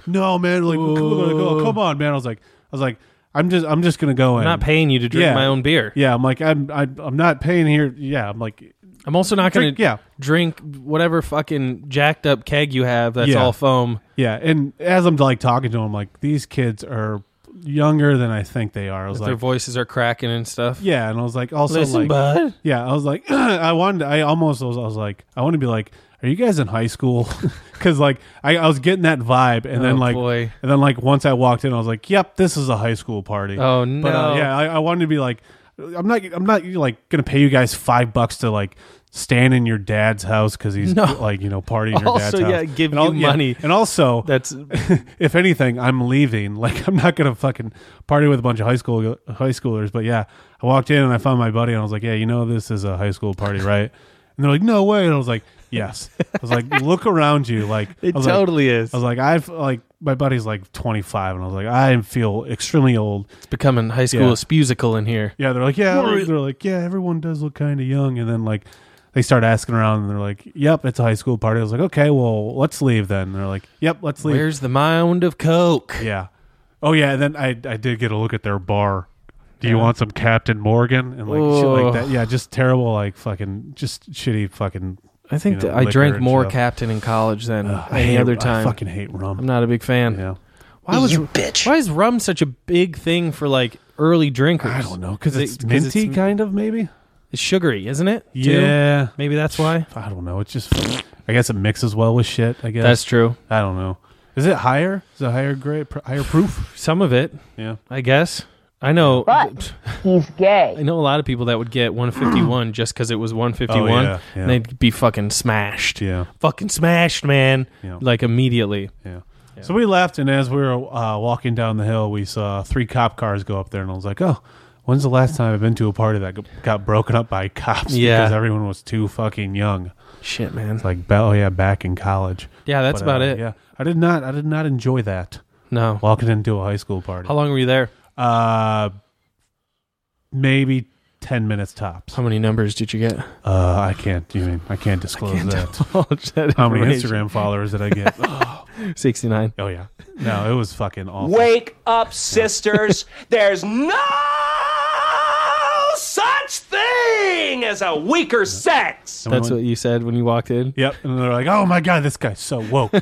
[SPEAKER 3] "No, man, like, come, they're like, oh, come on, man." I was like, I was like, "I'm just, I'm just gonna go
[SPEAKER 2] I'm
[SPEAKER 3] in."
[SPEAKER 2] not paying you to drink my own beer.
[SPEAKER 3] Yeah, I'm like, I'm, I, I'm not paying here. Yeah, I'm like,
[SPEAKER 2] I'm also not going
[SPEAKER 3] Drink-
[SPEAKER 2] to
[SPEAKER 3] yeah.
[SPEAKER 2] drink whatever fucking jacked up keg you have that's
[SPEAKER 3] Yeah.
[SPEAKER 2] all foam.
[SPEAKER 3] Yeah, and as I'm like talking to him, like these kids are younger than I think they are. I was
[SPEAKER 2] If
[SPEAKER 3] like,
[SPEAKER 2] their voices are cracking and stuff.
[SPEAKER 3] yeah, and I was like, also
[SPEAKER 2] Listen,
[SPEAKER 3] like,
[SPEAKER 2] bud.
[SPEAKER 3] yeah, I was like, I wanted, I almost was, I was like, I want to be like, are you guys in high school? Because like I, I was getting that vibe, and then
[SPEAKER 2] Oh,
[SPEAKER 3] like,
[SPEAKER 2] boy.
[SPEAKER 3] and then like once I walked in, I was like, yep, this is a high school party.
[SPEAKER 2] Oh,
[SPEAKER 3] But, uh,
[SPEAKER 2] no.
[SPEAKER 3] yeah, I, I wanted to be like, I'm not, I'm not like gonna pay you guys five bucks to like. Stand in your dad's house because he's
[SPEAKER 2] No.
[SPEAKER 3] like you know partying in your dad's
[SPEAKER 2] Also,
[SPEAKER 3] house.
[SPEAKER 2] yeah, give
[SPEAKER 3] And I'll-
[SPEAKER 2] you
[SPEAKER 3] yeah,
[SPEAKER 2] money.
[SPEAKER 3] and also,
[SPEAKER 2] that's
[SPEAKER 3] if anything, I'm leaving. Like I'm not gonna fucking party with a bunch of high school high schoolers. But yeah, I walked in and I found my buddy and I was like, "Yeah, you know this is a high school party, right?" And they're like, "No way!" And I was like, "Yes." I was like, "Look around you." Like
[SPEAKER 2] It
[SPEAKER 3] I was like-
[SPEAKER 2] totally is.
[SPEAKER 3] I was like, "I've like my buddy's like 25," and I was like, "I feel extremely old." It's
[SPEAKER 2] becoming high school spusical in here.
[SPEAKER 3] Yeah, they're like, "Yeah,"
[SPEAKER 2] What?
[SPEAKER 3] they're like, "Yeah, everyone does look kind of young," and then like. They start asking around and they're like, "Yep, it's a high school party." I was like, "Okay, well, let's leave then." And they're like, "Yep, let's leave."
[SPEAKER 2] Where's the mound of coke?
[SPEAKER 3] Yeah. Oh yeah, and then I I did get a look at their bar. Do you
[SPEAKER 2] Yeah.
[SPEAKER 3] want some Captain Morgan and like shit
[SPEAKER 2] Oh.
[SPEAKER 3] like that? Yeah, just terrible like fucking just shitty fucking.
[SPEAKER 2] I think
[SPEAKER 3] you know,
[SPEAKER 2] that I
[SPEAKER 3] liquor
[SPEAKER 2] drank
[SPEAKER 3] and
[SPEAKER 2] more
[SPEAKER 3] stuff.
[SPEAKER 2] Captain in college than
[SPEAKER 3] Ugh, I
[SPEAKER 2] any
[SPEAKER 3] hate- I
[SPEAKER 2] other time.
[SPEAKER 3] fucking hate rum.
[SPEAKER 2] I'm not a big fan.
[SPEAKER 3] Yeah.
[SPEAKER 2] Why was bitch? Why is rum such a big thing for like early drinkers? I don't
[SPEAKER 3] know because it's minty kind of maybe.
[SPEAKER 2] It's sugary, isn't it? too?
[SPEAKER 3] Yeah.
[SPEAKER 2] maybe that's why.
[SPEAKER 3] I don't know. It's just. I guess it mixes well with shit. I guess
[SPEAKER 2] That's true.
[SPEAKER 3] I don't know. Is it higher? Is it higher grade? Pr- higher proof?
[SPEAKER 2] Some of it.
[SPEAKER 3] Yeah.
[SPEAKER 2] I guess. I know.
[SPEAKER 22] But he's gay.
[SPEAKER 2] I know a lot of people that would get 151 just because it was 151,
[SPEAKER 3] Oh, yeah, yeah.
[SPEAKER 2] and they'd be fucking smashed.
[SPEAKER 3] Yeah.
[SPEAKER 2] fucking smashed, man.
[SPEAKER 3] Yeah.
[SPEAKER 2] Like immediately.
[SPEAKER 3] Yeah. So we left, and as we were uh, walking down the hill, we saw three cop cars go up there, and I was like, "Oh, when's the last time I've been to a party that g- got broken up by cops?
[SPEAKER 2] Yeah.
[SPEAKER 3] because everyone was too fucking young."
[SPEAKER 2] Shit, man.
[SPEAKER 3] Like, ba- oh yeah, back in college.
[SPEAKER 2] Yeah, that's
[SPEAKER 3] But, uh,
[SPEAKER 2] about it.
[SPEAKER 3] Yeah, I did not. I did not enjoy that.
[SPEAKER 2] No,
[SPEAKER 3] walking into a high school party.
[SPEAKER 2] How long were you there?
[SPEAKER 3] Uh, maybe ten minutes tops.
[SPEAKER 2] How many numbers did you get?
[SPEAKER 3] Uh, I can't. You mean I can't disclose that. How many Instagram followers did I get? Oh.
[SPEAKER 2] 69.
[SPEAKER 3] Oh yeah. No, it was fucking awful.
[SPEAKER 23] Wake up, sisters. There's no such thing as a weaker sex.
[SPEAKER 2] That's what you said when you walked in.
[SPEAKER 3] Yep. And they're like, "Oh my god, this guy's so woke."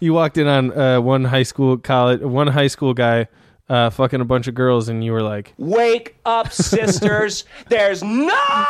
[SPEAKER 2] You walked in on uh, one high school college, one high school guy, uh, fucking a bunch of girls, and you were like,
[SPEAKER 23] Wake up, sisters. There's no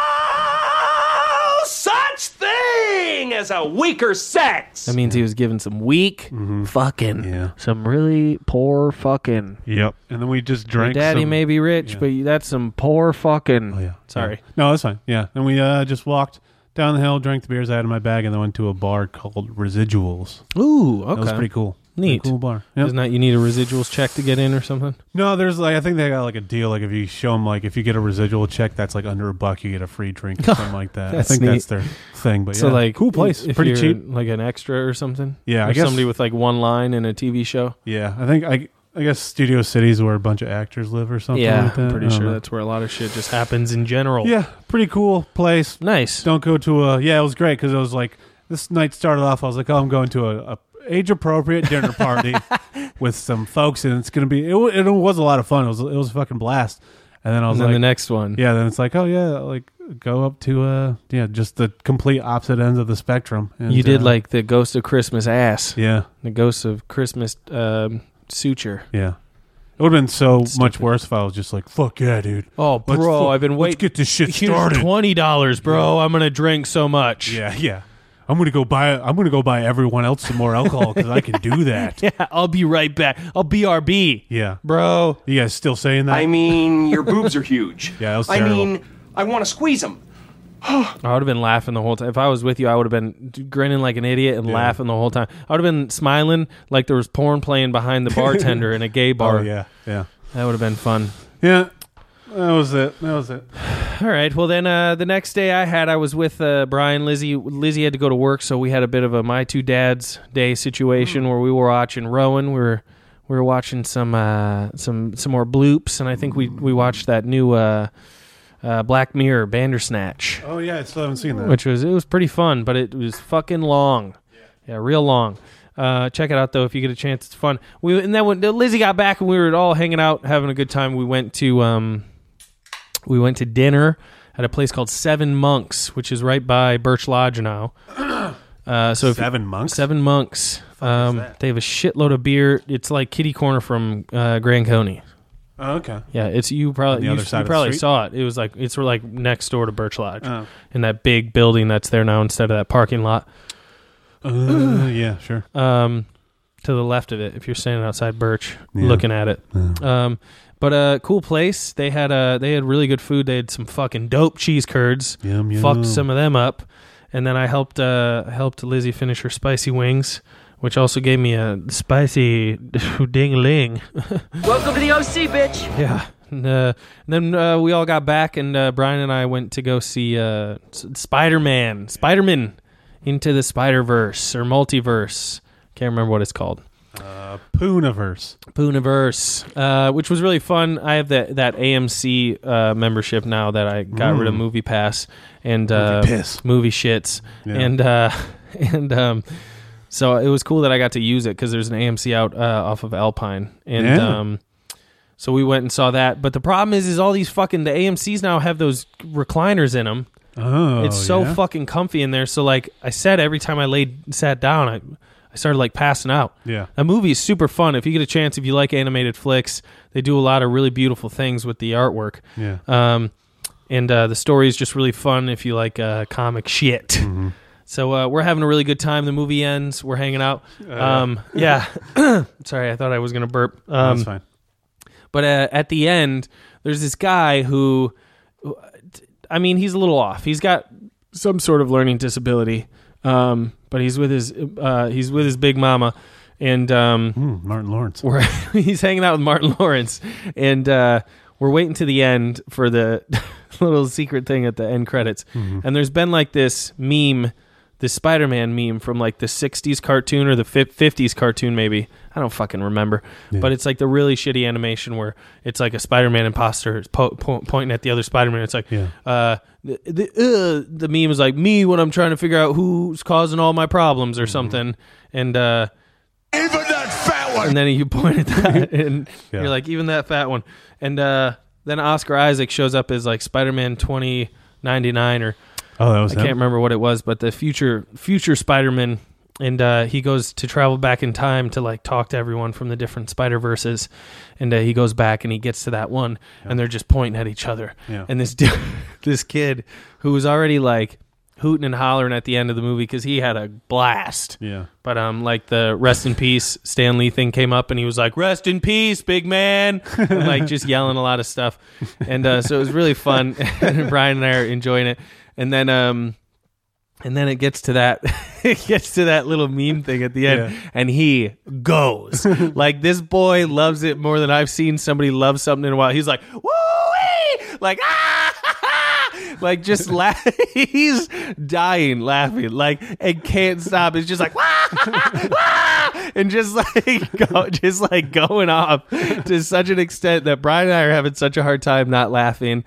[SPEAKER 23] such thing as a weaker sex.
[SPEAKER 2] that means he was giving some weak
[SPEAKER 3] Mm-hmm.
[SPEAKER 2] fucking, some really poor fucking.
[SPEAKER 3] Yep. And then we just
[SPEAKER 2] Your
[SPEAKER 3] drank.
[SPEAKER 2] daddy
[SPEAKER 3] some- Oh,
[SPEAKER 2] may be rich, but you- that's some poor fucking.
[SPEAKER 3] yeah.
[SPEAKER 2] Sorry.
[SPEAKER 3] No, that's fine. Yeah. And we uh, just walked down the hill, drank the beers I had in my bag, and then went to a bar called Residuals.
[SPEAKER 2] Ooh, okay.
[SPEAKER 3] That was pretty cool.
[SPEAKER 2] Neat.
[SPEAKER 3] Pretty cool bar. Yep.
[SPEAKER 2] Isn't that you need a residuals check to get in or something?
[SPEAKER 3] No, there's like I think they got like a deal. Like if you show them like if you get a residual check, that's like under a buck, you get a free drink or something like that. I
[SPEAKER 2] That's
[SPEAKER 3] think
[SPEAKER 2] neat.
[SPEAKER 3] that's their thing. But
[SPEAKER 2] so
[SPEAKER 3] yeah.
[SPEAKER 2] like
[SPEAKER 3] cool place,
[SPEAKER 2] if
[SPEAKER 3] pretty
[SPEAKER 2] you're
[SPEAKER 3] cheap.
[SPEAKER 2] like an extra or something.
[SPEAKER 3] Yeah, I
[SPEAKER 2] or
[SPEAKER 3] guess-
[SPEAKER 2] somebody with like one line in a TV show.
[SPEAKER 3] Yeah, I think I I guess Studio City's where a bunch of actors live or something.
[SPEAKER 2] yeah,
[SPEAKER 3] like that.
[SPEAKER 2] I'm pretty
[SPEAKER 3] I don't
[SPEAKER 2] sure
[SPEAKER 3] know.
[SPEAKER 2] that's where a lot of shit just happens in general.
[SPEAKER 3] Yeah, pretty cool place.
[SPEAKER 2] Nice.
[SPEAKER 3] Don't go to a. Yeah, it was great because it was like this night started off. I was like, oh, I'm going to a, a age appropriate dinner party with some folks, and it's gonna be. It, wa- it was a lot of fun. It was it was a fucking blast. And then I was
[SPEAKER 2] And then
[SPEAKER 3] like,
[SPEAKER 2] the next one.
[SPEAKER 3] Yeah, then it's like, oh yeah, like go up to uh yeah, just the complete opposite ends of the spectrum. And,
[SPEAKER 2] you did
[SPEAKER 3] uh,
[SPEAKER 2] like the Ghost of Christmas Ass.
[SPEAKER 3] Yeah.
[SPEAKER 2] the Ghost of Christmas um, Suture.
[SPEAKER 3] yeah. It would have been so much worse if I was just like, fuck yeah, dude.
[SPEAKER 2] Oh,
[SPEAKER 3] Let's
[SPEAKER 2] bro,
[SPEAKER 3] fu-
[SPEAKER 2] I've been waiting.
[SPEAKER 3] Let's get this shit
[SPEAKER 2] Here's
[SPEAKER 3] started.
[SPEAKER 2] Twenty dollars, bro. I'm gonna drink so much.
[SPEAKER 3] Yeah, yeah. I'm gonna go buy. I'm gonna go buy everyone else some more alcohol because I can do that.
[SPEAKER 2] Yeah, I'll be right back. I'll BRB.
[SPEAKER 3] Yeah,
[SPEAKER 2] bro.
[SPEAKER 3] You guys still saying that?
[SPEAKER 23] I mean, your boobs are huge.
[SPEAKER 3] Yeah, that was
[SPEAKER 23] I
[SPEAKER 3] terrible.
[SPEAKER 23] mean, I want to squeeze them.
[SPEAKER 2] I would have been laughing the whole time. If I was with you, I would have been grinning like an idiot and laughing the whole time. I would have been smiling like there was porn playing behind the bartender in a gay bar.
[SPEAKER 3] Oh, yeah, yeah.
[SPEAKER 2] That would have been fun.
[SPEAKER 3] yeah, that was it. That was it.
[SPEAKER 2] All right. Well, then uh, the next day I had, I was with uh, Brian, Lizzie. Lizzie had to go to work, so we had a bit of a my two dads day situation where we were watching Rowan. We were we were watching some uh, some some more bloops, and I think we we watched that new uh, uh, Black Mirror Bandersnatch.
[SPEAKER 3] Oh yeah, I still haven't seen that.
[SPEAKER 2] which was it was pretty fun, but it was fucking long. Yeah, real long. Uh, check it out though if you get a chance. It's fun. We and then when Lizzie got back and we were all hanging out having a good time, we went to um, we went to dinner at a place called Seven Monks, which is right by Birch Lodge now. Uh, so if-
[SPEAKER 3] Seven Monks?
[SPEAKER 2] Seven Monks. Um, they have a shitload of beer. It's like Kitty Corner from uh, Grand Coney.
[SPEAKER 3] Oh, okay.
[SPEAKER 2] Yeah, it's you probably
[SPEAKER 3] On the
[SPEAKER 2] you,
[SPEAKER 3] other side
[SPEAKER 2] you
[SPEAKER 3] of the
[SPEAKER 2] probably
[SPEAKER 3] street?
[SPEAKER 2] saw it. It was like it's like next door to Birch Lodge,
[SPEAKER 3] Oh.
[SPEAKER 2] in that big building that's there now instead of that parking lot.
[SPEAKER 3] Uh, yeah, sure.
[SPEAKER 2] Um, to the left of it, if you're standing outside Birch,
[SPEAKER 3] Yeah.
[SPEAKER 2] looking at it. Um, but uh, cool place. They had uh, they had really good food. They had some fucking dope cheese curds.
[SPEAKER 3] Yum, yum.
[SPEAKER 2] Fucked some of them up, and then I helped uh, helped Lizzie finish her spicy wings, which also gave me a spicy ding ling.
[SPEAKER 9] Welcome to the OC, bitch.
[SPEAKER 2] Yeah. And, uh, and then uh, we all got back, and uh, Brian and I went to go see uh, Spider Man, Spider Man into the Spider Verse or Multiverse. Can't remember what it's called.
[SPEAKER 3] Uh, Pooniverse.
[SPEAKER 2] Pooniverse, uh, which was really fun. I have that that AMC uh, membership now that I got rid of
[SPEAKER 3] Mm.
[SPEAKER 2] Movie Pass and uh,
[SPEAKER 3] piss.
[SPEAKER 2] movie shits,
[SPEAKER 3] Yeah.
[SPEAKER 2] and uh, and um, so it was cool that I got to use it because there's an AMC out uh, off of Alpine, and
[SPEAKER 3] Yeah.
[SPEAKER 2] um, so we went and saw that. But the problem is, is all these fucking the AMC's now have those recliners in them.
[SPEAKER 3] Oh,
[SPEAKER 2] it's so
[SPEAKER 3] yeah?
[SPEAKER 2] fucking comfy in there. So like I said, every time I laid sat down, I I started like passing out.
[SPEAKER 3] Yeah.
[SPEAKER 2] a movie is super fun if you get a chance. If you like animated flicks, they do a lot of really beautiful things with the artwork.
[SPEAKER 3] Yeah.
[SPEAKER 2] um, and uh, the story is just really fun if you like uh, comic shit.
[SPEAKER 3] Mm-hmm.
[SPEAKER 2] So uh, we're having a really good time. The movie ends. We're hanging out.
[SPEAKER 3] Uh,
[SPEAKER 2] Um, yeah. Sorry, I thought I was gonna burp.
[SPEAKER 3] No,
[SPEAKER 2] Um,
[SPEAKER 3] that's fine.
[SPEAKER 2] but uh, at the end, there's this guy who, who- I mean, he's a little off. He's got some sort of learning disability, um, but he's with his uh, he's with his big mama, and um,
[SPEAKER 3] Hmm, Martin Lawrence.
[SPEAKER 2] We're, he's hanging out with Martin Lawrence, and uh, we're waiting to the end for the little secret thing at the end credits.
[SPEAKER 3] Mhm.
[SPEAKER 2] And there's been like this meme, this Spider-Man meme from like the '60s cartoon or the fif- '50s cartoon, maybe I don't fucking remember. But it's like the really shitty animation where it's like a Spider-Man imposter is po- po- pointing at the other Spider-Man. It's like, uh, the the, uh, the meme is like me when I'm trying to figure out who's causing all my problems or something, and uh, even that fat one. And then you point at that, and
[SPEAKER 3] Yeah.
[SPEAKER 2] you're like, even that fat one. And uh, then Oscar Isaac shows up as like Spider-Man 2099 or
[SPEAKER 3] Oh, that was
[SPEAKER 2] I
[SPEAKER 3] him?
[SPEAKER 2] can't remember what it was, but the future future Spider-Man, and uh, he goes to travel back in time to like talk to everyone from the different Spider Verses, and uh, he goes back and he gets to that one, and they're just pointing at each other,
[SPEAKER 3] Yeah.
[SPEAKER 2] and this dude, this kid who was already like hooting and hollering at the end of the movie because he had a blast,
[SPEAKER 3] Yeah.
[SPEAKER 2] But um, like the rest in peace Stan Lee thing came up, and he was like, "Rest in peace, big man," and like just yelling a lot of stuff, and uh, so it was really fun. and Brian and I are enjoying it, and then um, And then it gets to that it gets to that little meme thing at the end and he goes. like this boy loves it more than I've seen somebody love something in a while. He's like, "Woo!" Like, "Ah!" like just laugh. he's dying laughing. Like and can't stop. It's just like, "Wah!" Wah!" and just like go, just like going off to such an extent that Brian and I are having such a hard time not laughing.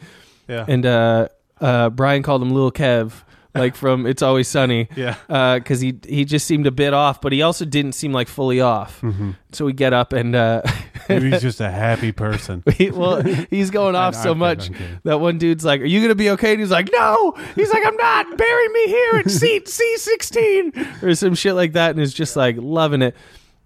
[SPEAKER 3] Yeah.
[SPEAKER 2] And uh uh Brian called him Little Kev like from It's Always Sunny.
[SPEAKER 3] Yeah.
[SPEAKER 2] Because he he just seemed a bit off, but he also didn't seem like fully off.
[SPEAKER 3] Mhm.
[SPEAKER 2] So we get up and uh,
[SPEAKER 3] Maybe he's just a happy person.
[SPEAKER 2] he- well, he's going off so much that one dude's like, "Are you gonna be okay?" And he's like, "No." He's like, "I'm not. Bury me here at seat C16 or some shit like that," and is just like loving it.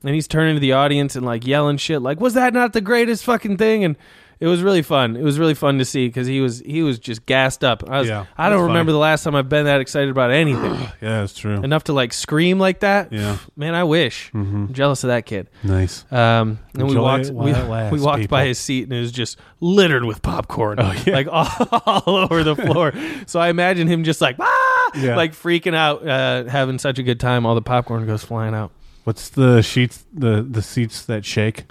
[SPEAKER 2] And he's turning to the audience and like yelling shit, like, "Was that not the greatest fucking thing?" And it was really fun. It was really fun to see because he was he was just gassed up. I was,
[SPEAKER 3] Yeah,
[SPEAKER 2] I don't
[SPEAKER 3] that's
[SPEAKER 2] remember
[SPEAKER 3] funny.
[SPEAKER 2] the last time I've been that excited about anything.
[SPEAKER 3] Yeah, that's true.
[SPEAKER 2] Enough to like scream like that.
[SPEAKER 3] Yeah.
[SPEAKER 2] man, I wish.
[SPEAKER 3] Mhm.
[SPEAKER 2] I'm jealous of that kid.
[SPEAKER 3] Nice.
[SPEAKER 2] Um, and we
[SPEAKER 3] Enjoy
[SPEAKER 2] walked.
[SPEAKER 3] it while
[SPEAKER 2] We,
[SPEAKER 3] it lasts,
[SPEAKER 2] we walked by
[SPEAKER 3] people. Oh,
[SPEAKER 2] his seat and it was just littered with popcorn, like all, all over the floor. so I imagine him just like ah,
[SPEAKER 3] Yeah.
[SPEAKER 2] like freaking out, uh, having such a good time. All the popcorn goes flying out.
[SPEAKER 3] What's the sheets? The the seats that shake.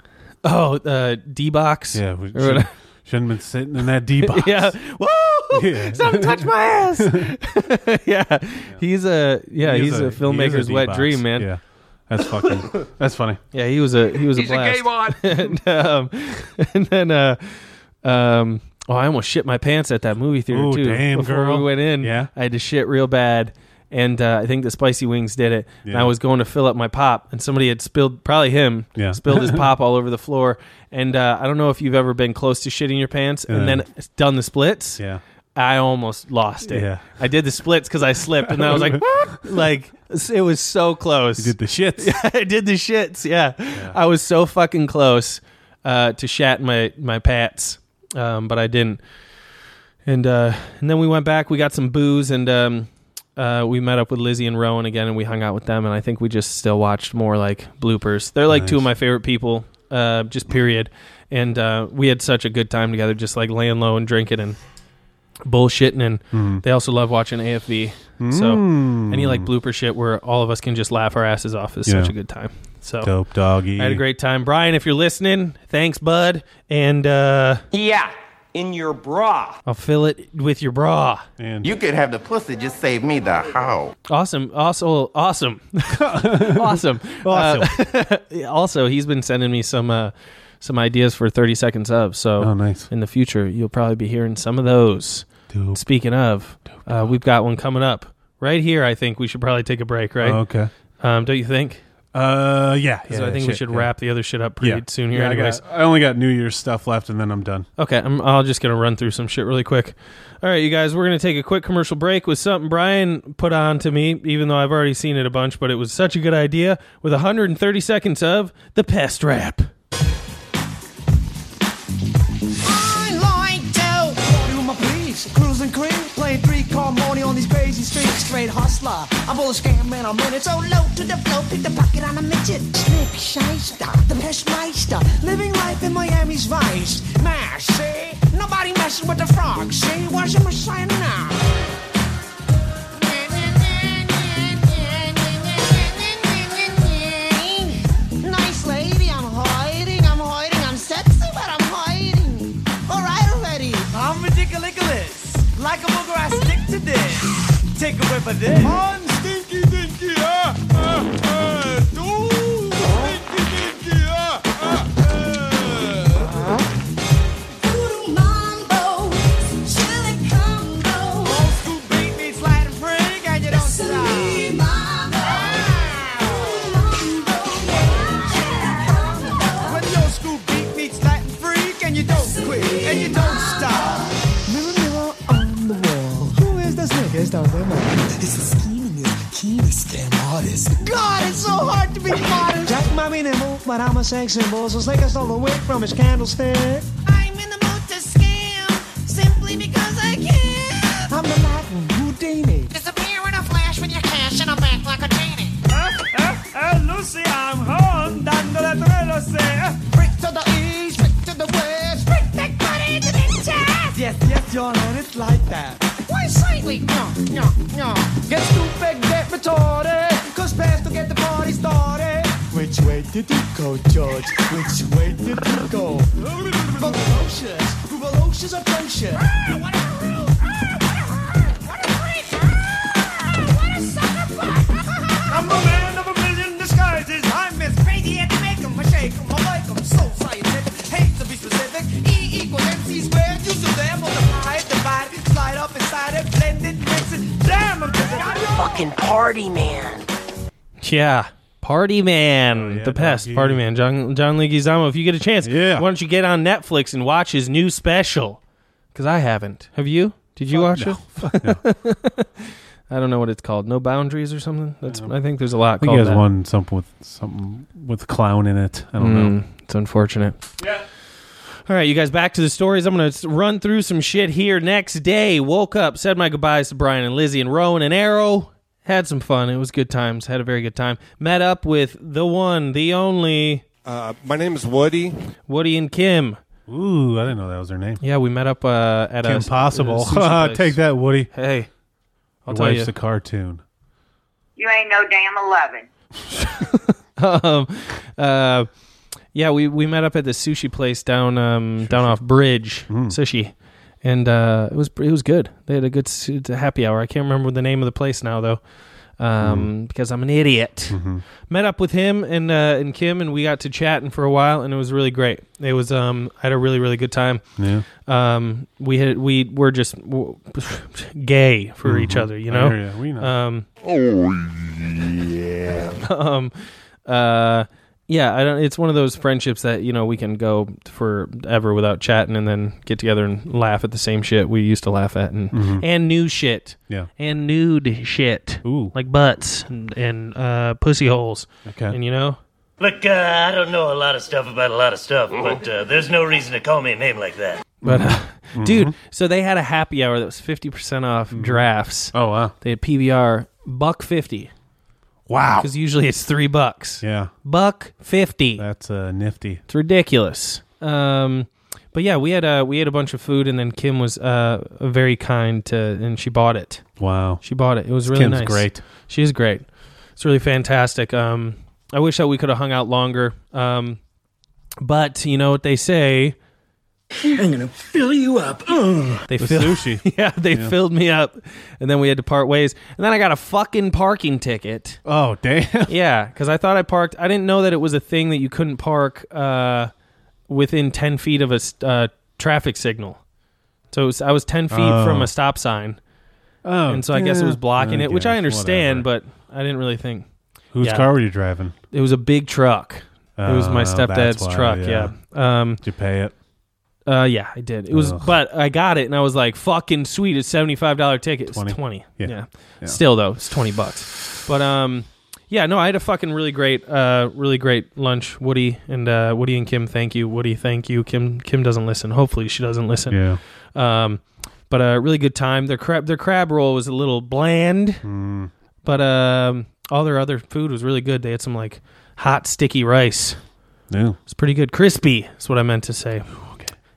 [SPEAKER 2] Oh, uh, D box.
[SPEAKER 3] Yeah, we should, shouldn't been sitting in that deep.
[SPEAKER 2] yeah. Woo! Something touched my ass. yeah. He's a yeah.
[SPEAKER 3] He is
[SPEAKER 2] he's a,
[SPEAKER 3] he is
[SPEAKER 2] filmmaker's wet
[SPEAKER 3] D-box.
[SPEAKER 2] dream, man.
[SPEAKER 3] Yeah, that's fucking. that's funny.
[SPEAKER 2] Yeah, he was a he was
[SPEAKER 3] He's
[SPEAKER 2] a
[SPEAKER 3] a gay
[SPEAKER 2] blast. and, um, and then uh, um, oh, I almost shit my pants at that movie theater
[SPEAKER 3] Ooh,
[SPEAKER 2] too.
[SPEAKER 3] damn,
[SPEAKER 2] Before
[SPEAKER 3] girl.
[SPEAKER 2] we went in, yeah, I had to shit real bad. And uh, I think the spicy wings did it. And
[SPEAKER 3] Yeah.
[SPEAKER 2] I was going to fill up my pop, and somebody had spilled, probably him,
[SPEAKER 3] Yeah.
[SPEAKER 2] spilled his pop all over the floor. And uh, I don't know if you've ever been close to shitting your pants and
[SPEAKER 3] Yeah.
[SPEAKER 2] then done the splits.
[SPEAKER 3] Uh. Yeah.
[SPEAKER 2] I almost lost it.
[SPEAKER 3] Yeah.
[SPEAKER 2] I did the splits because I slipped, and I was like, like it was so close. You did
[SPEAKER 3] the shits.
[SPEAKER 2] I did the shits. Yeah. I was so fucking close uh, to shat my my pats, um, but I didn't. And uh, and then we went back. We got some booze, and um, uh, we met up with Lizzie and Rowan again, and we hung out with them. And I think we just still watched more like bloopers. They're like two of my favorite people, uh, just period. And uh, we had such a good time together, just like laying low and drinking and bullshitting and they also love watching AFV. So
[SPEAKER 3] Mm-hmm. Mm.
[SPEAKER 2] any like blooper shit where all of us can just laugh our asses off is such
[SPEAKER 3] Yeah.
[SPEAKER 2] a good time. So
[SPEAKER 3] Dope doggy.
[SPEAKER 2] I had a great time. Brian, if you're listening, thanks, bud. And uh
[SPEAKER 23] Yeah, in your bra.
[SPEAKER 2] I'll fill it with your bra.
[SPEAKER 18] you could have the pussy just save me the how.
[SPEAKER 2] Awesome. Also awesome. awesome.
[SPEAKER 18] Awesome.
[SPEAKER 2] Uh, also, he's been sending me some uh some ideas for 30 seconds of. So
[SPEAKER 3] Oh, nice.
[SPEAKER 2] in the future, you'll probably be hearing some of those. Speaking of, uh, we've got one coming up right here. I think we should probably take a break, right?
[SPEAKER 3] Okay.
[SPEAKER 2] Um, don't you think?
[SPEAKER 3] Uh, yeah.
[SPEAKER 2] So
[SPEAKER 3] yeah,
[SPEAKER 2] I think we
[SPEAKER 3] shit,
[SPEAKER 2] should
[SPEAKER 3] yeah.
[SPEAKER 2] wrap the other shit up pretty soon here.
[SPEAKER 3] Yeah, I,
[SPEAKER 2] anyways,
[SPEAKER 3] got- I only got New Year's stuff left, and then I'm done.
[SPEAKER 2] Okay, I'm I'll just gonna run through some shit really quick. All right, you guys, we're gonna take a quick commercial break with something Brian put on to me, even though I've already seen it a bunch, but it was such a good idea. With 130 seconds of the pest rap.
[SPEAKER 7] I like to do my police, cruise and cream, play three car money on these crazy streets. Straight hustler, I'm full of scam and I'm in it so low to the flow, pick the pocket on a midget. Slick shyster, the best meister, living life in Miami's vice. Mash, see? Nobody messes with the frog, see? Where's your messiah now? Nice lady, I'm hiding, I'm hiding, I'm sexy, but I'm hiding. Alright already. I'm ridiculous. Like a booger, I stick to this. Take a whiff of this. I'm stinky dinky, ah, ah, ah. Ooh, stinky dinky, ah, ah, ah. Old school beat meets Latin freak, and you don't stop. When the old school beat meets Latin freak and you don't quit and you don't stop. Mirror, mirror on the wall, who is the slickest of them all? It's the schemingest, keenest scam artist. God, it's so hard to be modest. Jack might be nimble, but I'm a sex symbol, so slick I stole the wick from his candlestick. I'm in the mood to scam, simply because I can. I'm the Latin Houdini. Disappear in a flash when you're cashing a bank like a genie. Lucy, I'm home, dándole trelose. Brick to the east, brick to the west, brick that money to the chest. Yes, yes, y'all, and it's like that. Why slightly? No, no, no. Get stupid, did it go, George? Which way did it go? Ferocious, ferocious approaches.
[SPEAKER 1] I'm a man of a million disguises. I'm as crazy as they make 'em. I shake 'em, I like 'em. So scientific, hate to be specific. E equals MC squared. Use the there, multiply it, divide it, slide up inside it, blend it, mix it. Damn, I'm
[SPEAKER 23] Fucking party man.
[SPEAKER 2] Yeah. Party Man, the best. Party Man, John John Leguizamo. If you get a chance, yeah. why don't you get on Netflix and watch his new special? Because I haven't. Have you? Did you watch it? I don't know what it's called. No boundaries or something. That's. I think there's a lot.
[SPEAKER 3] I think
[SPEAKER 2] called
[SPEAKER 3] he has
[SPEAKER 2] that.
[SPEAKER 3] Oh, one something with something with clown in it. I don't
[SPEAKER 2] Mm,
[SPEAKER 3] know.
[SPEAKER 2] It's unfortunate.
[SPEAKER 1] Yeah.
[SPEAKER 2] All right, you guys, back to the stories. I'm going to run through some shit here. Next day, woke up, said my goodbyes to Brian and Lizzie and Rowan and Arrow. Had some fun. It was good times. Had a very good time. Met up with the one, the only. Uh, my name is Woody. Woody and Kim.
[SPEAKER 3] Ooh, I didn't know that was her name.
[SPEAKER 2] Yeah, we met up uh, at a
[SPEAKER 3] Kim Possible. Take that, Woody.
[SPEAKER 2] Hey, I'll
[SPEAKER 3] Your
[SPEAKER 2] tell
[SPEAKER 3] wife's
[SPEAKER 2] you.
[SPEAKER 3] a cartoon.
[SPEAKER 6] You ain't no damn 11.
[SPEAKER 2] um, uh, yeah, we, we met up at the sushi place down um, down off Bridge
[SPEAKER 3] Hmm.
[SPEAKER 2] Sushi, and uh, it was it was good. They had a good su- it's a happy hour. I can't remember the name of the place now though,
[SPEAKER 3] Hmm.
[SPEAKER 2] um, because I'm an idiot.
[SPEAKER 3] Mm-hmm.
[SPEAKER 2] Met up with him and uh, and Kim, and we got to chatting for a while, and it was really great. It was um, I had a really really good time.
[SPEAKER 3] Yeah.
[SPEAKER 2] Um, we had we were just w- gay for each
[SPEAKER 3] Mhm.
[SPEAKER 2] other, you
[SPEAKER 3] I
[SPEAKER 2] know.
[SPEAKER 3] hear ya. We know.
[SPEAKER 2] Um,
[SPEAKER 3] Oh, Yeah.
[SPEAKER 2] um uh yeah i don't it's one of those friendships that you know we can go forever without chatting and then get together and laugh at the same shit we used to laugh at and
[SPEAKER 3] Mhm.
[SPEAKER 2] and new shit
[SPEAKER 3] Yeah.
[SPEAKER 2] and nude shit
[SPEAKER 3] Ooh.
[SPEAKER 2] like butts and, and uh pussy holes
[SPEAKER 3] okay
[SPEAKER 2] and you know
[SPEAKER 21] Look, uh, I don't know a lot of stuff about a lot of stuff,
[SPEAKER 12] Mm-hmm.
[SPEAKER 21] but uh, there's no reason to call me a name like that.
[SPEAKER 2] but uh,
[SPEAKER 3] Mm-hmm.
[SPEAKER 2] dude so they had a happy hour that was 50% off drafts
[SPEAKER 3] oh wow
[SPEAKER 2] they had pbr buck 50
[SPEAKER 3] Wow.
[SPEAKER 2] because usually it's three bucks
[SPEAKER 3] Yeah.
[SPEAKER 2] buck 50
[SPEAKER 3] that's uh, nifty
[SPEAKER 2] It's ridiculous. Um, but yeah, we had uh, we had a bunch of food, and then Kim was uh, very kind to, and she bought it.
[SPEAKER 3] Wow,
[SPEAKER 2] she bought it. It was really
[SPEAKER 3] Kim's
[SPEAKER 2] nice.
[SPEAKER 3] great.
[SPEAKER 2] She is great. It's really fantastic. Um, I wish that we could have hung out longer. Um, but you know what they say.
[SPEAKER 7] I'm gonna fill you up. Ugh.
[SPEAKER 2] They filled, yeah, they
[SPEAKER 3] Yeah.
[SPEAKER 2] filled me up, and then we had to part ways. And then I got a fucking parking ticket.
[SPEAKER 3] Oh damn!
[SPEAKER 2] Yeah, because I thought I parked. I didn't know that it was a thing that you couldn't park uh, within ten feet of a s- uh, traffic signal. So it was, I was ten feet
[SPEAKER 3] Oh.
[SPEAKER 2] from a stop sign.
[SPEAKER 3] Oh,
[SPEAKER 2] and so I guess it
[SPEAKER 3] yeah.
[SPEAKER 2] was blocking
[SPEAKER 3] I
[SPEAKER 2] it, which I
[SPEAKER 3] guess,
[SPEAKER 2] understand, but I didn't really think.
[SPEAKER 3] Whose
[SPEAKER 2] Yeah.
[SPEAKER 3] car were you driving?
[SPEAKER 2] It was a big truck. it was my
[SPEAKER 3] Oh, that's
[SPEAKER 2] stepdad's
[SPEAKER 3] why,
[SPEAKER 2] truck.
[SPEAKER 3] yeah.
[SPEAKER 2] Yeah. Um,
[SPEAKER 3] Did you pay it?
[SPEAKER 2] Uh, yeah, I did. It was,
[SPEAKER 3] Ugh.
[SPEAKER 2] but I got it, and I was like, "Fucking sweet! It's seventy five dollar ticket. It's
[SPEAKER 3] 20.
[SPEAKER 2] twenty.
[SPEAKER 3] Yeah.
[SPEAKER 2] Yeah.
[SPEAKER 3] Yeah.
[SPEAKER 2] Still though, it's twenty bucks. But um, yeah, no, I had a fucking really great, uh, really great lunch. Woody and uh, Woody and Kim, thank you. Woody, thank you. Kim, Kim doesn't listen. Hopefully, she doesn't listen.
[SPEAKER 3] Yeah.
[SPEAKER 2] Um, but a really good time. Their crab, their crab roll was a little bland,
[SPEAKER 3] Mm.
[SPEAKER 2] but um, all their other food was really good. They had some like hot sticky rice.
[SPEAKER 3] No.
[SPEAKER 2] It's pretty good. Crispy is what I meant to say. Okay.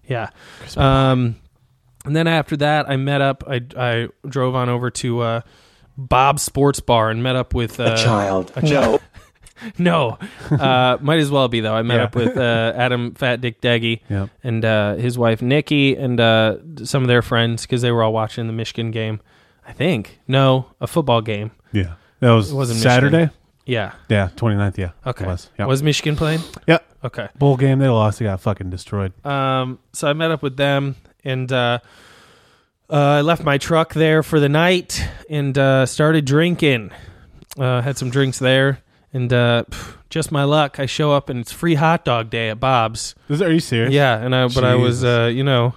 [SPEAKER 2] Yeah. Um, and then after that, I met up. I, I drove on over to uh, Bob's Sports Bar and met up with uh,
[SPEAKER 23] child.
[SPEAKER 2] A child. No, uh, might as well be though. I met
[SPEAKER 23] Yeah.
[SPEAKER 2] up with uh, Adam Fat Dick Daggy
[SPEAKER 3] Yep.
[SPEAKER 2] and uh, his wife Nikki and uh, some of their friends because they were all watching the Michigan game. I think no, a football game.
[SPEAKER 3] Yeah. That was
[SPEAKER 2] It wasn't
[SPEAKER 3] Saturday.
[SPEAKER 2] Michigan. Yeah.
[SPEAKER 3] Yeah, 29th, yeah.
[SPEAKER 2] Okay.
[SPEAKER 3] It was. Yeah.
[SPEAKER 2] Was Michigan playing?
[SPEAKER 3] Yeah.
[SPEAKER 2] Okay.
[SPEAKER 3] Bowl game they lost, they got fucking destroyed.
[SPEAKER 2] Um, so I met up with them and uh, uh, I left my truck there for the night and uh, started drinking. Uh, had some drinks there and uh, pff, just my luck, I show up and it's free hot dog day at Bob's.
[SPEAKER 3] Is- are you serious?
[SPEAKER 2] Yeah, and I but I was
[SPEAKER 3] Jesus.
[SPEAKER 2] uh, you know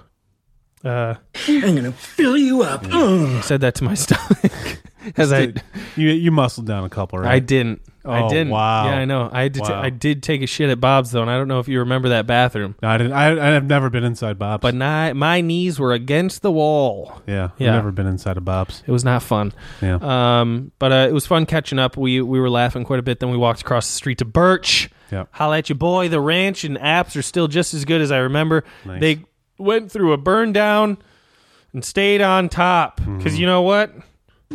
[SPEAKER 2] uh,
[SPEAKER 7] I'm gonna fill you up. Ugh.
[SPEAKER 2] said that to my stomach as I
[SPEAKER 3] you you muscled down a couple, right?
[SPEAKER 2] I didn't. I
[SPEAKER 3] Oh,
[SPEAKER 2] didn't.
[SPEAKER 3] Wow.
[SPEAKER 2] Yeah, I know. I did.
[SPEAKER 3] Wow.
[SPEAKER 2] I did take a shit at Bob's though, and I don't know if you remember that bathroom.
[SPEAKER 3] No, I didn't. I, I've never been inside Bob's.
[SPEAKER 2] But my my knees were against the wall.
[SPEAKER 3] yeah. I've
[SPEAKER 2] Yeah.
[SPEAKER 3] never been inside of Bob's.
[SPEAKER 2] It was not fun.
[SPEAKER 3] Yeah.
[SPEAKER 2] Um, but uh, it was fun catching up. We we were laughing quite a bit. Then we walked across the street to Birch.
[SPEAKER 3] Yep.
[SPEAKER 2] Holla at your boy. The ranch and apps are still just as good as I remember.
[SPEAKER 3] Nice.
[SPEAKER 2] They went through a burn down
[SPEAKER 3] Mm-hmm.
[SPEAKER 2] and stayed on top. Because you know what?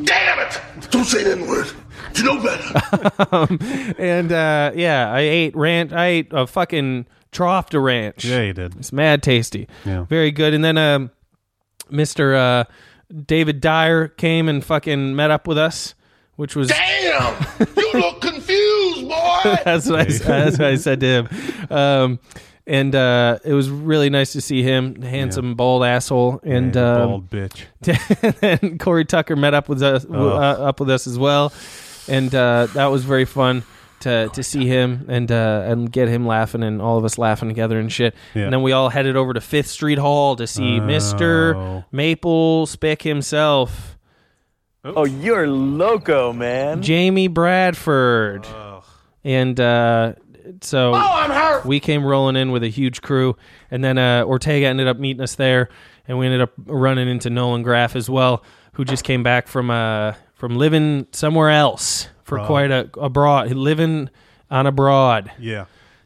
[SPEAKER 4] Damn it! Don't say that word. You know better.
[SPEAKER 2] um, and uh, yeah, I ate ranch. I ate a fucking trough to ranch. Yeah,
[SPEAKER 3] you did.
[SPEAKER 2] It's mad tasty.
[SPEAKER 3] Yeah.
[SPEAKER 2] very good. And then um, Mister uh, David Dyer came and fucking met up with us, which was
[SPEAKER 4] Damn! You look confused, boy!
[SPEAKER 2] that's what I that's what I said to him. Um, and uh, it was really nice to see him, handsome bald asshole, and um,
[SPEAKER 3] bald bitch.
[SPEAKER 2] and Corey Tucker met up with us w-
[SPEAKER 3] Oh.
[SPEAKER 2] uh, up with us as well, and uh, that was very fun to to see him and uh, and get him laughing and all of us laughing together and shit.
[SPEAKER 3] Yeah. Uh-huh.
[SPEAKER 2] And then we all headed over to Fifth Street Hall to see Mister Maple Spick himself.
[SPEAKER 8] Oh, you're loco, man.
[SPEAKER 2] Jamie Bradford. And uh, so
[SPEAKER 8] Oh,
[SPEAKER 2] we came rolling in with a huge crew. And then uh, Ortega ended up meeting us there. And we ended up running into Nolan Graff as well, who just came back from uh, from living somewhere else for
[SPEAKER 3] Abroad.
[SPEAKER 2] quite a abroad, living on abroad.
[SPEAKER 3] Yeah.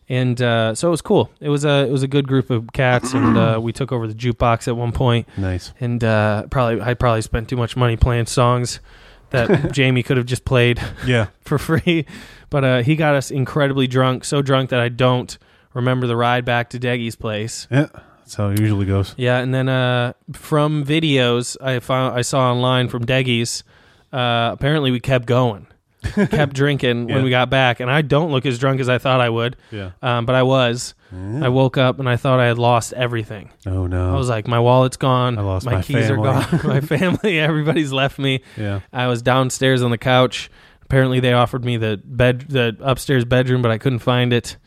[SPEAKER 2] And uh, so it was cool. It was a it was a good group of cats, and uh, we took over the jukebox at one point.
[SPEAKER 3] Nice.
[SPEAKER 2] And uh, probably I probably spent too much money playing songs that Jamie could have just played
[SPEAKER 3] Yeah.
[SPEAKER 2] for free. But uh, he got us incredibly drunk, so drunk that I don't remember the ride back to Deggy's place.
[SPEAKER 3] Yeah. That's how it usually goes.
[SPEAKER 2] Yeah, and then uh, from videos I found I saw online from Deggy's, uh, apparently we kept going, kept drinking
[SPEAKER 3] Yeah.
[SPEAKER 2] when we got back, and I don't look as drunk as I thought I would.
[SPEAKER 3] Yeah.
[SPEAKER 2] um, but I was.
[SPEAKER 3] Yeah.
[SPEAKER 2] I woke up and I thought I had lost everything.
[SPEAKER 3] Oh, no.
[SPEAKER 2] I was like, my wallet's gone.
[SPEAKER 3] I lost my
[SPEAKER 2] keys
[SPEAKER 3] family.
[SPEAKER 2] are gone. my family, everybody's left me.
[SPEAKER 3] Yeah.
[SPEAKER 2] I was downstairs on the couch. Apparently, they offered me the bed, the upstairs bedroom, but I couldn't find it.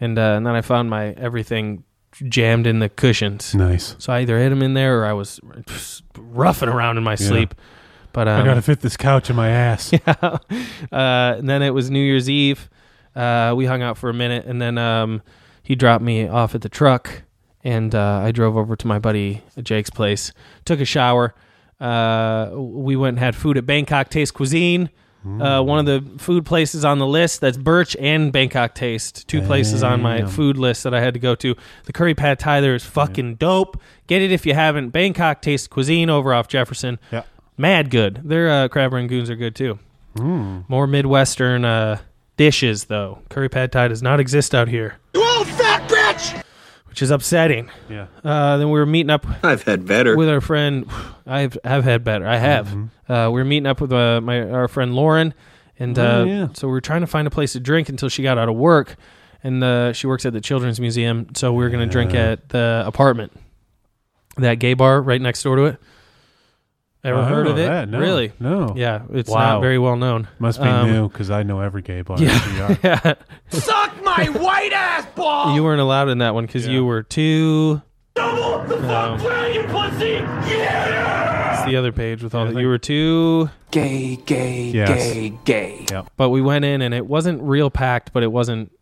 [SPEAKER 2] And uh, and then I found my everything jammed in the cushions.
[SPEAKER 3] Nice.
[SPEAKER 2] So I either hit him in there or I was roughing around in my
[SPEAKER 3] Yeah.
[SPEAKER 2] sleep. But um,
[SPEAKER 3] I gotta fit this couch in my ass.
[SPEAKER 2] yeah. Uh, and then it was New Year's Eve. Uh, we hung out for a minute, and then um, he dropped me off at the truck, and uh, I drove over to my buddy Jake's place, took a shower. Uh, we went and had food at Bangkok Taste Cuisine. Uh, one of the food places on the list that's Birch and Bangkok Taste, two places on my
[SPEAKER 3] Damn.
[SPEAKER 2] food list that I had to go to. The curry pad Thai there is fucking dope. Get it if you haven't. Bangkok Taste Cuisine over off Jefferson.
[SPEAKER 3] Yeah.
[SPEAKER 2] Mad good. Their uh, crab rangoons are good too.
[SPEAKER 3] Mm.
[SPEAKER 2] More Midwestern uh, dishes, though. Curry pad Thai does not exist out here,
[SPEAKER 4] You old fat bitch!
[SPEAKER 2] which is upsetting.
[SPEAKER 3] Yeah.
[SPEAKER 2] Uh, then we were meeting up.
[SPEAKER 8] I've had better.
[SPEAKER 2] with our friend. I've have had better. I have.
[SPEAKER 3] Mm-hmm.
[SPEAKER 2] Uh, we were meeting up with uh, my our friend Lauren, and uh,
[SPEAKER 3] Oh, yeah.
[SPEAKER 2] so we were trying to find a place to drink until she got out of work, and uh, she works at the Children's Museum, so we were going to drink
[SPEAKER 3] Yeah.
[SPEAKER 2] at the apartment, that gay bar right next door to it. Ever
[SPEAKER 3] Oh, I don't
[SPEAKER 2] heard of
[SPEAKER 3] know
[SPEAKER 2] it?
[SPEAKER 3] that, no,
[SPEAKER 2] really?
[SPEAKER 3] no.
[SPEAKER 2] Yeah, it's
[SPEAKER 3] Wow.
[SPEAKER 2] not very well known.
[SPEAKER 3] Must be new 'cause
[SPEAKER 2] Um,
[SPEAKER 3] new because I know every gay bar.
[SPEAKER 2] Yeah, yeah.
[SPEAKER 4] Suck my white ass ball!
[SPEAKER 2] You weren't allowed in that one because you were too.
[SPEAKER 4] Double the fuck
[SPEAKER 2] Um,
[SPEAKER 4] brown, you pussy! Yeah!
[SPEAKER 2] It's the other page with all that. You were too
[SPEAKER 8] gay, gay,
[SPEAKER 2] Yes.
[SPEAKER 8] gay, gay.
[SPEAKER 2] but we went in and it wasn't real packed, but it wasn't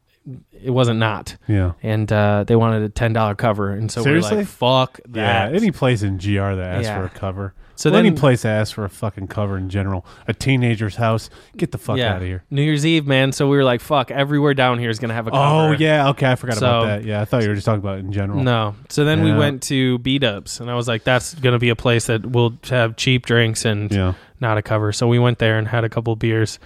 [SPEAKER 2] it wasn't not.
[SPEAKER 3] Yeah.
[SPEAKER 2] And uh, they wanted a ten dollar cover, and so we
[SPEAKER 3] Seriously?
[SPEAKER 2] were like, "Fuck that!"
[SPEAKER 3] Yeah, any place in GR that asks
[SPEAKER 2] Yeah.
[SPEAKER 3] for a cover.
[SPEAKER 2] So
[SPEAKER 3] So any
[SPEAKER 2] then-
[SPEAKER 3] place that asks for a fucking cover in general, a teenager's house, get the fuck
[SPEAKER 2] Yeah.
[SPEAKER 3] out of here.
[SPEAKER 2] New Year's Eve, man. So we were like, "Fuck!" Everywhere down here is gonna have a
[SPEAKER 3] Oh
[SPEAKER 2] cover.
[SPEAKER 3] yeah, okay, I forgot about
[SPEAKER 2] So-
[SPEAKER 3] that. Yeah, I thought you were just talking about it in general.
[SPEAKER 2] No. So then we
[SPEAKER 3] Yeah.
[SPEAKER 2] went to B Dubs, and I was like, "That's gonna be a place that will have cheap drinks and
[SPEAKER 3] Yeah.
[SPEAKER 2] not a cover." So we went there and had a couple beers.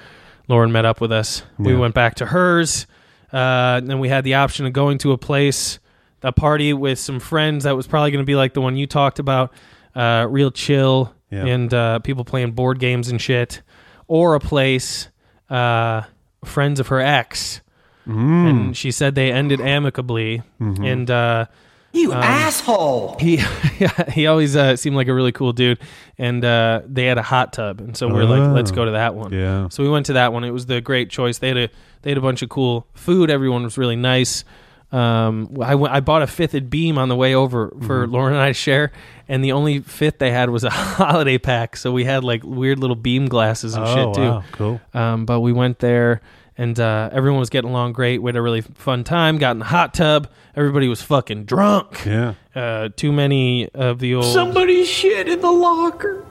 [SPEAKER 2] Lauren met up with us. We
[SPEAKER 3] Yeah.
[SPEAKER 2] went back to hers. Uh, and then we had the option of going to a place, a party with some friends that was probably going to be like the one you talked about, uh, real chill
[SPEAKER 3] Yeah.
[SPEAKER 2] and uh, people playing board games and shit, or a place uh, friends of her ex.
[SPEAKER 3] Mm.
[SPEAKER 2] And she said they ended amicably.
[SPEAKER 3] Mhm.
[SPEAKER 2] And uh,
[SPEAKER 8] You
[SPEAKER 2] um,
[SPEAKER 8] asshole.
[SPEAKER 2] he yeah, he always uh, seemed like a really cool dude, and uh, they had a hot tub, and so we are like,
[SPEAKER 3] Oh.
[SPEAKER 2] let's go to that one.
[SPEAKER 3] Yeah.
[SPEAKER 2] So we went to that one. It was the great choice. They had a they had a bunch of cool food. Everyone was really nice. Um, I went- I bought a fifth at Beam on the way over for
[SPEAKER 3] Mm-hmm.
[SPEAKER 2] Lauren and I to share, and the only fifth they had was a holiday pack. So we had like weird little Beam glasses and
[SPEAKER 3] Oh,
[SPEAKER 2] shit too.
[SPEAKER 3] wow. Cool.
[SPEAKER 2] Um, but we went there and uh, everyone was getting along great. We had a really fun time. Got in the hot tub. Everybody was fucking drunk.
[SPEAKER 3] Yeah.
[SPEAKER 2] Uh, too many of the old.
[SPEAKER 8] Somebody shit in the locker.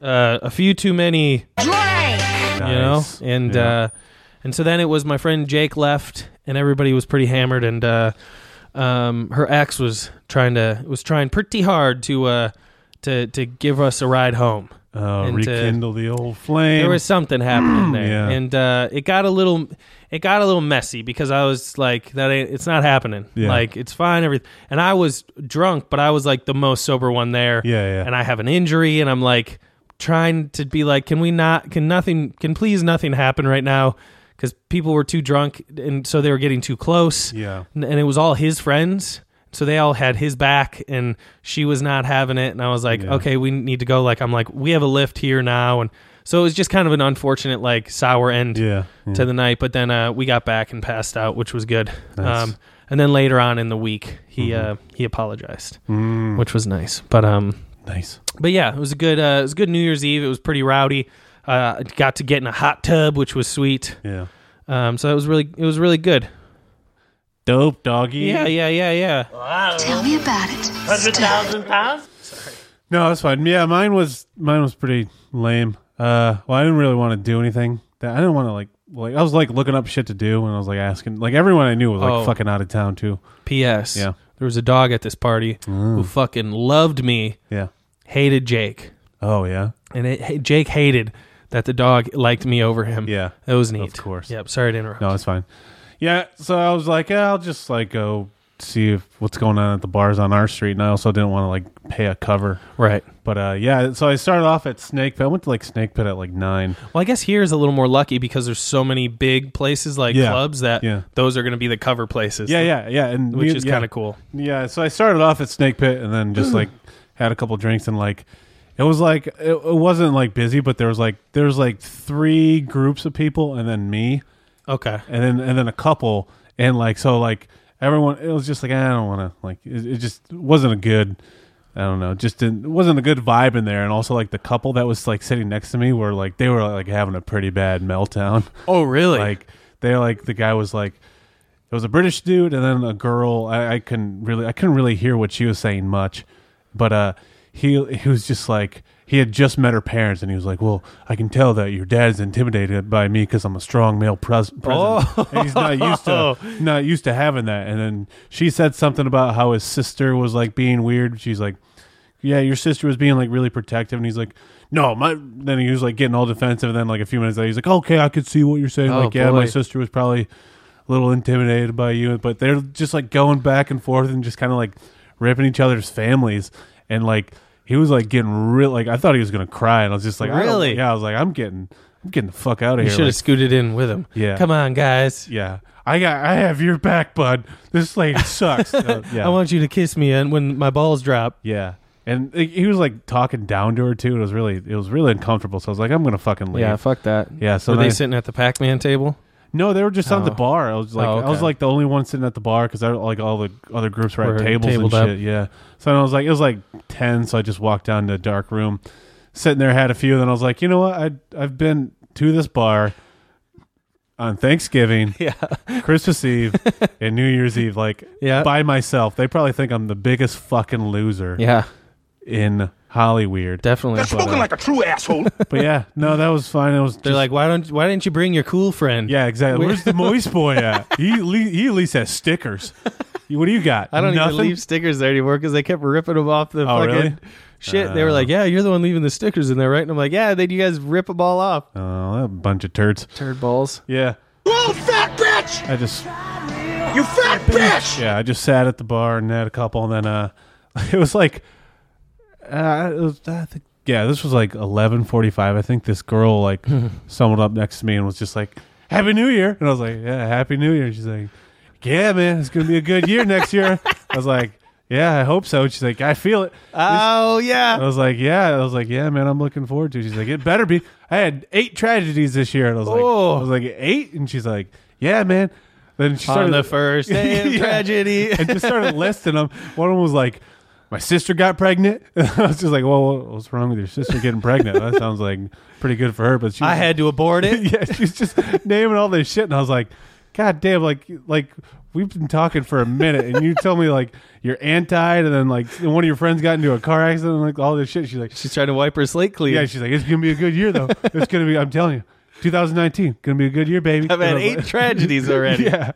[SPEAKER 2] Uh, a few too many. You know,
[SPEAKER 3] Nice.
[SPEAKER 2] and
[SPEAKER 3] Yeah.
[SPEAKER 2] uh, and so then it was my friend Jake left, and everybody was pretty hammered, and uh, um, her ex was trying to was trying pretty hard to uh, to to give us a ride home.
[SPEAKER 3] Uh,
[SPEAKER 2] and to-
[SPEAKER 3] rekindle the old flame.
[SPEAKER 2] There was something happening there,
[SPEAKER 3] Yeah.
[SPEAKER 2] and uh, it got a little, it got a little messy because I was like, "That ain't, it's not happening.
[SPEAKER 3] Yeah.
[SPEAKER 2] Like it's fine, everything." And I was drunk, but I was like the most sober one there.
[SPEAKER 3] Yeah, yeah.
[SPEAKER 2] And I have an injury, and I'm like trying to be like, "Can we not? Can nothing? Can please nothing happen right now?" Because people were too drunk, and so they were getting too close.
[SPEAKER 3] Yeah.
[SPEAKER 2] and, and it was all his friends. So they all had his back, and she was not having it. And I was like,
[SPEAKER 3] Yeah.
[SPEAKER 2] okay, we need to go. Like, I'm like, we have a lift here now, and so it was just kind of an unfortunate, like, sour end
[SPEAKER 3] yeah.
[SPEAKER 2] to the night. But then uh, we got back and passed out, which was good.
[SPEAKER 3] Nice. Mm-hmm.
[SPEAKER 2] Um, and then later on in the week, he uh, he apologized,
[SPEAKER 3] Mm.
[SPEAKER 2] which was nice. But um,
[SPEAKER 3] nice.
[SPEAKER 2] but yeah, it was a good uh, it was a good New Year's Eve. It was pretty rowdy. Uh, I got to get in a hot tub, which was sweet.
[SPEAKER 3] Yeah.
[SPEAKER 2] Um, so it was really it was really good.
[SPEAKER 3] Dope doggy.
[SPEAKER 2] Yeah, yeah, yeah, yeah.
[SPEAKER 10] Tell me about it.
[SPEAKER 21] Hundred thousand pounds?
[SPEAKER 3] No, that's fine. Yeah, mine was mine was pretty lame. Uh, well, I didn't really want to do anything. That I didn't want to like like I was like looking up shit to do, and I was like asking like everyone I knew was like
[SPEAKER 2] Oh.
[SPEAKER 3] fucking out of town too.
[SPEAKER 2] P.S.
[SPEAKER 3] Yeah. Mm.
[SPEAKER 2] There was a dog at this party who fucking loved me.
[SPEAKER 3] Yeah.
[SPEAKER 2] Hated Jake.
[SPEAKER 3] Oh yeah.
[SPEAKER 2] And it, hey, Jake hated that the dog liked me over him.
[SPEAKER 3] Yeah.
[SPEAKER 2] It was neat.
[SPEAKER 3] Of course.
[SPEAKER 2] Yep. Sorry to interrupt.
[SPEAKER 3] No, it's fine. Yeah, so I was like, yeah, I'll just like go see if what's going on at the bars on our street, and I also didn't want to like pay a cover.
[SPEAKER 2] Right.
[SPEAKER 3] But uh, yeah, so I started off at Snake Pit. I went to like Snake Pit at like nine.
[SPEAKER 2] Well, I guess here is a little more lucky because there's so many big places like
[SPEAKER 3] Yeah.
[SPEAKER 2] clubs that
[SPEAKER 3] Yeah.
[SPEAKER 2] those are going to be the cover places.
[SPEAKER 3] Yeah, yeah, yeah, and
[SPEAKER 2] which
[SPEAKER 3] we-
[SPEAKER 2] is
[SPEAKER 3] yeah.
[SPEAKER 2] kind of cool.
[SPEAKER 3] Yeah, so I started off at Snake Pit and then just like had a couple drinks and like it was like it, it wasn't like busy, but there was like there was like three groups of people and then me.
[SPEAKER 2] Okay.
[SPEAKER 3] And then and then a couple and like so like everyone it was just like I don't want to like it, it just wasn't a good I don't know just didn't, it wasn't a good vibe in there and also like the couple that was like sitting next to me were like they were like having a pretty bad meltdown.
[SPEAKER 2] Oh really?
[SPEAKER 3] Like they like the guy was like it was a British dude and then a girl. I, I couldn't really I couldn't really hear what she was saying much, but uh, he he was just like he had just met her parents and he was like, well, I can tell that your dad's intimidated by me because I'm a strong male pres- presence.
[SPEAKER 2] Oh.
[SPEAKER 3] And he's not used to not used to having that. And then she said something about how his sister was like being weird. She's like. Yeah, your sister was being like really protective, and he's like, "No, my." Then he was like getting all defensive, and then like a few minutes later, he's like, "Okay, I could see what you're saying."
[SPEAKER 2] Oh,
[SPEAKER 3] like, yeah, my
[SPEAKER 2] boy.
[SPEAKER 3] sister was probably a little intimidated by you, but they're just like going back and forth and just kind of like ripping each other's families. And like he was like getting real, like I thought he was gonna cry, and I was just like, I don't-
[SPEAKER 2] Really?
[SPEAKER 3] yeah, I was like, I'm getting, I'm getting the fuck out of
[SPEAKER 2] You
[SPEAKER 3] here.
[SPEAKER 2] should have
[SPEAKER 3] Like,
[SPEAKER 2] scooted in with him.
[SPEAKER 3] Yeah.
[SPEAKER 2] Come on, guys.
[SPEAKER 3] yeah, I got, I have your back, bud. This lady sucks. Uh, yeah,
[SPEAKER 2] I want you to kiss me and when my balls drop.
[SPEAKER 3] yeah. And like, he was like talking down to her too. It was really, it was really uncomfortable. So I was like, I'm gonna fucking leave.
[SPEAKER 2] Yeah, fuck that.
[SPEAKER 3] Yeah. So
[SPEAKER 2] were they
[SPEAKER 3] then-
[SPEAKER 2] sitting at the Pac-Man table?
[SPEAKER 3] No, they were just on the
[SPEAKER 2] Oh.
[SPEAKER 3] bar. I was like,
[SPEAKER 2] Oh,
[SPEAKER 3] I was
[SPEAKER 2] okay.
[SPEAKER 3] like the only one sitting at the bar because like all the other groups were at
[SPEAKER 2] Were
[SPEAKER 3] tables and
[SPEAKER 2] tabled up.
[SPEAKER 3] shit. Yeah. So then I was like, it was like ten. So I just walked down to a dark room, sitting there, had a few. Then I was like, you know what? I I've been to this bar on Thanksgiving,
[SPEAKER 2] yeah,
[SPEAKER 3] Christmas Eve, and New Year's Eve, like
[SPEAKER 2] Yeah.
[SPEAKER 3] by myself. They probably think I'm the biggest fucking loser.
[SPEAKER 2] Yeah.
[SPEAKER 3] In Hollyweird,
[SPEAKER 2] definitely. That's
[SPEAKER 3] spoken
[SPEAKER 4] like a true asshole.
[SPEAKER 3] But yeah, no, that was fine. It was.
[SPEAKER 2] They're like, why don't why didn't you bring your cool friend?
[SPEAKER 3] Yeah, exactly.
[SPEAKER 2] We-
[SPEAKER 3] Where's the moist boy at? He, at le- he at least has stickers. You- What do you got?
[SPEAKER 2] I don't
[SPEAKER 3] Nothing?
[SPEAKER 2] even leave stickers there anymore because they kept ripping them off the
[SPEAKER 3] Oh,
[SPEAKER 2] fucking
[SPEAKER 3] really? Uh.
[SPEAKER 2] shit. they were like, "Yeah, you're the one leaving the stickers in there, right?" And I'm like, "Yeah." Then you guys rip them all off.
[SPEAKER 3] Oh, a bunch of turds.
[SPEAKER 2] Turd balls.
[SPEAKER 3] Yeah,
[SPEAKER 4] You fat bitch!
[SPEAKER 3] I just
[SPEAKER 4] You fat bitch!
[SPEAKER 3] yeah, I just sat at the bar and had a couple, and then uh, it was like, uh, it was, I think, yeah, this was like eleven forty five. I think this girl like stumbled up next to me and was just like, "Happy New Year," and I was like, "Yeah, Happy New Year." And she's like, "Yeah, man, it's gonna be a good year next year." I was like, "Yeah, I hope so." And she's like, "I feel it."
[SPEAKER 2] Oh yeah.
[SPEAKER 3] I was like, yeah. I was like, yeah, man. I'm looking forward to. it. She's like, it better be. I had eight tragedies this year, and I was like, I was like eight, and she's like, yeah, man. Then she
[SPEAKER 2] Oh. On
[SPEAKER 3] started
[SPEAKER 2] the first day of tragedy.
[SPEAKER 3] and just started listing them. One of them was like, my sister got pregnant. I was just like, well, what's wrong with your sister getting pregnant? That sounds like pretty good for her, but she
[SPEAKER 2] I had to abort it.
[SPEAKER 3] yeah, she's just naming all this shit, and I was like, God damn, like like we've been talking for a minute, and you tell me like you're anti, and then like one of your friends got into a car accident, and like all this shit. She's like,
[SPEAKER 2] she's trying to wipe her slate clean.
[SPEAKER 3] Yeah, she's like, it's gonna be a good year though. it's gonna be. I'm telling you, 2019, gonna be a good year, baby.
[SPEAKER 2] I've had
[SPEAKER 3] And I'm
[SPEAKER 2] eight
[SPEAKER 3] like-
[SPEAKER 2] tragedies already.
[SPEAKER 3] yeah,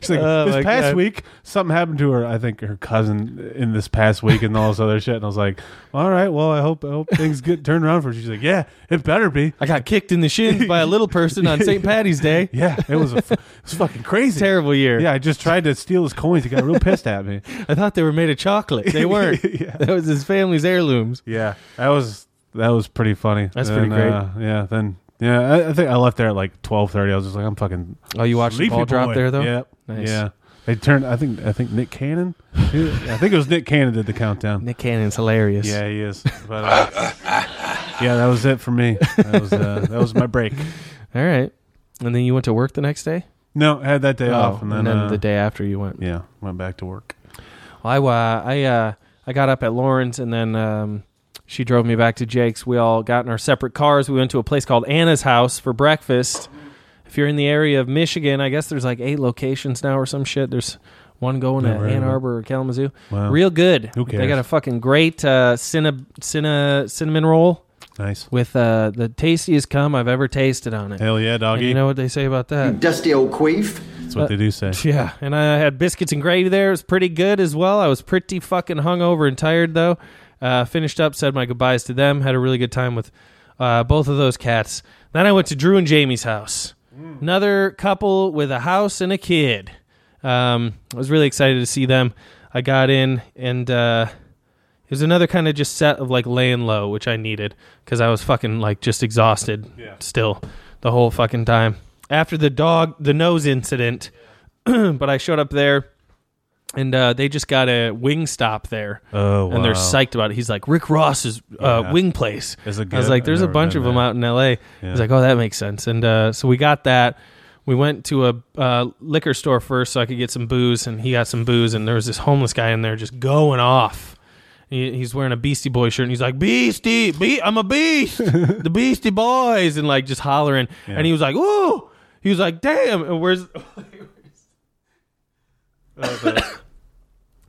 [SPEAKER 3] she's like,
[SPEAKER 2] Oh, my
[SPEAKER 3] this past
[SPEAKER 2] God.
[SPEAKER 3] week something happened to her. I think her cousin in this past week and all this other shit. And I was like, all right, well, I hope I hope things get turned around for her. She's like, yeah, it better be.
[SPEAKER 2] I got kicked in the shins by a little person on St. Patty's Day.
[SPEAKER 3] Yeah, it was a f- it was fucking crazy,
[SPEAKER 2] terrible year.
[SPEAKER 3] Yeah, I just tried to steal his coins. He got real pissed at me.
[SPEAKER 2] I thought they were made of chocolate. They weren't. That was his family's heirlooms.
[SPEAKER 3] Yeah, that was that was pretty funny.
[SPEAKER 2] That's
[SPEAKER 3] Then,
[SPEAKER 2] pretty great.
[SPEAKER 3] uh, yeah, then yeah, I, I think I left there at like twelve thirty. I was just like, I'm fucking.
[SPEAKER 2] Oh, you watched the
[SPEAKER 3] sleepy
[SPEAKER 2] ball drop
[SPEAKER 3] boy.
[SPEAKER 2] there, though?
[SPEAKER 3] Yep.
[SPEAKER 2] Nice.
[SPEAKER 3] Yeah. They turned. I think. I think Nick Cannon. I think it was Nick Cannon did the countdown.
[SPEAKER 2] Nick Cannon's hilarious.
[SPEAKER 3] Yeah, he is. But, uh, yeah, that was it for me. That was uh, that was my break.
[SPEAKER 2] All right. And then you went to work the next day?
[SPEAKER 3] No, I had that day
[SPEAKER 2] Oh,
[SPEAKER 3] off, and then, uh,
[SPEAKER 2] the day after you went.
[SPEAKER 3] Yeah, went back to work.
[SPEAKER 2] Well, I uh, I uh, I got up at Lauren's, and then um, she drove me back to Jake's. We all got in our separate cars. We went to a place called Anna's House for breakfast. If you're in the area of Michigan, I guess there's like eight locations now or some shit. There's one going
[SPEAKER 3] Never
[SPEAKER 2] to
[SPEAKER 3] heard of
[SPEAKER 2] Ann
[SPEAKER 3] it.
[SPEAKER 2] Arbor or Kalamazoo.
[SPEAKER 3] Wow.
[SPEAKER 2] Real good.
[SPEAKER 3] Who
[SPEAKER 2] They
[SPEAKER 3] cares?
[SPEAKER 2] got a fucking great uh, cinna, cinna, cinnamon roll.
[SPEAKER 3] Nice.
[SPEAKER 2] With uh, the tastiest cum I've ever tasted on it.
[SPEAKER 3] Hell yeah,
[SPEAKER 2] And
[SPEAKER 3] doggy.
[SPEAKER 2] you know what they say about that?
[SPEAKER 19] Dusty old queef.
[SPEAKER 3] That's what they do say.
[SPEAKER 2] Yeah, and I had biscuits and gravy there. It was pretty good as well. I was pretty fucking hungover and tired though. Uh, finished up, said my goodbyes to them. Had a really good time with uh, both of those cats. Then I went to Drew and Jamie's house. Another couple with a house and a kid. Um, I was really excited to see them. I got in and uh, it was another kind of just set of like laying low, which I needed because I was fucking like just exhausted still the whole fucking time. After the dog, the nose incident, but I showed up there and uh, they just got a wing stop there.
[SPEAKER 3] Oh,
[SPEAKER 2] And they're
[SPEAKER 3] wow.
[SPEAKER 2] psyched about it. He's like, Rick Ross's uh,
[SPEAKER 3] Yeah.
[SPEAKER 2] wing place.
[SPEAKER 3] Is it
[SPEAKER 2] I was
[SPEAKER 3] good?
[SPEAKER 2] like, there's
[SPEAKER 3] I've
[SPEAKER 2] a
[SPEAKER 3] never
[SPEAKER 2] bunch
[SPEAKER 3] been
[SPEAKER 2] of them out in LA.
[SPEAKER 3] Yeah.
[SPEAKER 2] He's like, oh, that makes sense. And uh, so we got that. We went to a uh, liquor store first so I could get some booze, and he got some booze, and there was this homeless guy in there just going off. He, he's wearing a Beastie Boy shirt, and he's like, Beastie, be- I'm a beast, the Beastie Boys, and like just hollering. And he was like, ooh. He was like, damn, and where's.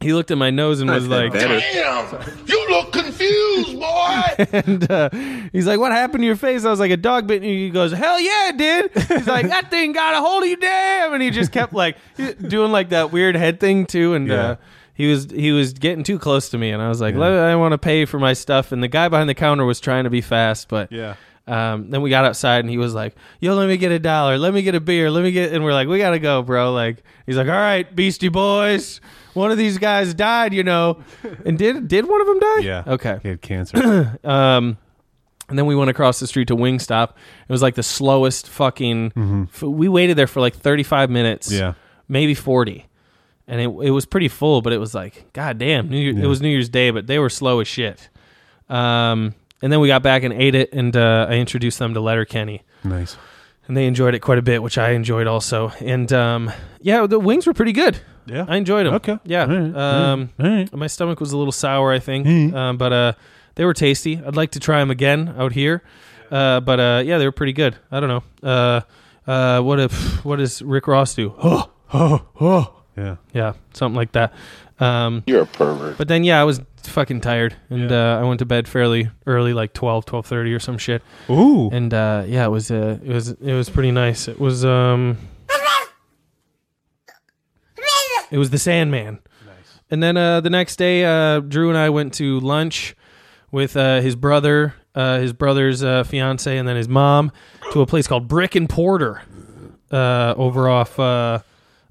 [SPEAKER 2] he looked at my nose and was like,
[SPEAKER 4] Damn! You look confused, boy!
[SPEAKER 2] and uh, he's like, "What happened to your face?" I was like, "A dog bit you." He goes, "Hell yeah, it did." He's like, "That thing got a hold of you, damn!" And he just kept like doing like that weird head thing too. And uh, he was he was getting too close to me, and I was like, "Let- "I want to pay for my stuff." And the guy behind the counter was trying to be fast, but
[SPEAKER 3] Yeah.
[SPEAKER 2] Um, then we got outside and he was like, "Yo, let me get a dollar. Let me get a beer. Let me get." And we're like, "We gotta go, bro." Like he's like, "All right, Beastie Boys." One of these guys died, you know, and did did one of them die?
[SPEAKER 3] Yeah.
[SPEAKER 2] Okay.
[SPEAKER 3] He had cancer.
[SPEAKER 2] um, and then we went across the street to Wingstop. It was like the slowest fucking.
[SPEAKER 3] Mhm.
[SPEAKER 2] f- we waited there for like 35 minutes.
[SPEAKER 3] Yeah.
[SPEAKER 2] Maybe 40. And it, it was pretty full, but it was like, God damn. New Year, It was New Year's Day, but they were slow as shit. Um, and then we got back and ate it, and uh, I introduced them to Letterkenny.
[SPEAKER 3] Nice.
[SPEAKER 2] And they enjoyed it quite a bit, which I enjoyed also. And um, yeah, the wings were pretty good.
[SPEAKER 3] Yeah.
[SPEAKER 2] I enjoyed them.
[SPEAKER 3] Okay.
[SPEAKER 2] Yeah.
[SPEAKER 3] All right.
[SPEAKER 2] Um,
[SPEAKER 3] All right. Mm-hmm.
[SPEAKER 2] My stomach was a little sour, I think, um, but uh, they were tasty. I'd like to try them again out here, uh, but uh, yeah, they were pretty good. I don't know. Uh, uh, what if what does Rick Ross do? Oh, oh, oh.
[SPEAKER 3] Yeah.
[SPEAKER 2] Yeah, something like that. Um,
[SPEAKER 5] You're a pervert.
[SPEAKER 2] But then, yeah, I was fucking tired, and uh, I went to bed fairly early, like 12, 12.30 or some shit.
[SPEAKER 3] Ooh.
[SPEAKER 2] And uh, yeah, it was uh, it was it was pretty nice. It was um, it was the Sandman. Nice. And then uh, the next day, uh, Drew and I went to lunch with uh, his brother, uh, his brother's uh, fiance, and then his mom to a place called Brick and Porter uh, over off uh,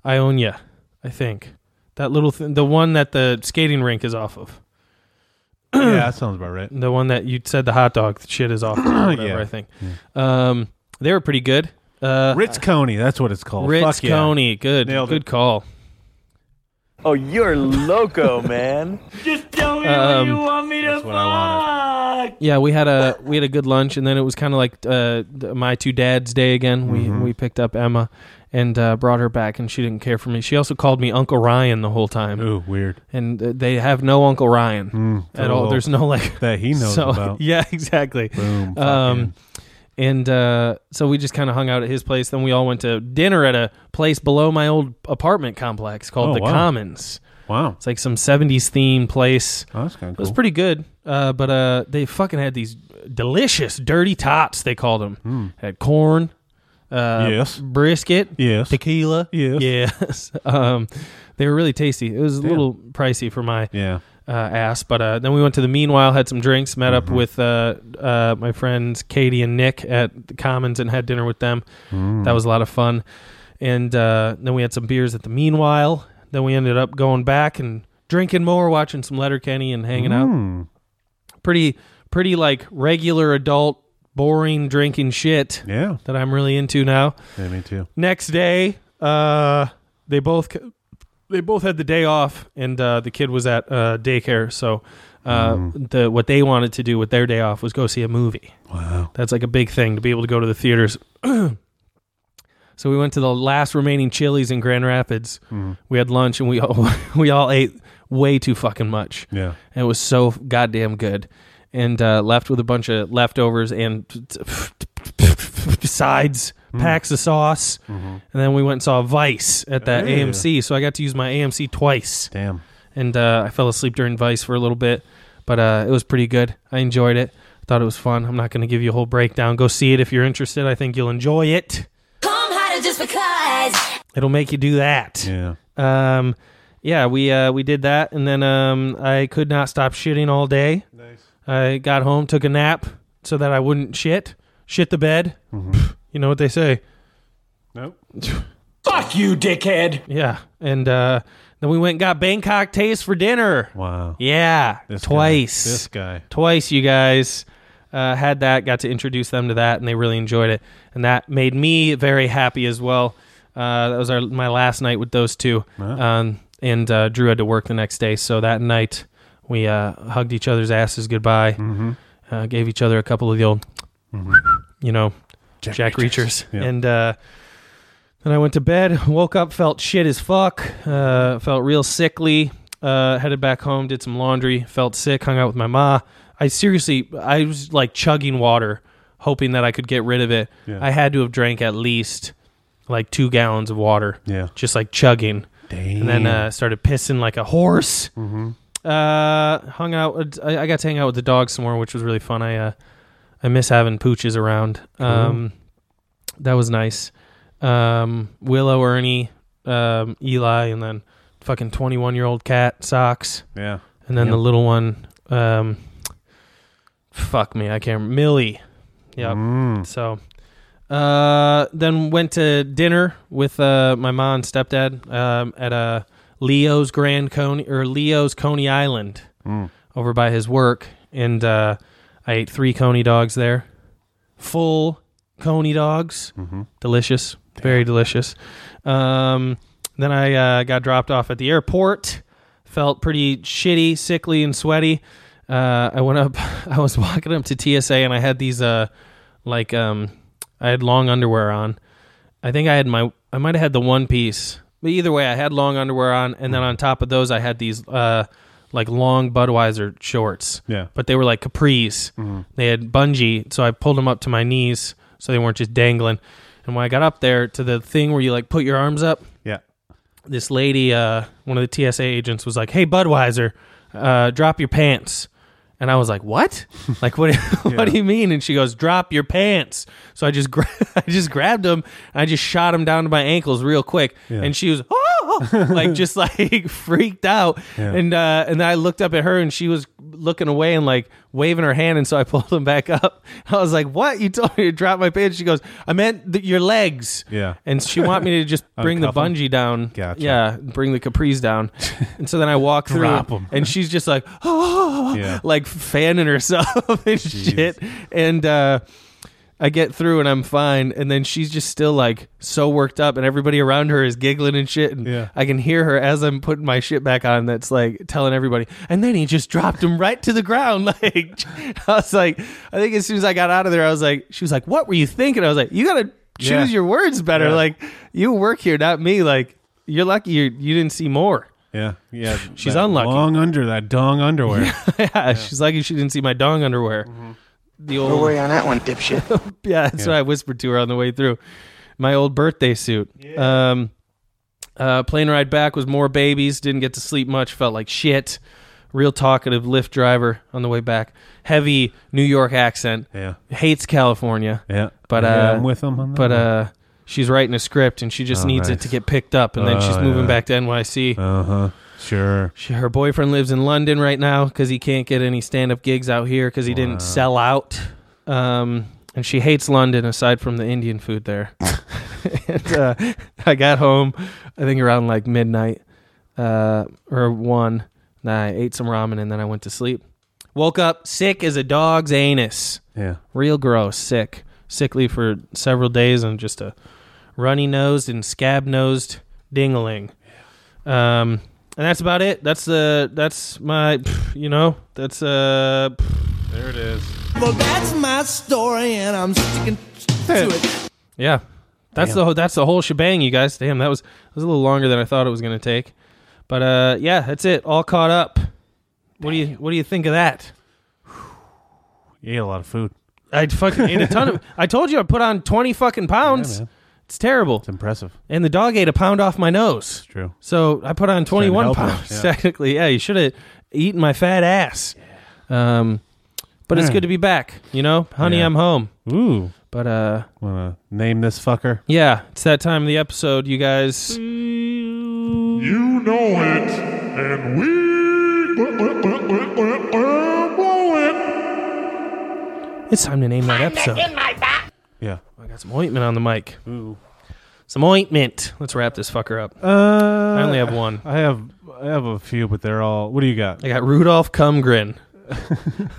[SPEAKER 2] Ionia, I think. That little th- the one that the skating rink is off of.
[SPEAKER 3] yeah, that sounds about right.
[SPEAKER 2] The one that you said the hot dog shit is off. Of, or whatever,
[SPEAKER 3] Yeah.
[SPEAKER 2] I think. Um, they were pretty good. Uh,
[SPEAKER 3] Ritz Coney, that's what it's called.
[SPEAKER 2] Ritz
[SPEAKER 3] Fuck yeah.
[SPEAKER 2] Coney, good, good call.
[SPEAKER 10] Oh, you're loco, man. Just tell me
[SPEAKER 2] Um,
[SPEAKER 10] what you want me to fuck.
[SPEAKER 2] Yeah, we had a we had a good lunch, and then it was kind of like uh, th- my two dads' day again. We
[SPEAKER 3] Mm-hmm.
[SPEAKER 2] we picked up Emma and uh, brought her back, and she didn't care for me. She also called me Uncle Ryan the whole time.
[SPEAKER 3] Ooh, weird.
[SPEAKER 2] And uh, they have no Uncle Ryan at all.
[SPEAKER 3] oh,
[SPEAKER 2] There's no like
[SPEAKER 3] that he knows
[SPEAKER 2] so-
[SPEAKER 3] about.
[SPEAKER 2] Yeah, exactly.
[SPEAKER 3] Boom,
[SPEAKER 2] Um, and uh, so we just kind of hung out at his place. Then we all went to dinner at a place below my old apartment complex called
[SPEAKER 3] Oh,
[SPEAKER 2] the
[SPEAKER 3] wow.
[SPEAKER 2] Commons.
[SPEAKER 3] Wow,
[SPEAKER 2] it's like some '70s theme place.
[SPEAKER 3] Oh, that's kind of
[SPEAKER 2] It was pretty good. Uh, but uh, they fucking had these delicious dirty tots. They called them.
[SPEAKER 3] Hmm.
[SPEAKER 2] Had corn. Uh,
[SPEAKER 3] Yes.
[SPEAKER 2] Brisket. Yes. Tequila.
[SPEAKER 3] Yes.
[SPEAKER 2] Yes. um, they were really tasty. It was
[SPEAKER 3] Damn.
[SPEAKER 2] a little pricey for my
[SPEAKER 3] Yeah.
[SPEAKER 2] uh, ass, but uh, then we went to the Meanwhile, had some drinks, met
[SPEAKER 3] Mm-hmm.
[SPEAKER 2] up with uh, uh, my friends Katie and Nick at the Commons, and had dinner with them.
[SPEAKER 3] Mm.
[SPEAKER 2] That was a lot of fun. And uh, then we had some beers at the Meanwhile. Then we ended up going back and drinking more, watching some Letterkenny, and hanging
[SPEAKER 3] Mm.
[SPEAKER 2] out. Pretty, pretty like regular adult, boring drinking shit.
[SPEAKER 3] Yeah,
[SPEAKER 2] that I'm really into now.
[SPEAKER 3] Yeah, me too.
[SPEAKER 2] Next day, uh, they both c- they both had the day off, and uh, the kid was at uh, daycare. So, uh,
[SPEAKER 3] Mm.
[SPEAKER 2] the what they wanted to do with their day off was go see a movie.
[SPEAKER 3] Wow,
[SPEAKER 2] that's like a big thing to be able to go to the theaters. so we went to the last remaining Chili's in Grand Rapids.
[SPEAKER 3] Mhm.
[SPEAKER 2] We had lunch, and we all we all ate way too fucking much.
[SPEAKER 3] Yeah.
[SPEAKER 2] and it was so goddamn good. And uh, left with a bunch of leftovers and sides,
[SPEAKER 3] Mm.
[SPEAKER 2] packs of sauce, and then we went and saw Vice at that
[SPEAKER 3] Hey.
[SPEAKER 2] AMC. So I got to use my AMC twice. Damn. And uh, I fell asleep during Vice for a little bit, but uh, it was pretty good. I enjoyed it. Thought it was fun. I'm not going to give you a whole breakdown. Go see it if you're interested. I think you'll enjoy it.
[SPEAKER 12] Come harder just because.
[SPEAKER 2] It'll make you do that. Yeah. Um, yeah, we uh, we did that, and then um, I could not stop shitting all day. Nice. I got home, took a nap so that I wouldn't shit. Shit the bed. You know what they say.
[SPEAKER 3] Nope.
[SPEAKER 2] Fuck you, dickhead. Yeah, and uh, then we went and got Bangkok taste for dinner.
[SPEAKER 3] Wow.
[SPEAKER 2] Yeah,
[SPEAKER 3] This guy.
[SPEAKER 2] twice.
[SPEAKER 3] This guy.
[SPEAKER 2] Twice, you guys. Uh, had that, got to introduce them to that, and they really enjoyed it. And that made me very happy as well. Uh, that was our my last night with those two. Um, and uh, Drew had to work the next day. So that night, we uh, hugged each other's asses goodbye,
[SPEAKER 3] Mm-hmm.
[SPEAKER 2] uh, gave each other a couple of the old, you know, Jack, Reachers. And uh, then I went to bed, woke up, felt shit as fuck, uh, felt real sickly, uh, headed back home, did some laundry, felt sick, hung out with my ma. I seriously, I was like chugging water, hoping that I could get rid of it.
[SPEAKER 3] Yeah.
[SPEAKER 2] I had to have drank at least like two gallons of water.
[SPEAKER 3] Yeah.
[SPEAKER 2] Just like chugging. And then
[SPEAKER 3] Damn.
[SPEAKER 2] uh, started pissing like a horse.
[SPEAKER 3] Mhm.
[SPEAKER 2] Uh, hung out. I, I got to hang out with the dog some more, which was really fun. I uh, I miss having pooches around. Um, that was nice. Um, Willow, Ernie, um, Eli, and then fucking twenty-one year old cat socks.
[SPEAKER 3] Yeah.
[SPEAKER 2] and then
[SPEAKER 3] Yeah.
[SPEAKER 2] the little one. Um, fuck me, I can't. rem- Millie. Yep. So, uh, then went to dinner with uh, my mom and stepdad um, at uh, Leo's Grand Coney or Leo's Coney Island
[SPEAKER 3] Mm.
[SPEAKER 2] over by his work, and uh, I ate three Coney dogs there, full Coney dogs, delicious, very delicious. Um, then I uh, got dropped off at the airport, felt pretty shitty, sickly, and sweaty. Uh, I went up, I was walking up to TSA, and I had these uh, like um, I had long underwear on. I think I had my, I might have had the one piece, but either way, I had long underwear on, and then on top of those, I had these uh, like long Budweiser shorts.
[SPEAKER 3] Yeah.
[SPEAKER 2] but they were like capris.
[SPEAKER 3] Mhm.
[SPEAKER 2] They had bungee, so I pulled them up to my knees so they weren't just dangling. And when I got up there to the thing where you like put your arms up,
[SPEAKER 3] Yeah.
[SPEAKER 2] this lady, uh, one of the TSA agents, was like, "Hey, Budweiser, uh, drop your pants." And I was like, "What? like, what? what do you mean?" And she goes, "Drop your pants." So I just, gra- I just grabbed him. And I just shot him down to my ankles real quick, and she was oh, like just like freaked out.
[SPEAKER 3] Yeah.
[SPEAKER 2] And uh, and then I looked up at her, and she was looking away and like waving her hand. And so I pulled him back up. I was like, "What? You told me to drop my pants?" She goes, "I meant th- your legs."
[SPEAKER 3] Yeah.
[SPEAKER 2] And she wanted me to just bring the
[SPEAKER 3] Uncuff 'em?
[SPEAKER 2] bungee down.
[SPEAKER 3] Gotcha.
[SPEAKER 2] Yeah, bring the capris down. And so then I walk through,
[SPEAKER 3] Drop 'em.
[SPEAKER 2] and she's just like, oh,
[SPEAKER 3] Yeah.
[SPEAKER 2] like fanning herself and shit. And uh, I get through, and I'm fine. And then she's just still like so worked up, and everybody around her is giggling and shit. And
[SPEAKER 3] Yeah.
[SPEAKER 2] I can hear her as I'm putting my shit back on. That's like telling everybody. And then he just dropped him right to the ground. Like I was like, I think as soon as I got out of there, I was like, she was like, "What were you thinking?" I was like, "You gotta choose
[SPEAKER 3] Yeah.
[SPEAKER 2] your words better."
[SPEAKER 3] Yeah.
[SPEAKER 2] Like you work here, not me. Like you're lucky you you didn't see more.
[SPEAKER 3] Yeah. Yeah.
[SPEAKER 2] She's
[SPEAKER 3] that
[SPEAKER 2] unlucky.
[SPEAKER 3] Long under that dong underwear.
[SPEAKER 2] yeah, she's lucky she didn't see my dong underwear.
[SPEAKER 3] Mm-hmm.
[SPEAKER 2] The old
[SPEAKER 3] Don't worry on
[SPEAKER 2] that one, dipshit. yeah, that's what I whispered to her on the way through. My old birthday suit. Um, uh, plane ride back was more babies. Didn't get to sleep much. Felt like shit. real talkative Lyft driver on the way back. Heavy New York accent.
[SPEAKER 3] Yeah.
[SPEAKER 2] Hates California.
[SPEAKER 3] Yeah.
[SPEAKER 2] But uh,
[SPEAKER 3] Yeah, I'm with him on that
[SPEAKER 2] But
[SPEAKER 3] one.
[SPEAKER 2] uh, she's writing a script and she just
[SPEAKER 3] Oh,
[SPEAKER 2] needs it
[SPEAKER 3] nice.
[SPEAKER 2] to get picked up, and then
[SPEAKER 3] Oh,
[SPEAKER 2] she's moving
[SPEAKER 3] yeah.
[SPEAKER 2] back to NYC.
[SPEAKER 3] Uh huh. Sure.
[SPEAKER 2] She, her boyfriend lives in London right now because he can't get any stand up gigs out here because he didn't sell out. Um, and she hates London aside from the Indian food there. and, uh, I got home, I think around like midnight uh, or one. And I ate some ramen and then I went to sleep. Woke up sick as a dog's anus.
[SPEAKER 3] Yeah.
[SPEAKER 2] Real gross, sick. Sickly for several days and just a runny nosed and scab nosed dingling. Um, and that's about it. That's uh, that's my, pff, you know, that's uh, there it is.
[SPEAKER 7] Well, that's my story, and I'm sticking to it.
[SPEAKER 2] Yeah, that's
[SPEAKER 7] Damn.
[SPEAKER 2] the whole, that's the whole shebang, you guys. Damn, that was that was a little longer than I thought it was gonna take, but uh, yeah, that's it. All caught up. What do you what do you think of that?
[SPEAKER 3] You ate a lot of food.
[SPEAKER 2] I fucking ate a ton of. I told you I put on twenty fucking pounds.
[SPEAKER 3] man.
[SPEAKER 2] it's terrible. It's
[SPEAKER 3] impressive.
[SPEAKER 2] And the dog ate a pound off my nose. It's
[SPEAKER 3] true.
[SPEAKER 2] So I put on twenty one
[SPEAKER 3] help it,
[SPEAKER 2] pounds
[SPEAKER 3] yeah.
[SPEAKER 2] technically. Yeah, you should have eaten my fat ass. Um, but it's
[SPEAKER 3] Mm.
[SPEAKER 2] good to be back. You know, honey,
[SPEAKER 3] Yeah.
[SPEAKER 2] I'm home.
[SPEAKER 3] Ooh.
[SPEAKER 2] But uh,
[SPEAKER 3] wanna name this fucker?
[SPEAKER 2] Yeah, it's that time of the episode, you guys.
[SPEAKER 11] You know it, and we blow it.
[SPEAKER 2] It's time to name that episode.
[SPEAKER 3] Yeah.
[SPEAKER 2] I got some ointment on the mic. Ooh. Some ointment. Let's wrap this fucker up.
[SPEAKER 3] Uh, I
[SPEAKER 2] only have one.
[SPEAKER 3] I have I have a few, but they're all. What do you got?
[SPEAKER 2] I got Rudolph Cumgren,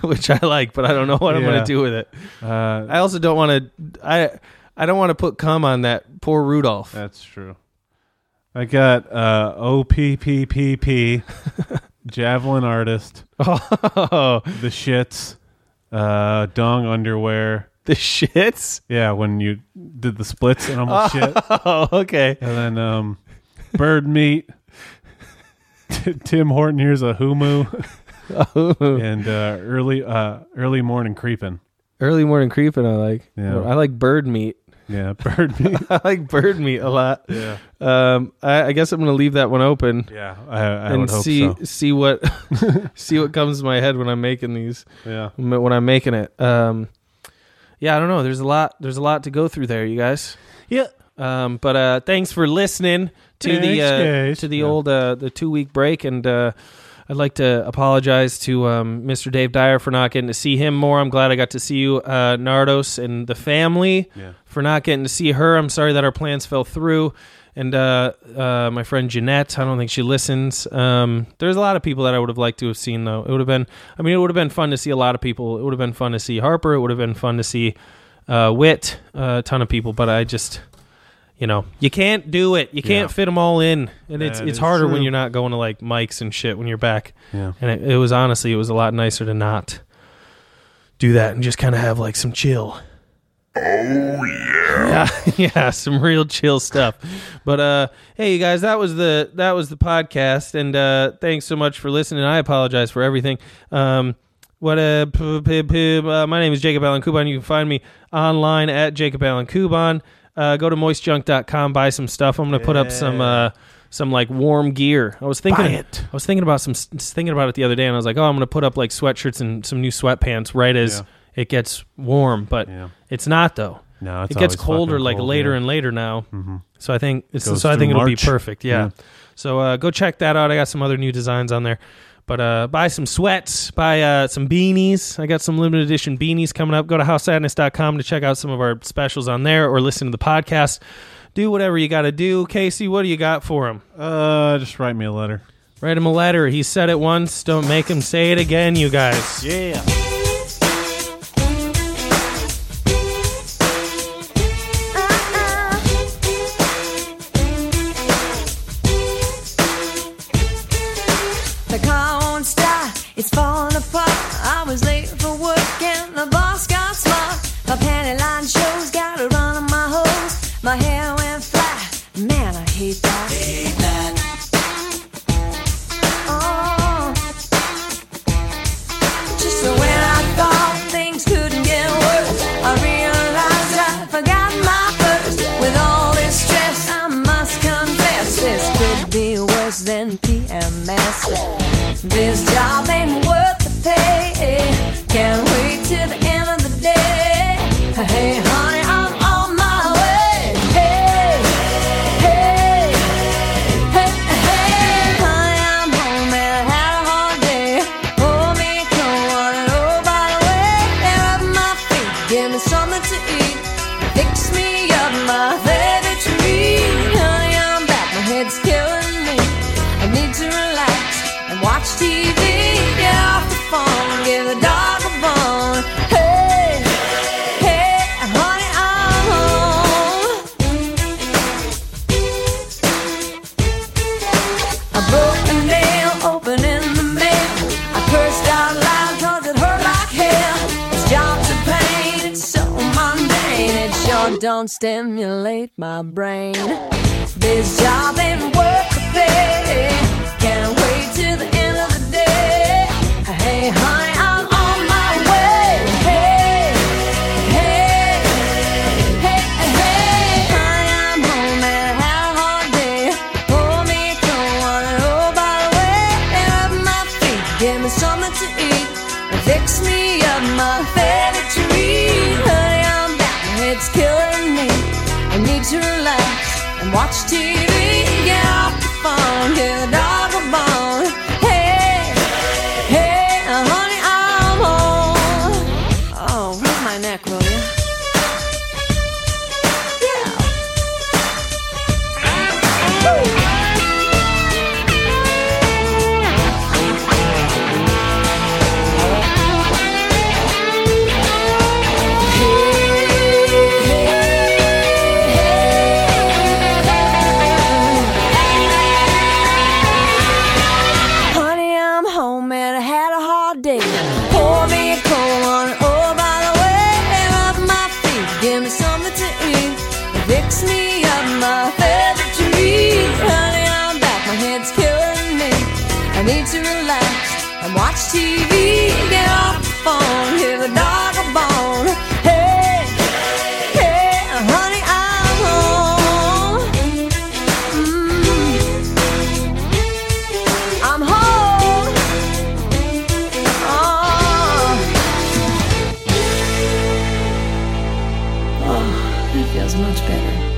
[SPEAKER 2] which I like, but I don't know what I'm going
[SPEAKER 3] Yeah.
[SPEAKER 2] to
[SPEAKER 3] Uh,
[SPEAKER 2] do with it. I also don't want to. I I don't want to put cum on that poor Rudolph.
[SPEAKER 3] That's true. I got uh, OPPPP, Javelin Artist,
[SPEAKER 2] oh.
[SPEAKER 3] The Shits, uh, Dong Underwear.
[SPEAKER 2] The Shits?
[SPEAKER 3] Yeah, when you did the splits and almost shit.
[SPEAKER 2] Oh, okay.
[SPEAKER 3] And then um, Bird Meat, T- Tim Horton, here's a Humu, and uh, early, uh, early Morning Creepin'.
[SPEAKER 2] Early morning creeping. I like.
[SPEAKER 3] Yeah.
[SPEAKER 2] I like bird meat.
[SPEAKER 3] Yeah, bird meat.
[SPEAKER 2] I like bird meat a lot.
[SPEAKER 3] Yeah.
[SPEAKER 2] Um. I, I guess I'm gonna leave that one open.
[SPEAKER 3] Yeah, I- I
[SPEAKER 2] and
[SPEAKER 3] would hope
[SPEAKER 2] see
[SPEAKER 3] so.
[SPEAKER 2] see what see what comes to my head when I'm making these.
[SPEAKER 3] Yeah.
[SPEAKER 2] m- When I'm making it. Um. Yeah. I don't know. There's a lot. There's a lot to go through there, you guys.
[SPEAKER 3] Yeah.
[SPEAKER 2] Um. But uh. Thanks for listening to the
[SPEAKER 3] Thanks,
[SPEAKER 2] uh,
[SPEAKER 3] guys.
[SPEAKER 2] to the old uh, the two week break and. uh I'd like to apologize to um, Mr. Dave Dyer for not getting to see him more. I'm glad I got to see you, uh, Nardos, and the family
[SPEAKER 3] Yeah.
[SPEAKER 2] for not getting to see her. I'm sorry that our plans fell through. And uh, uh, my friend Jeanette, I don't think she listens. Um, there's a lot of people that I would have liked to have seen, though. It would have been, I mean, it would have been fun to see a lot of people. It would have been fun to see Harper. It would have been fun to see uh, Wit, uh, a ton of people. But I just, you know, you can't do it. You can't
[SPEAKER 3] Yeah.
[SPEAKER 2] fit them all in, and it's
[SPEAKER 3] That
[SPEAKER 2] it's
[SPEAKER 3] is
[SPEAKER 2] harder
[SPEAKER 3] true.
[SPEAKER 2] when you're not going to like mics and shit when you're back.
[SPEAKER 3] Yeah.
[SPEAKER 2] And it, it was honestly, it was a lot nicer to not do that and just kind of have like some chill.
[SPEAKER 4] Oh, yeah.
[SPEAKER 2] Yeah, yeah, some real chill stuff. But uh hey you guys, that was the that was the podcast and uh thanks so much for listening. I apologize for everything. Um what uh, p- p- p- uh my name is Jacob Allen Kuban. You can find me online at Jacob Allen Kuban. Uh go to moistjunk.com, buy some stuff. I'm going to put up some uh some like warm gear. I was thinking I was thinking about some thinking about it the other day and I was like, "Oh, I'm going to put up like sweatshirts and some new sweatpants right as it gets warm, but it's not though.
[SPEAKER 3] No, it's
[SPEAKER 2] it gets
[SPEAKER 3] always
[SPEAKER 2] colder
[SPEAKER 3] fucking
[SPEAKER 2] like
[SPEAKER 3] cold,
[SPEAKER 2] later
[SPEAKER 3] yeah.
[SPEAKER 2] and later now.
[SPEAKER 3] Mhm.
[SPEAKER 2] So I think it's
[SPEAKER 3] Goes
[SPEAKER 2] so I
[SPEAKER 3] through
[SPEAKER 2] think it'll
[SPEAKER 3] March.
[SPEAKER 2] be perfect. Yeah.
[SPEAKER 3] Yeah.
[SPEAKER 2] So uh, go check that out. I got some other new designs on there. But uh, buy some sweats, buy uh, some beanies. I got some limited edition beanies coming up. Go to howsadness.com to check out some of our specials on there or listen to the podcast. Do whatever you got to do. Casey, what do you got for him?
[SPEAKER 3] Uh, just write me a letter.
[SPEAKER 2] Write him a letter. He said it once. Don't make him say it again, you guys.
[SPEAKER 3] Yeah.
[SPEAKER 13] The car won't start, it's falling apart. I was late for work and the boss got smart. My panty line shows, got a run on my hose. My hair went fly, man, I hate that. Hate that. Oh. Just when I thought things couldn't get worse, I realized I forgot my purse. With all this stress, I must confess this could be worse than PMS. This job don't stimulate my brain. This job ain't worth the pay. Can't wait till the end of the day. Hey, honey, I'm on my way. Hey, hey, hey, hey. Honey, I'm home and had a hard day. Pull me through on an old by the way. Air my feet, give me something to eat. Fix me up my favorite treat. Honey, I'm down, it's killing me. I need to relax and watch TV. Get off the phone, get a dog a bone. Hey, hey, honey, I'm home. Oh, rub my neck, will you? Honey, I'm home and I had a hard day. Pour me a cold one, oh, by the way, and off my feet. Give me something to eat. Fix me up my favorite treat. Honey, I'm back, my head's killing me. I need to relax and watch TV. Get off the phone, give the dog a bone. Hey, hey, honey, I'm home. Mm. I'm home. Oh. oh, that Ah. feels much better.